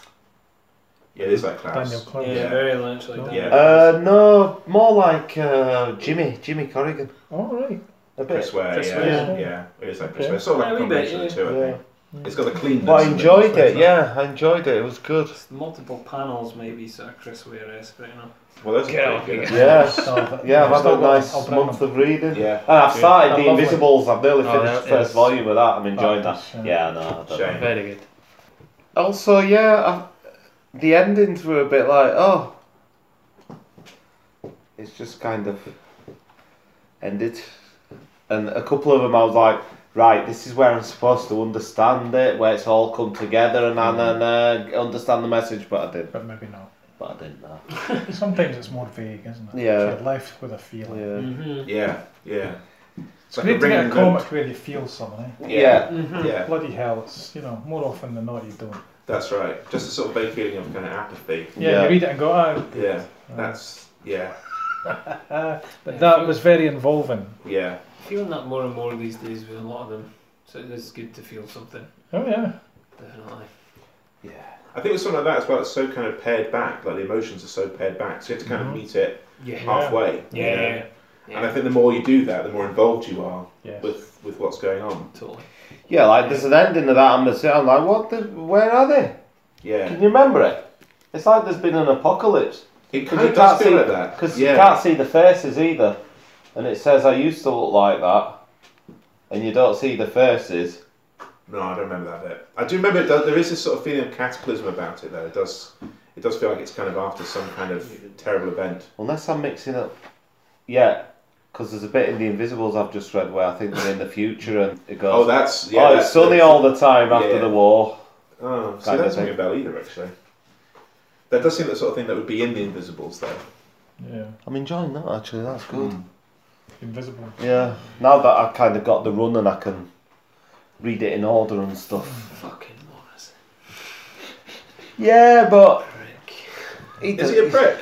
Speaker 11: Yeah, it is like Klaus.
Speaker 7: Daniel Close.
Speaker 12: Yeah,
Speaker 11: Yeah.
Speaker 12: very much like that.
Speaker 11: Yeah.
Speaker 9: uh, no, more like uh, Jimmy, Jimmy Corrigan.
Speaker 7: All right.
Speaker 9: A bit.
Speaker 11: Chris Ware,
Speaker 12: Chris
Speaker 11: yeah.
Speaker 12: Ware.
Speaker 11: Yeah, it is like Chris
Speaker 7: Okay.
Speaker 11: Ware. Sort of like
Speaker 12: Yeah,
Speaker 11: a
Speaker 12: we bet, Mm.
Speaker 11: combination of the two, I
Speaker 9: yeah.
Speaker 11: think. It's got the cleanness.
Speaker 9: But I
Speaker 11: of
Speaker 9: enjoyed it.
Speaker 11: It's
Speaker 9: Yeah, I enjoyed it. It was good.
Speaker 12: Multiple panels, maybe, sort of Chris Ware but you know.
Speaker 11: Well, that's
Speaker 12: Get
Speaker 11: pretty
Speaker 12: off
Speaker 11: good.
Speaker 12: here.
Speaker 9: Yeah,
Speaker 12: So,
Speaker 9: yeah. I've
Speaker 12: I've
Speaker 9: had
Speaker 12: still
Speaker 9: a
Speaker 12: got-
Speaker 9: nice
Speaker 12: I'll bring
Speaker 9: month of reading.
Speaker 11: Yeah,
Speaker 9: and I've
Speaker 12: Yeah.
Speaker 9: started The
Speaker 12: Lovely.
Speaker 9: Invisibles. I've nearly
Speaker 12: Oh,
Speaker 9: finished the
Speaker 12: that
Speaker 9: first
Speaker 12: is-
Speaker 9: volume of that. I'm enjoying
Speaker 12: that
Speaker 9: that. Yeah, no, I don't know.
Speaker 8: Very good.
Speaker 9: Also, yeah, i the endings were a bit like, oh, it's just kind of ended, and a couple of them I was like, right, this is where I'm supposed to understand it, where it's all come together, and and, and uh, understand the message, but I didn't.
Speaker 7: But maybe not.
Speaker 9: But I didn't know.
Speaker 7: Sometimes it's more vague, isn't it?
Speaker 9: Yeah.
Speaker 7: You're left with a feeling.
Speaker 9: Yeah.
Speaker 11: Yeah, yeah.
Speaker 7: It's great to get a comic where you feel something. Eh?
Speaker 11: Yeah. Yeah.
Speaker 12: Mm-hmm.
Speaker 11: Mhm. um, Yeah.
Speaker 7: Bloody hell! It's you know more often than not you don't.
Speaker 11: That's right. Just a sort of vague feeling of kind of apathy.
Speaker 7: Yeah, you read it and go, ah.
Speaker 11: Yeah, that's yeah,
Speaker 7: But that was very involving.
Speaker 11: yeah.
Speaker 12: Feeling that more and more these days with a lot of them. So it is good to feel something.
Speaker 7: Oh yeah.
Speaker 12: Definitely.
Speaker 11: I think with something like that as well, it's so kind of pared back. Like the emotions are so pared back, so you have to kind
Speaker 9: Mm-hmm.
Speaker 11: of meet it
Speaker 12: Yeah.
Speaker 11: halfway. you
Speaker 12: Yeah,
Speaker 11: know?
Speaker 12: yeah,
Speaker 11: And I think the more you do that, the more involved you are
Speaker 7: Yes.
Speaker 11: with with what's going on.
Speaker 12: Totally.
Speaker 9: Yeah, like there's an ending of that. I'm gonna sit. I'm like, what? The, where are they?
Speaker 11: Yeah.
Speaker 9: Can you remember it? It's like there's been an apocalypse.
Speaker 11: It
Speaker 9: Because
Speaker 11: kind of does feel like that.
Speaker 9: Because
Speaker 11: yeah.
Speaker 9: you can't see the faces either. And it says, I used to look like that. And you don't see the faces.
Speaker 11: No, I don't remember that bit. I do remember it does, there is this sort of feeling of cataclysm about it though. It does it does feel like it's kind of after some kind of terrible event.
Speaker 9: Unless I'm mixing up. Yeah. Because there's a bit in The Invisibles I've just read where I think they're in the future and it goes.
Speaker 11: Oh, that's- yeah,
Speaker 9: "Oh,
Speaker 11: that's
Speaker 9: it's sunny
Speaker 11: the-
Speaker 9: all the time after
Speaker 11: Yeah.
Speaker 9: the war.
Speaker 11: Oh, see,
Speaker 9: Kind
Speaker 11: that
Speaker 9: of
Speaker 11: doesn't
Speaker 9: thing.
Speaker 11: ring a bell either actually. That does seem the sort of thing that would be in the Invisibles though.
Speaker 7: Yeah.
Speaker 9: I'm enjoying that actually. That's good.
Speaker 11: Hmm.
Speaker 7: Invisible.
Speaker 9: Yeah. Now that I've kind of got the run and I can read it in order and stuff.
Speaker 12: Fucking Morris.
Speaker 9: Yeah, but. He
Speaker 11: Is he a prick?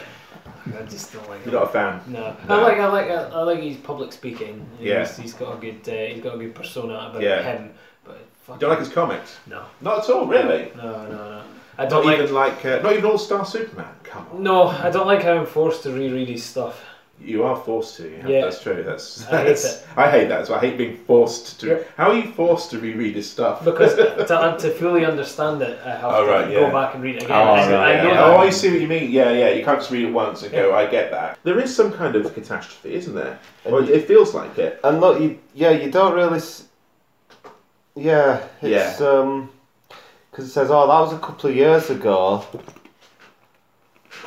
Speaker 12: I just don't like
Speaker 11: You're not a fan.
Speaker 12: No.
Speaker 11: No.
Speaker 12: I like I like I, I like his public speaking.
Speaker 11: Yeah.
Speaker 12: He's, he's got a good uh, he's got a good persona about
Speaker 11: Yeah.
Speaker 12: him. But fuck
Speaker 11: You don't like his comics?
Speaker 12: No.
Speaker 11: Not at all, really.
Speaker 12: No, no, no. I don't
Speaker 11: not
Speaker 12: like
Speaker 11: even like uh, not even All Star Superman. Come on,
Speaker 12: No, I don't like how I'm forced to reread his stuff.
Speaker 11: you are forced to. Yeah,
Speaker 12: Yeah.
Speaker 11: that's true. That's,
Speaker 12: I hate
Speaker 11: that's
Speaker 12: it.
Speaker 11: I hate that. So I hate being forced to.
Speaker 12: Yeah.
Speaker 11: How are you forced to reread his stuff?
Speaker 12: Because to, to fully understand it, I have
Speaker 11: Oh,
Speaker 12: to
Speaker 11: right,
Speaker 12: go
Speaker 11: yeah.
Speaker 12: back and read it again.
Speaker 11: Oh,
Speaker 12: I, I know that.
Speaker 11: oh, I see what you mean. Yeah, yeah. You can't just read it once and go, I get that. There is some kind of catastrophe, isn't there? Well, it feels like it.
Speaker 9: And look, you, yeah, you don't really. S- yeah, it's yeah. um, because it says, "Oh, that was a couple of years ago."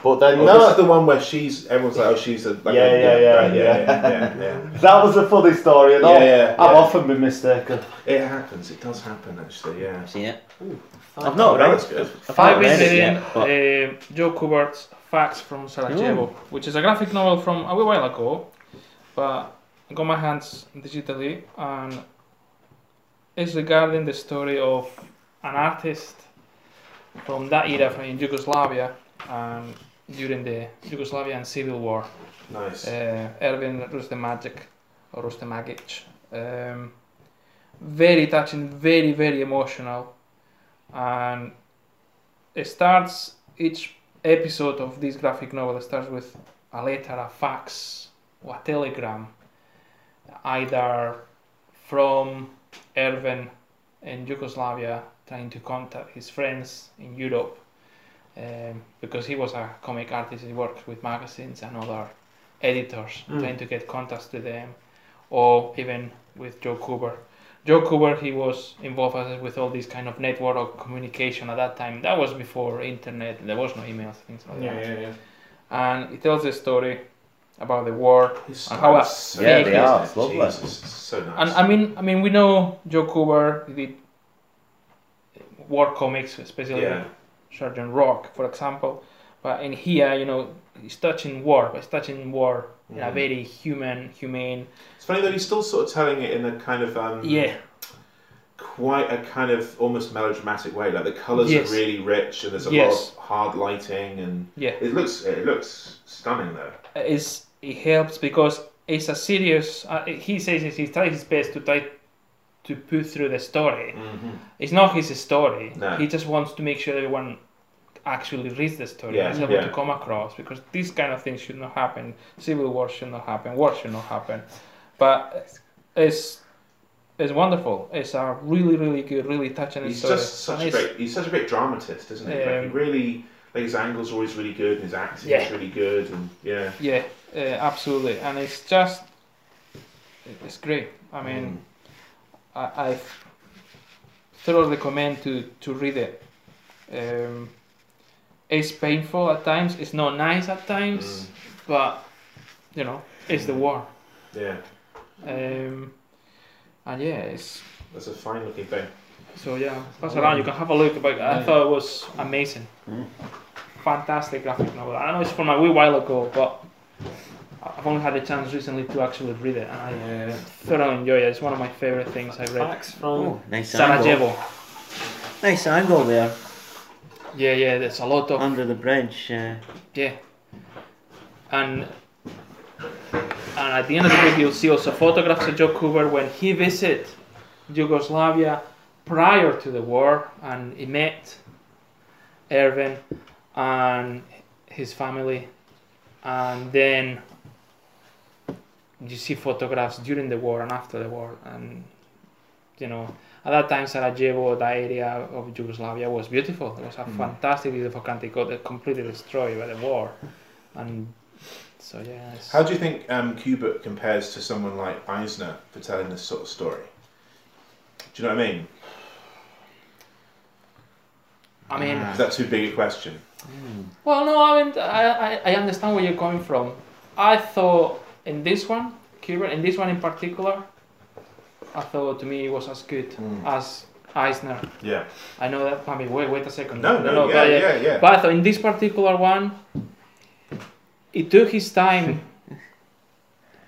Speaker 9: But then
Speaker 11: Oh,
Speaker 9: no,
Speaker 11: This is the one where she's. Everyone's like, oh, she's a. Like
Speaker 9: Yeah,
Speaker 11: a,
Speaker 9: yeah, yeah,
Speaker 11: right, yeah,
Speaker 9: yeah.
Speaker 11: yeah, yeah.
Speaker 9: that was a funny story. And
Speaker 11: Yeah,
Speaker 9: all.
Speaker 11: yeah,
Speaker 9: I've
Speaker 11: yeah.
Speaker 9: often been mistaken.
Speaker 11: It happens. It does happen, actually. Yeah.
Speaker 9: Yeah,
Speaker 11: I've
Speaker 9: not read
Speaker 11: That's good.
Speaker 9: Five
Speaker 8: Five is
Speaker 9: minutes,
Speaker 8: in
Speaker 9: yeah,
Speaker 8: uh, Joe Kubart's Facts from Sarajevo, which is a graphic novel from a wee while ago, but I got my hands digitally, and it's regarding the story of an artist from that era, from Yugoslavia, and during the Yugoslavian Civil War.
Speaker 11: Nice.
Speaker 8: Uh, Erwin Rustemagic, or Rustemagic. Um, very touching, very, very emotional. And it starts, each episode of this graphic novel starts with a letter, a fax, or a telegram, either from Erwin in Yugoslavia trying to contact his friends in Europe. Um, because he was a comic artist, he worked with magazines and other editors
Speaker 12: Mm.
Speaker 8: trying to get contacts to them, or even with Joe Cooper. Joe Cooper, he was involved as- with all these kind of network of communication at that time. That was before internet. There was no emails, things like
Speaker 12: Yeah,
Speaker 8: that.
Speaker 12: yeah, yeah.
Speaker 8: And it tells a story about the war
Speaker 11: It's
Speaker 8: and how a
Speaker 11: so
Speaker 9: yeah,
Speaker 8: fake
Speaker 9: they are. It's
Speaker 11: Jesus,
Speaker 9: lovely.
Speaker 11: it's so nice.
Speaker 8: and I mean, I mean, we know Joe Cooper he did war comics, especially
Speaker 11: Yeah.
Speaker 8: Sergeant Rock, for example. But in here, you know, he's touching war, but he's touching war in a
Speaker 11: Mhm.
Speaker 8: very human, humane.
Speaker 11: It's funny though, he's still sort of telling it in a kind of um,
Speaker 8: Yeah,
Speaker 11: quite a kind of almost melodramatic way. Like the colours
Speaker 8: Yes.
Speaker 11: are really rich, and there's a
Speaker 8: Yes.
Speaker 11: lot of hard lighting, and
Speaker 8: Yeah.
Speaker 11: it looks it looks stunning though.
Speaker 8: it's, it helps because it's a serious. Uh, he says it, he tries his best to try to put through the story. It's not his story.
Speaker 11: Mm-hmm. No.
Speaker 8: He just wants to make sure everyone actually reads the story.
Speaker 11: Yeah,
Speaker 8: That's what
Speaker 11: yeah.
Speaker 8: to come across because these kind of things should not happen. Civil war should not happen. War should not happen. But it's It's wonderful. It's a really, really good, really touching
Speaker 11: He's
Speaker 8: story.
Speaker 11: just such
Speaker 8: And
Speaker 11: a
Speaker 8: it's-
Speaker 11: great. He's such a great dramatist, isn't he? like he
Speaker 8: Um,
Speaker 11: really, like his angles are always really good, and his acting
Speaker 8: Yeah.
Speaker 11: is really good, and yeah.
Speaker 8: Yeah, uh, absolutely, and it's just it- it's great. I mean, I, I thoroughly recommend to to read it. Um, it's painful at times. It's not nice at times, but you know, it's the war.
Speaker 11: Yeah,
Speaker 8: Um, and yeah, it's
Speaker 11: that's a fine looking thing.
Speaker 8: so yeah. Pass it around. Oh, You can have a look. But I
Speaker 11: Yeah.
Speaker 8: thought it was amazing.
Speaker 11: Mm.
Speaker 8: Fantastic graphic novel. I know it's from a wee while ago, but I've only had the chance recently to actually read it, and I uh, thoroughly enjoy it. It's one of my favorite things I've read.
Speaker 12: Facts from Oh,
Speaker 16: nice
Speaker 8: Sarajevo.
Speaker 16: Nice angle there.
Speaker 8: Yeah, yeah, there's a lot of.
Speaker 5: Um,
Speaker 16: Under the bridge, yeah.
Speaker 8: Yeah. And and at the end of the book, you'll see also photographs of Joe Cooper when he visited Yugoslavia prior to the war, and he met Erwin and his family, and then you see photographs during the war and after the war, and you know. At that time, Sarajevo, the area of Yugoslavia, was beautiful. It was a
Speaker 15: Mm.
Speaker 8: fantastic, beautiful country, got completely destroyed by the war, and so yeah. it's-
Speaker 11: How do you think um, Kubert compares to someone like Eisner for telling this sort of story? Do you know what I mean?
Speaker 8: I mean-
Speaker 11: is that too big a question?
Speaker 8: Well, no, I mean, I, I, I understand where you're coming from. I thought in this one, Cuban, in this one in particular, I thought to me it was as good
Speaker 11: Hmm.
Speaker 8: as Eisner.
Speaker 11: Yeah.
Speaker 8: I know that. I mean, wait, wait a second.
Speaker 11: No, no, yeah,
Speaker 8: but, uh,
Speaker 11: yeah, yeah.
Speaker 8: But I thought in this particular one, it took his time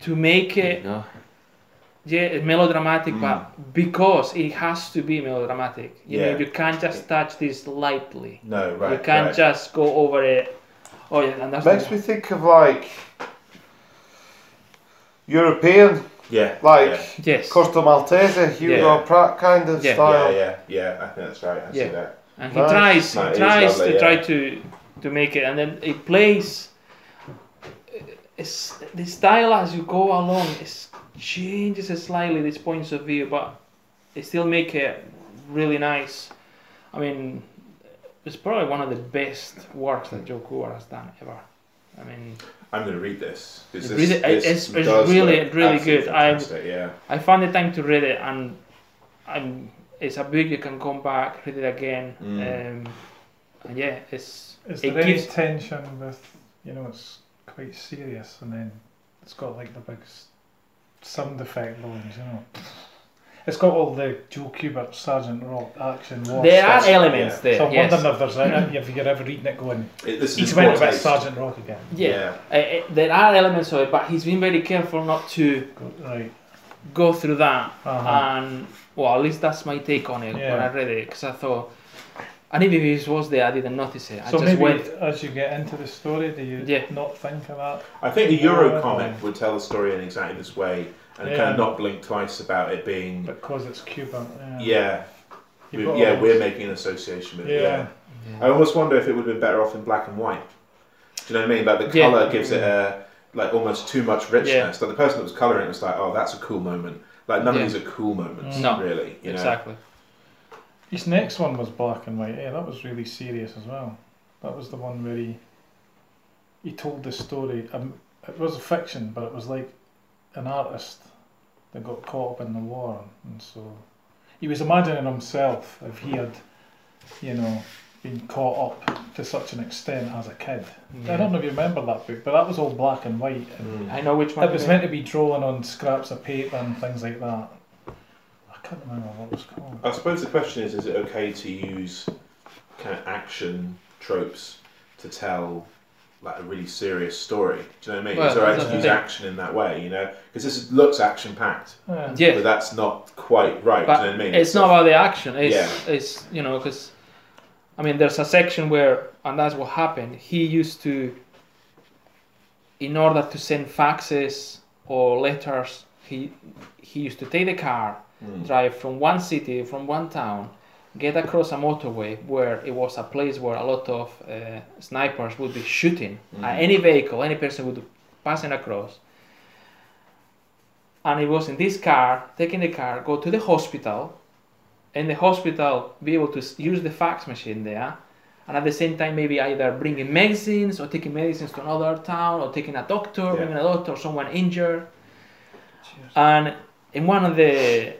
Speaker 8: to make it.
Speaker 16: No.
Speaker 8: Yeah, melodramatic, but because it has to be melodramatic. You
Speaker 11: Hmm. Yeah.
Speaker 8: know, you can't just touch this lightly.
Speaker 11: No, right.
Speaker 8: You can't
Speaker 11: right.
Speaker 8: just go over it. Oh yeah, and that's
Speaker 9: Makes me think of like European.
Speaker 11: Yeah,
Speaker 9: Like
Speaker 11: yeah.
Speaker 8: Yes.
Speaker 9: Costa Maltese, Hugo
Speaker 11: Yeah.
Speaker 9: Pratt kind of
Speaker 11: Yeah.
Speaker 9: style.
Speaker 11: Yeah, yeah, yeah. I think that's right. I see that.
Speaker 8: And he tries, he
Speaker 11: No, it is
Speaker 8: tries
Speaker 11: lovely,
Speaker 8: to
Speaker 11: yeah.
Speaker 8: try to to make it, and then it plays. It's, the style as you go along is changes slightly these points of view, but it still make it really nice. I mean, it's probably one of the best works that Joe Kubert has done ever. I mean,
Speaker 11: I'm going to read this. 'cause
Speaker 8: It really-
Speaker 11: this- this
Speaker 8: it's, it's
Speaker 11: does
Speaker 8: really
Speaker 11: look
Speaker 8: really
Speaker 11: absolutely
Speaker 8: good. I
Speaker 11: fantastic, yeah.
Speaker 8: I found the time to read it, and I'm, it's a book you can come back read it again.
Speaker 7: Mm.
Speaker 8: Um, and yeah, it's
Speaker 7: Is
Speaker 8: it
Speaker 7: there any
Speaker 8: gives
Speaker 7: tension with you know it's quite serious and then it's got like the big s- sound effect lines, you know. It's got all the Joe Kubert, Sergeant Rock action. war
Speaker 8: There are
Speaker 7: stuff.
Speaker 8: elements there,
Speaker 7: So I'm
Speaker 8: yes.
Speaker 7: wondering if there's any, if you're ever reading it going.
Speaker 11: It- this is
Speaker 7: he's
Speaker 11: in
Speaker 7: went
Speaker 11: poor
Speaker 7: about
Speaker 11: taste.
Speaker 7: Sergeant Rock again.
Speaker 8: Yeah, Uh, uh, there are elements of it, but he's been very careful not to go through that.
Speaker 7: Uh-huh.
Speaker 8: And well, at least that's my take on it when I
Speaker 7: Yeah.
Speaker 8: read it, because I thought, and even if it was there, I didn't notice it. I
Speaker 7: so
Speaker 8: just
Speaker 7: maybe
Speaker 8: went.
Speaker 7: as you get into the story, do you not think about?
Speaker 11: I think the Euro comic would tell the story in exactly this way and kind
Speaker 7: Yeah.
Speaker 11: of not blink twice about it being.
Speaker 7: because it's Cuba. Yeah.
Speaker 11: yeah.
Speaker 7: You've
Speaker 11: We-
Speaker 7: got
Speaker 11: yeah,
Speaker 7: all
Speaker 11: we're
Speaker 7: this-
Speaker 11: making an association with it.
Speaker 7: Yeah.
Speaker 11: Yeah. I almost wonder if it would have been better off in black and white. Do you know what I mean? Like the
Speaker 7: Yeah.
Speaker 11: colour gives it a like almost too much richness. Like the person that was colouring it was like, oh, that's a cool moment. Like none
Speaker 7: Yeah.
Speaker 11: of these are cool moments,
Speaker 7: No.
Speaker 11: really. You know?
Speaker 7: Exactly. His next one was black and white. Yeah, that was really serious as well. That was the one where he he told the story. Um, it was a fiction, but it was like an artist that got caught up in the war, and so he was imagining himself if he had, you know, been caught up to such an extent as a kid. I
Speaker 8: Yeah.
Speaker 7: don't know if you remember that book, but that was all black and white.
Speaker 12: Mm.
Speaker 7: and
Speaker 8: I know which one
Speaker 7: It
Speaker 8: you
Speaker 7: was
Speaker 8: mean.
Speaker 7: meant to be drawing on scraps of paper and things like that. I can't remember what it was called.
Speaker 11: I suppose the question is: Is it okay to use kind of action tropes to tell like a really serious story? Do you know what I mean?
Speaker 8: Well,
Speaker 11: is it right
Speaker 8: that's
Speaker 11: to
Speaker 8: the
Speaker 11: use
Speaker 8: thing.
Speaker 11: action in that way? You know, because this is- looks action packed.
Speaker 8: Yeah. Yeah.
Speaker 11: But that's not quite right.
Speaker 8: But
Speaker 11: do you know what I mean?
Speaker 8: it's not about the action. It's it's you know because, I mean, there's a section where and that's what happened. He used to. In order to send faxes or letters, he he used to take the car,
Speaker 15: Mm.
Speaker 8: drive from one city, from one town, get across a motorway where it was a place where a lot of uh, snipers would be shooting at
Speaker 15: Mhm.
Speaker 8: any vehicle, any person would be passing across and he was in this car, taking the car, go to the hospital, in the hospital be able to s- use the fax machine there, and at the same time maybe either bringing medicines or taking medicines to another town or taking a doctor, bringing a doctor, someone injured, and in one of the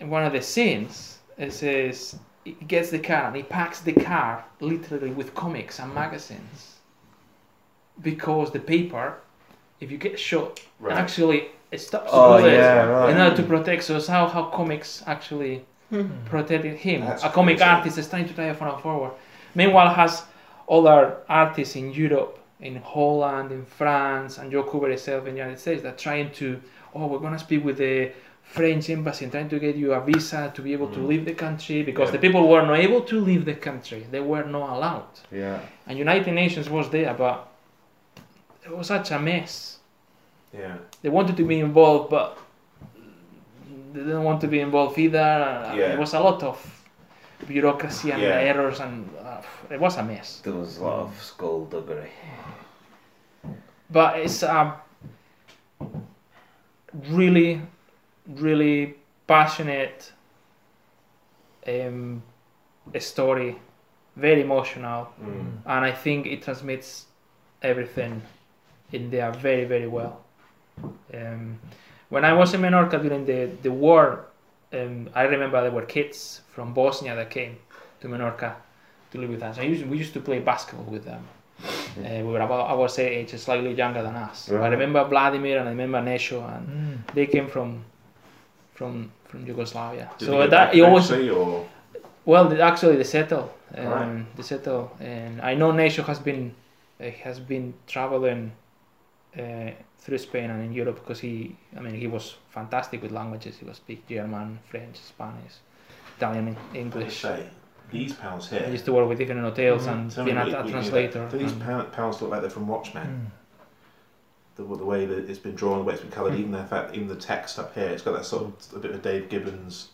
Speaker 8: in one of the scenes, it says he gets the car and he packs the car literally with comics and magazines because the paper, if you get shot,
Speaker 9: Right.
Speaker 8: actually it stops
Speaker 9: Oh,
Speaker 8: all this
Speaker 9: yeah, right.
Speaker 8: in order to protect. So it's how how comics actually protected him.
Speaker 9: That's
Speaker 8: a comic
Speaker 9: crazy.
Speaker 8: artist is trying to die from forward. Meanwhile, has other artists in Europe, in Holland, in France, and Joe Cooper itself in the United States that trying to oh we're gonna speak with the French embassy and trying to get you a visa to be able
Speaker 9: Hmm.
Speaker 8: to leave the country because
Speaker 9: Yeah.
Speaker 8: the people were not able to leave the country. They were not allowed
Speaker 9: Yeah.
Speaker 8: and United Nations was there, but it was such a mess.
Speaker 11: Yeah.
Speaker 8: They wanted to be involved, but they didn't want to be involved either. Yeah.
Speaker 9: Yeah.
Speaker 8: It was a lot of bureaucracy and
Speaker 9: Yeah.
Speaker 8: errors, and uh, it was a mess.
Speaker 9: There was a lot of skullduggery.
Speaker 8: But it's a really, really passionate um, story, very emotional,
Speaker 11: Mm.
Speaker 8: and I think it transmits everything in there very, very well. Um, when I was in Menorca during the, the war, um, I remember there were kids from Bosnia that came to Menorca to live with us. I used, we used to play basketball with them. Uh, we were about our say age, slightly younger than us. I
Speaker 9: Right.
Speaker 8: remember Vladimir and I remember Nesho, and
Speaker 7: Mm.
Speaker 8: they came from from from Yugoslavia.
Speaker 11: Did they
Speaker 8: so
Speaker 11: get
Speaker 8: that
Speaker 11: back
Speaker 8: it always
Speaker 11: eventually, or-
Speaker 8: well, they, actually, they settle. Um,
Speaker 11: Right.
Speaker 8: They settle, and I know Nation has been uh, has been traveling uh, through Spain and in Europe because he, I mean, he was fantastic with languages. He was speak German, French, Spanish, Italian, English.
Speaker 11: Say, these pals here.
Speaker 8: I used to work with different hotels and
Speaker 11: Tell me
Speaker 8: being a,
Speaker 11: what you-
Speaker 8: a
Speaker 11: what you do.
Speaker 8: translator. Hmm.
Speaker 11: Do these
Speaker 8: and-
Speaker 11: pa- pals look like they're from Watchmen? The, the way that it's been drawn, the way it's been
Speaker 8: Hmm.
Speaker 11: coloured, even the fact, even the text up here, it's got that sort of a bit of Dave Gibbons.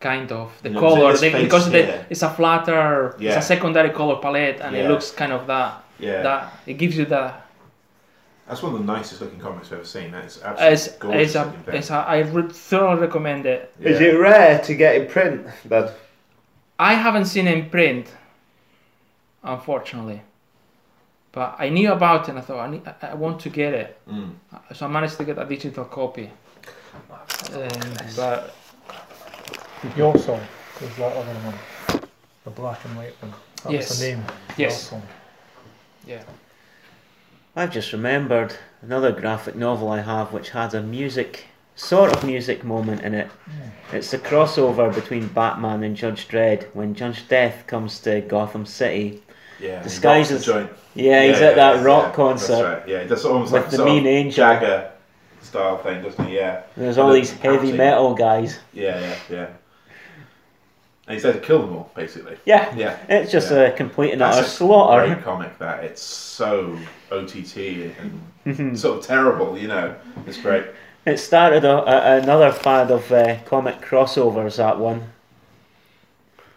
Speaker 8: kind of the
Speaker 11: You know,
Speaker 8: color
Speaker 11: this
Speaker 8: they,
Speaker 11: face
Speaker 8: because they-
Speaker 11: here.
Speaker 8: it's a flatter
Speaker 11: Yeah.
Speaker 8: it's a secondary color palette and
Speaker 11: Yeah.
Speaker 8: it looks kind of that
Speaker 11: Yeah.
Speaker 8: that it gives you that
Speaker 11: That's one of the nicest looking comics I've ever seen. That is absolutely
Speaker 8: it's,
Speaker 11: gorgeous.
Speaker 8: it's a,
Speaker 11: looking thing.
Speaker 8: it's a I would thoroughly recommend it
Speaker 9: Is it rare to get in print, then?
Speaker 8: I haven't seen it in print unfortunately but I knew about it and I thought I, need, I- I want to get it
Speaker 11: Mm.
Speaker 8: so I managed to get a digital copy um, but
Speaker 7: Your song was that other one, the black and white one. That
Speaker 8: Yes.
Speaker 7: was the name.
Speaker 8: Yes.
Speaker 7: Your song.
Speaker 8: yeah
Speaker 5: I've just remembered another graphic novel I have which has a music, sort of music moment in it. It's a crossover between Batman and Judge Dredd when Judge Death comes to Gotham City.
Speaker 11: Yeah, he
Speaker 5: disguises.
Speaker 11: rocks the joint.
Speaker 5: Yeah, he's
Speaker 11: Yeah,
Speaker 5: at that
Speaker 11: yeah,
Speaker 5: rock
Speaker 11: yeah,
Speaker 5: concert.
Speaker 11: That's right. Yeah, that's almost
Speaker 5: with
Speaker 11: like
Speaker 5: the
Speaker 11: sort of
Speaker 5: mean angel.
Speaker 11: Jagger style thing, doesn't it? Yeah.
Speaker 5: There's
Speaker 11: And
Speaker 5: all
Speaker 11: the
Speaker 5: these heavy
Speaker 11: panting.
Speaker 5: metal guys.
Speaker 11: Yeah, yeah, yeah. And he's there to kill them all, basically.
Speaker 5: Yeah,
Speaker 11: yeah.
Speaker 5: it's just
Speaker 11: yeah.
Speaker 5: a complete and
Speaker 11: That's
Speaker 5: utter
Speaker 11: a
Speaker 5: slaughter.
Speaker 11: Great comic that it's so OTT and sort of terrible, you know. It's great.
Speaker 5: It started a, a, another fad of uh, comic crossovers. That one.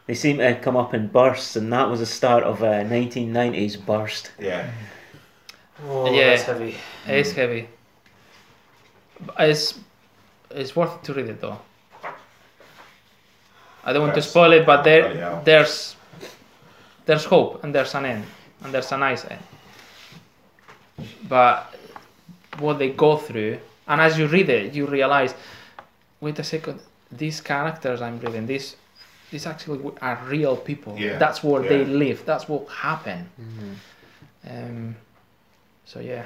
Speaker 5: They seem to come up in bursts, and that was the start of a 1990s burst.
Speaker 11: Yeah.
Speaker 12: Oh,
Speaker 8: yeah,
Speaker 12: that's heavy.
Speaker 8: It's heavy. But It's it's worth it to read it though. I don't want to
Speaker 11: That's-
Speaker 8: spoil it, but
Speaker 11: bloody
Speaker 8: there
Speaker 11: hell.
Speaker 8: there's there's hope and there's an end and there's a nice end. But what they go through, and as you read it, you realize, wait a second, these characters I'm reading, these these actually w- are real people.
Speaker 11: Yeah,
Speaker 8: That's where they
Speaker 11: yeah.
Speaker 8: live. That's what happened. Um, so yeah,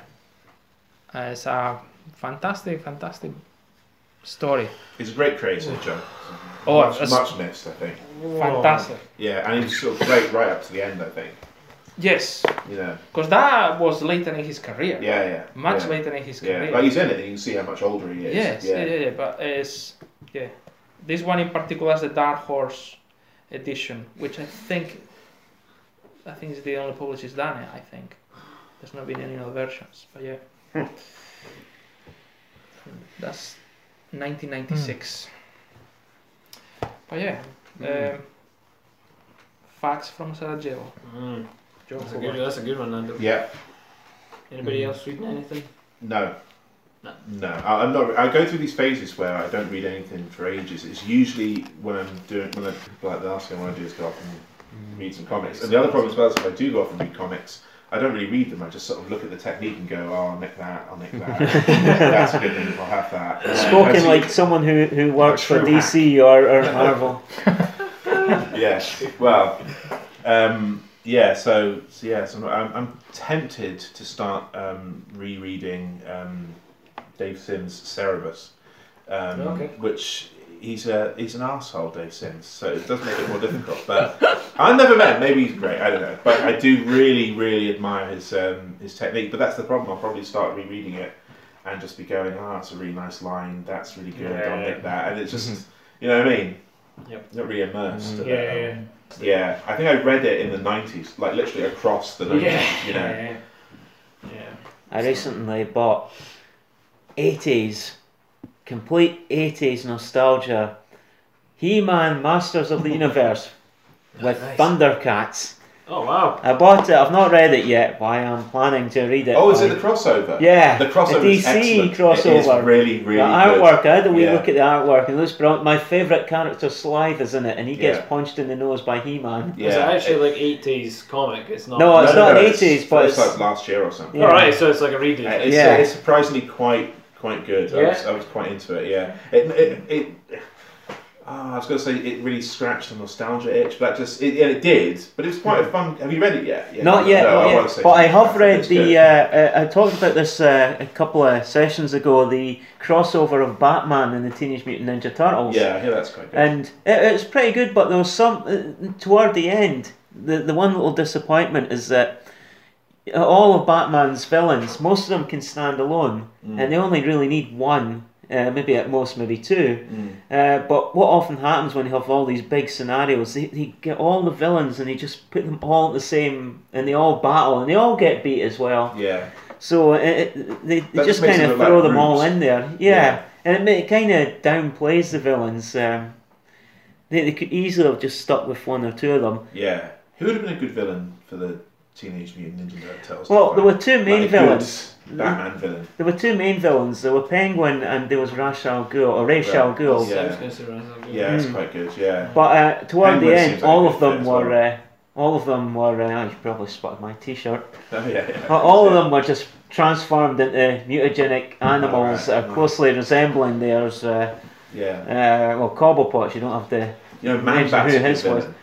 Speaker 8: Uh, it's a fantastic, fantastic story.
Speaker 11: He's a great creator, Joe.
Speaker 8: Oh,
Speaker 11: much,
Speaker 8: that's-
Speaker 11: much missed, I think.
Speaker 8: Fantastic.
Speaker 11: Yeah, and he's sort of great right up to the end, I think.
Speaker 8: Yes,
Speaker 11: You know.
Speaker 8: because that was later in his career.
Speaker 11: Yeah, yeah.
Speaker 8: Much
Speaker 11: yeah.
Speaker 8: later in his
Speaker 11: Yeah,
Speaker 8: career.
Speaker 11: but he's in it, and you can see how much older he is.
Speaker 8: Yes, yeah, yeah, yeah, but it's yeah. This one in particular is the Dark Horse edition, which I think I think is the only publisher's done it. I think there's not been any other versions, but yeah. That's 1996. But yeah, um, facts from Sarajevo.
Speaker 12: Mm. That's a good, that's a good one, Nando.
Speaker 11: Yeah.
Speaker 12: Anybody else reading anything?
Speaker 11: No. No, I, I'm not. I go through these phases where I don't read anything for ages. It's usually when I'm doing when I like the last thing I want to do is go off and read some comics. And the other problem as well is if I do go off and read comics, I don't really read them. I just sort of look at the technique and go, "Oh, I'll nick that. I'll nick that. That's a good thing. I'll have that." And then I
Speaker 5: Spoken
Speaker 11: see-
Speaker 5: like someone who, who works for
Speaker 11: true
Speaker 5: DC or, or Marvel.
Speaker 11: yes. Well, um, yeah. So, so yeah. So I'm, I'm tempted to start um, rereading um, Dave Sims' Cerebus, um,
Speaker 12: Okay.
Speaker 11: which he's a he's an asshole, Dave Sims. So it does make it more difficult. But I never met. him. Maybe he's great. I don't know. But I do really, really admire his um, his technique. But that's the problem. I'll probably start rereading it and just be going, "Ah, that's a really nice line. That's really good. I'll
Speaker 12: Yeah.
Speaker 11: make that." And it's just, you know what I mean?
Speaker 12: Yep.
Speaker 11: Not really immersed.
Speaker 12: Mm.
Speaker 11: at
Speaker 12: Yeah,
Speaker 11: that
Speaker 12: yeah,
Speaker 11: level. Yeah, I think I read it in the nineties, like literally across the nineties. You know.
Speaker 12: yeah, yeah.
Speaker 5: I recently bought 80s, complete 80s nostalgia He Man Masters of the Universe with Thundercats.
Speaker 12: Oh wow!
Speaker 5: I bought it, I've not read it yet, but I am planning to read it.
Speaker 11: Oh, is it
Speaker 5: by-
Speaker 11: the crossover?
Speaker 5: Yeah,
Speaker 11: the crossover
Speaker 5: the
Speaker 11: is
Speaker 5: DC
Speaker 11: excellent.
Speaker 5: crossover.
Speaker 11: It is really, really
Speaker 5: the artwork. I had a wee
Speaker 11: Yeah.
Speaker 5: look at the artwork, and it looks brilliant. My favourite character, Slythe, is in it, and he gets
Speaker 12: Yeah.
Speaker 5: punched in the nose by He-Man.
Speaker 12: Is it actually like eighties comic? It's not.
Speaker 5: No, it's not an 80s, but
Speaker 11: it's
Speaker 5: it's-
Speaker 11: like last year or something.
Speaker 5: Yeah.
Speaker 12: All right, so it's like a redo.
Speaker 11: Uh, It's,
Speaker 5: Yeah.
Speaker 11: it's surprisingly quite quite good. I, was, I was quite into it. Yeah, it it. it ah, I was going to say it really scratched the nostalgia itch, but that just it, yeah, it did. But it was quite a fun. Have you read it yet? Yeah,
Speaker 5: not yet,
Speaker 11: no,
Speaker 5: not
Speaker 11: I
Speaker 5: yet.
Speaker 11: won't say
Speaker 5: but I
Speaker 11: yet.
Speaker 5: have read
Speaker 11: It's good.
Speaker 5: the. Uh, uh, I talked about this uh, a couple of sessions ago. The crossover of Batman and the Teenage Mutant Ninja Turtles.
Speaker 11: Yeah, I hear that's quite good.
Speaker 5: And it, it's pretty good, but there was some uh, toward the end. The the one little disappointment is that all of Batman's villains, most of them can stand alone,
Speaker 17: Mm.
Speaker 5: and they only really need one. Uh, maybe at most, maybe two.
Speaker 17: Mm.
Speaker 5: Uh, but what often happens when you have all these big scenarios, they, they get all the villains and they just put them all at the same, and they all battle and they all get beat as well.
Speaker 11: Yeah.
Speaker 5: So uh, it, it, they, they
Speaker 17: That just
Speaker 5: just
Speaker 17: makes
Speaker 5: kind
Speaker 17: it
Speaker 5: of
Speaker 17: look like
Speaker 5: throw them all
Speaker 17: roots.
Speaker 5: in there. Yeah.
Speaker 17: Yeah.
Speaker 5: And it, it kind of downplays the villains. Um, they, they could easily have just stuck with one or two of them.
Speaker 11: Yeah. Who would have been a good villain for the Teenage Mutant Ninja Turtles?
Speaker 5: Well, there were two main
Speaker 11: Like a good
Speaker 5: villains.
Speaker 11: Batman villain.
Speaker 5: There were two main villains. There were Penguin and there was Ra's al Ghul, or Ra's al Ghul.
Speaker 11: Yeah. Yeah,
Speaker 5: Hmm.
Speaker 11: it's quite good. Yeah.
Speaker 5: But uh, toward
Speaker 11: Penguin
Speaker 5: the
Speaker 11: seems
Speaker 5: end,
Speaker 11: like a
Speaker 5: all
Speaker 11: good
Speaker 5: of
Speaker 11: fit
Speaker 5: them
Speaker 11: as
Speaker 5: were.
Speaker 11: well.
Speaker 5: Uh, all of them were. Uh, oh, you probably spotted my T-shirt.
Speaker 11: Oh, yeah, yeah.
Speaker 5: Uh, all of them were just transformed into mutagenic animals that are closely resembling theirs. Uh,
Speaker 11: Yeah.
Speaker 5: Uh, well, Cobblepot. You don't have to
Speaker 11: You know, Man
Speaker 5: mention
Speaker 11: Bat's
Speaker 5: who
Speaker 11: a good
Speaker 5: his was.
Speaker 11: villain.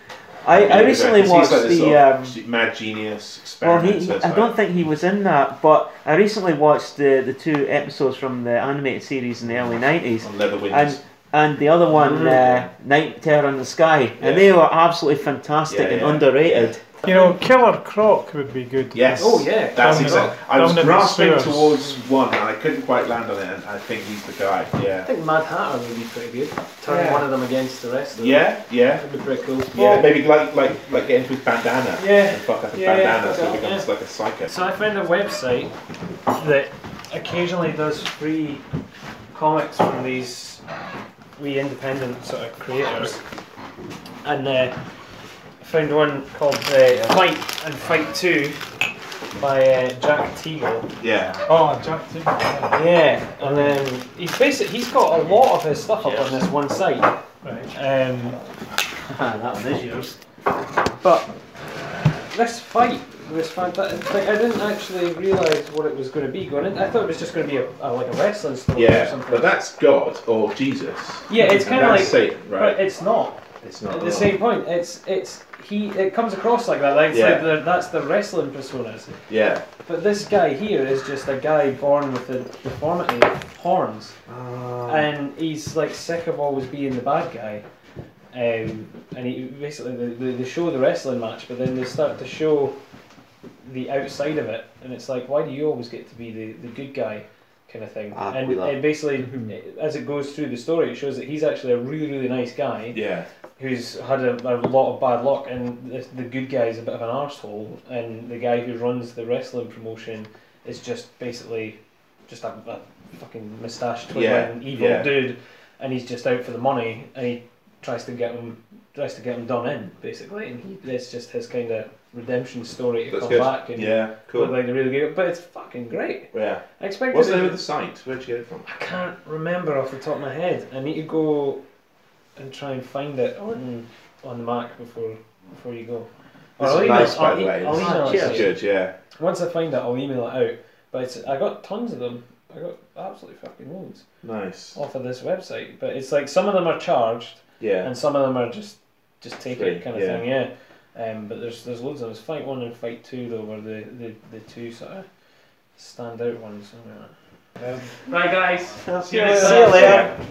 Speaker 5: I,
Speaker 11: He's a
Speaker 5: I
Speaker 11: good
Speaker 5: recently
Speaker 11: villain. He's
Speaker 5: watched
Speaker 11: like this
Speaker 5: the.
Speaker 11: sort
Speaker 5: Um,
Speaker 11: of mad genius
Speaker 5: well,
Speaker 11: experiment.
Speaker 5: he,
Speaker 11: so it's
Speaker 5: I
Speaker 11: like-
Speaker 5: don't think he was in that, but I recently watched the, the two episodes from the animated series in the early 90s.
Speaker 11: Leatherwings.
Speaker 5: And, and the
Speaker 11: Mm.
Speaker 5: other one, uh, Night Terror in the Sky. And they were absolutely fantastic
Speaker 7: Yeah,
Speaker 5: and
Speaker 7: yeah.
Speaker 5: underrated.
Speaker 7: You know, Killer Croc would be good.
Speaker 11: Yes.
Speaker 12: Oh,
Speaker 11: That's exactly. I was
Speaker 7: Dominic
Speaker 11: grasping
Speaker 7: Sewers.
Speaker 11: towards one, and I couldn't quite land on it. And I think he's the guy.
Speaker 12: I
Speaker 11: Yeah.
Speaker 12: think Mad Hatter would be pretty good. Turn
Speaker 11: Yeah.
Speaker 12: one of them against the rest. Of them.
Speaker 11: Yeah. Yeah.
Speaker 12: That'd be pretty cool.
Speaker 11: Yeah. Maybe like like like get into his bandana.
Speaker 12: Yeah.
Speaker 11: And fuck up his
Speaker 12: Yeah, yeah,
Speaker 11: bandana, so
Speaker 12: yeah.
Speaker 11: he becomes like a psycho.
Speaker 12: So I found a website that occasionally does free comics from these wee independent sort of creators, and uh, I found one called uh, Fight and Fight Two by uh, Jack Teagle.
Speaker 11: Yeah.
Speaker 7: Oh, Jack Teagle.
Speaker 12: Yeah, and then he's basically he's got a lot of his stuff up on this one site. Um,
Speaker 5: that one is yours.
Speaker 12: But this fight was fantastic. Like, I didn't actually realise what it was going to be going in. I thought it was just going to be a, a, like a wrestling story or
Speaker 11: Yeah.
Speaker 12: something.
Speaker 11: But that's God or Jesus.
Speaker 12: yeah, it's
Speaker 11: And
Speaker 12: kind of like
Speaker 11: that's Satan, right?
Speaker 12: But it's not.
Speaker 11: It's not.
Speaker 12: At the same point, it's it's he. It comes across like that. Like, it's
Speaker 11: Yeah.
Speaker 12: like the, that's the wrestling personas.
Speaker 11: Yeah.
Speaker 12: But this guy here is just a guy born with a deformity of horns, and he's like sick of always being the bad guy. Um, and he basically they, they, they show the wrestling match, but then they start to show the outside of it, and it's like, why do you always get to be the, the good guy, kind of thing?
Speaker 11: Ah,
Speaker 12: and
Speaker 11: we love-
Speaker 12: and basically, as it goes through the story, it shows that he's actually a really really nice guy.
Speaker 11: Yeah.
Speaker 12: Who's had a, a lot of bad luck, and the, the good guy is a bit of an arsehole, and the guy who runs the wrestling promotion is just basically just a, a fucking moustache
Speaker 11: Yeah,
Speaker 12: twiddling evil
Speaker 11: yeah.
Speaker 12: dude, and he's just out for the money, and he tries to get him tries to get him done in basically, and he, that's just his kind of redemption story to
Speaker 11: That's
Speaker 12: come
Speaker 11: good.
Speaker 12: back and
Speaker 11: Yeah, cool.
Speaker 12: look like they really good. But it's fucking great.
Speaker 11: Yeah.
Speaker 12: I expected
Speaker 11: What's the
Speaker 12: it-
Speaker 11: name of the site? Where'd you get it from?
Speaker 12: I can't remember off the top of my head. I need to go and try and find it on, on the Mac before before you go. Or
Speaker 11: This
Speaker 12: I'll
Speaker 11: is
Speaker 12: email-
Speaker 11: nice, by
Speaker 12: I'll
Speaker 11: the
Speaker 12: e-
Speaker 11: way.
Speaker 12: I'll
Speaker 11: This is-
Speaker 12: email it
Speaker 11: this
Speaker 12: to
Speaker 11: is
Speaker 12: you.
Speaker 11: good, yeah.
Speaker 12: Once I find it, I'll email it out. But it's, I got tons of them. I got absolutely fucking loads.
Speaker 11: Nice.
Speaker 12: Off of this website, but it's like some of them are charged.
Speaker 11: Yeah.
Speaker 12: And some of them are just just take
Speaker 11: Free,
Speaker 12: it kind of
Speaker 11: yeah.
Speaker 12: thing. Yeah. Um, but there's there's loads of them. It's fight one and fight two though, were the the, the two sort of stand out ones. Um,
Speaker 18: Right, guys.
Speaker 12: See you later. See you later.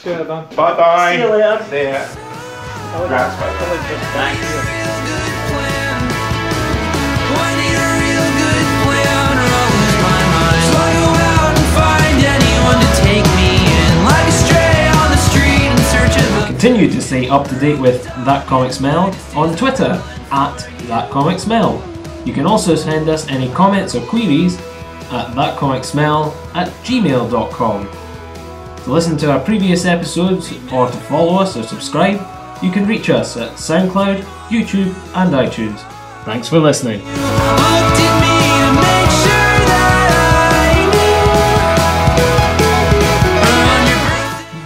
Speaker 5: Sure, done.
Speaker 11: Bye bye.
Speaker 5: See you later.
Speaker 11: See ya. Congrats, by the way.
Speaker 15: Continue to stay up to date with That Comic Smell on Twitter at That Comic Smell. You can also send us any comments or queries at thatcomicsmell at gmail.com. To listen to our previous episodes or to follow us or subscribe, you can reach us at SoundCloud, YouTube, and iTunes. Thanks for listening.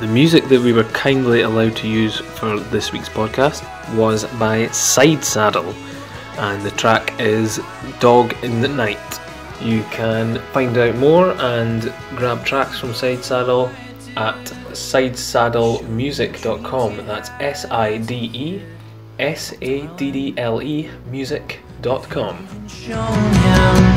Speaker 1: The music that we were kindly allowed to use for this week's podcast was by Side Saddle, and the track is Dog in the Night. You can find out more and grab tracks from Side Saddle at sidesaddlemusic.com. That's S I D E S A D D L E music.com.
Speaker 19: Shown him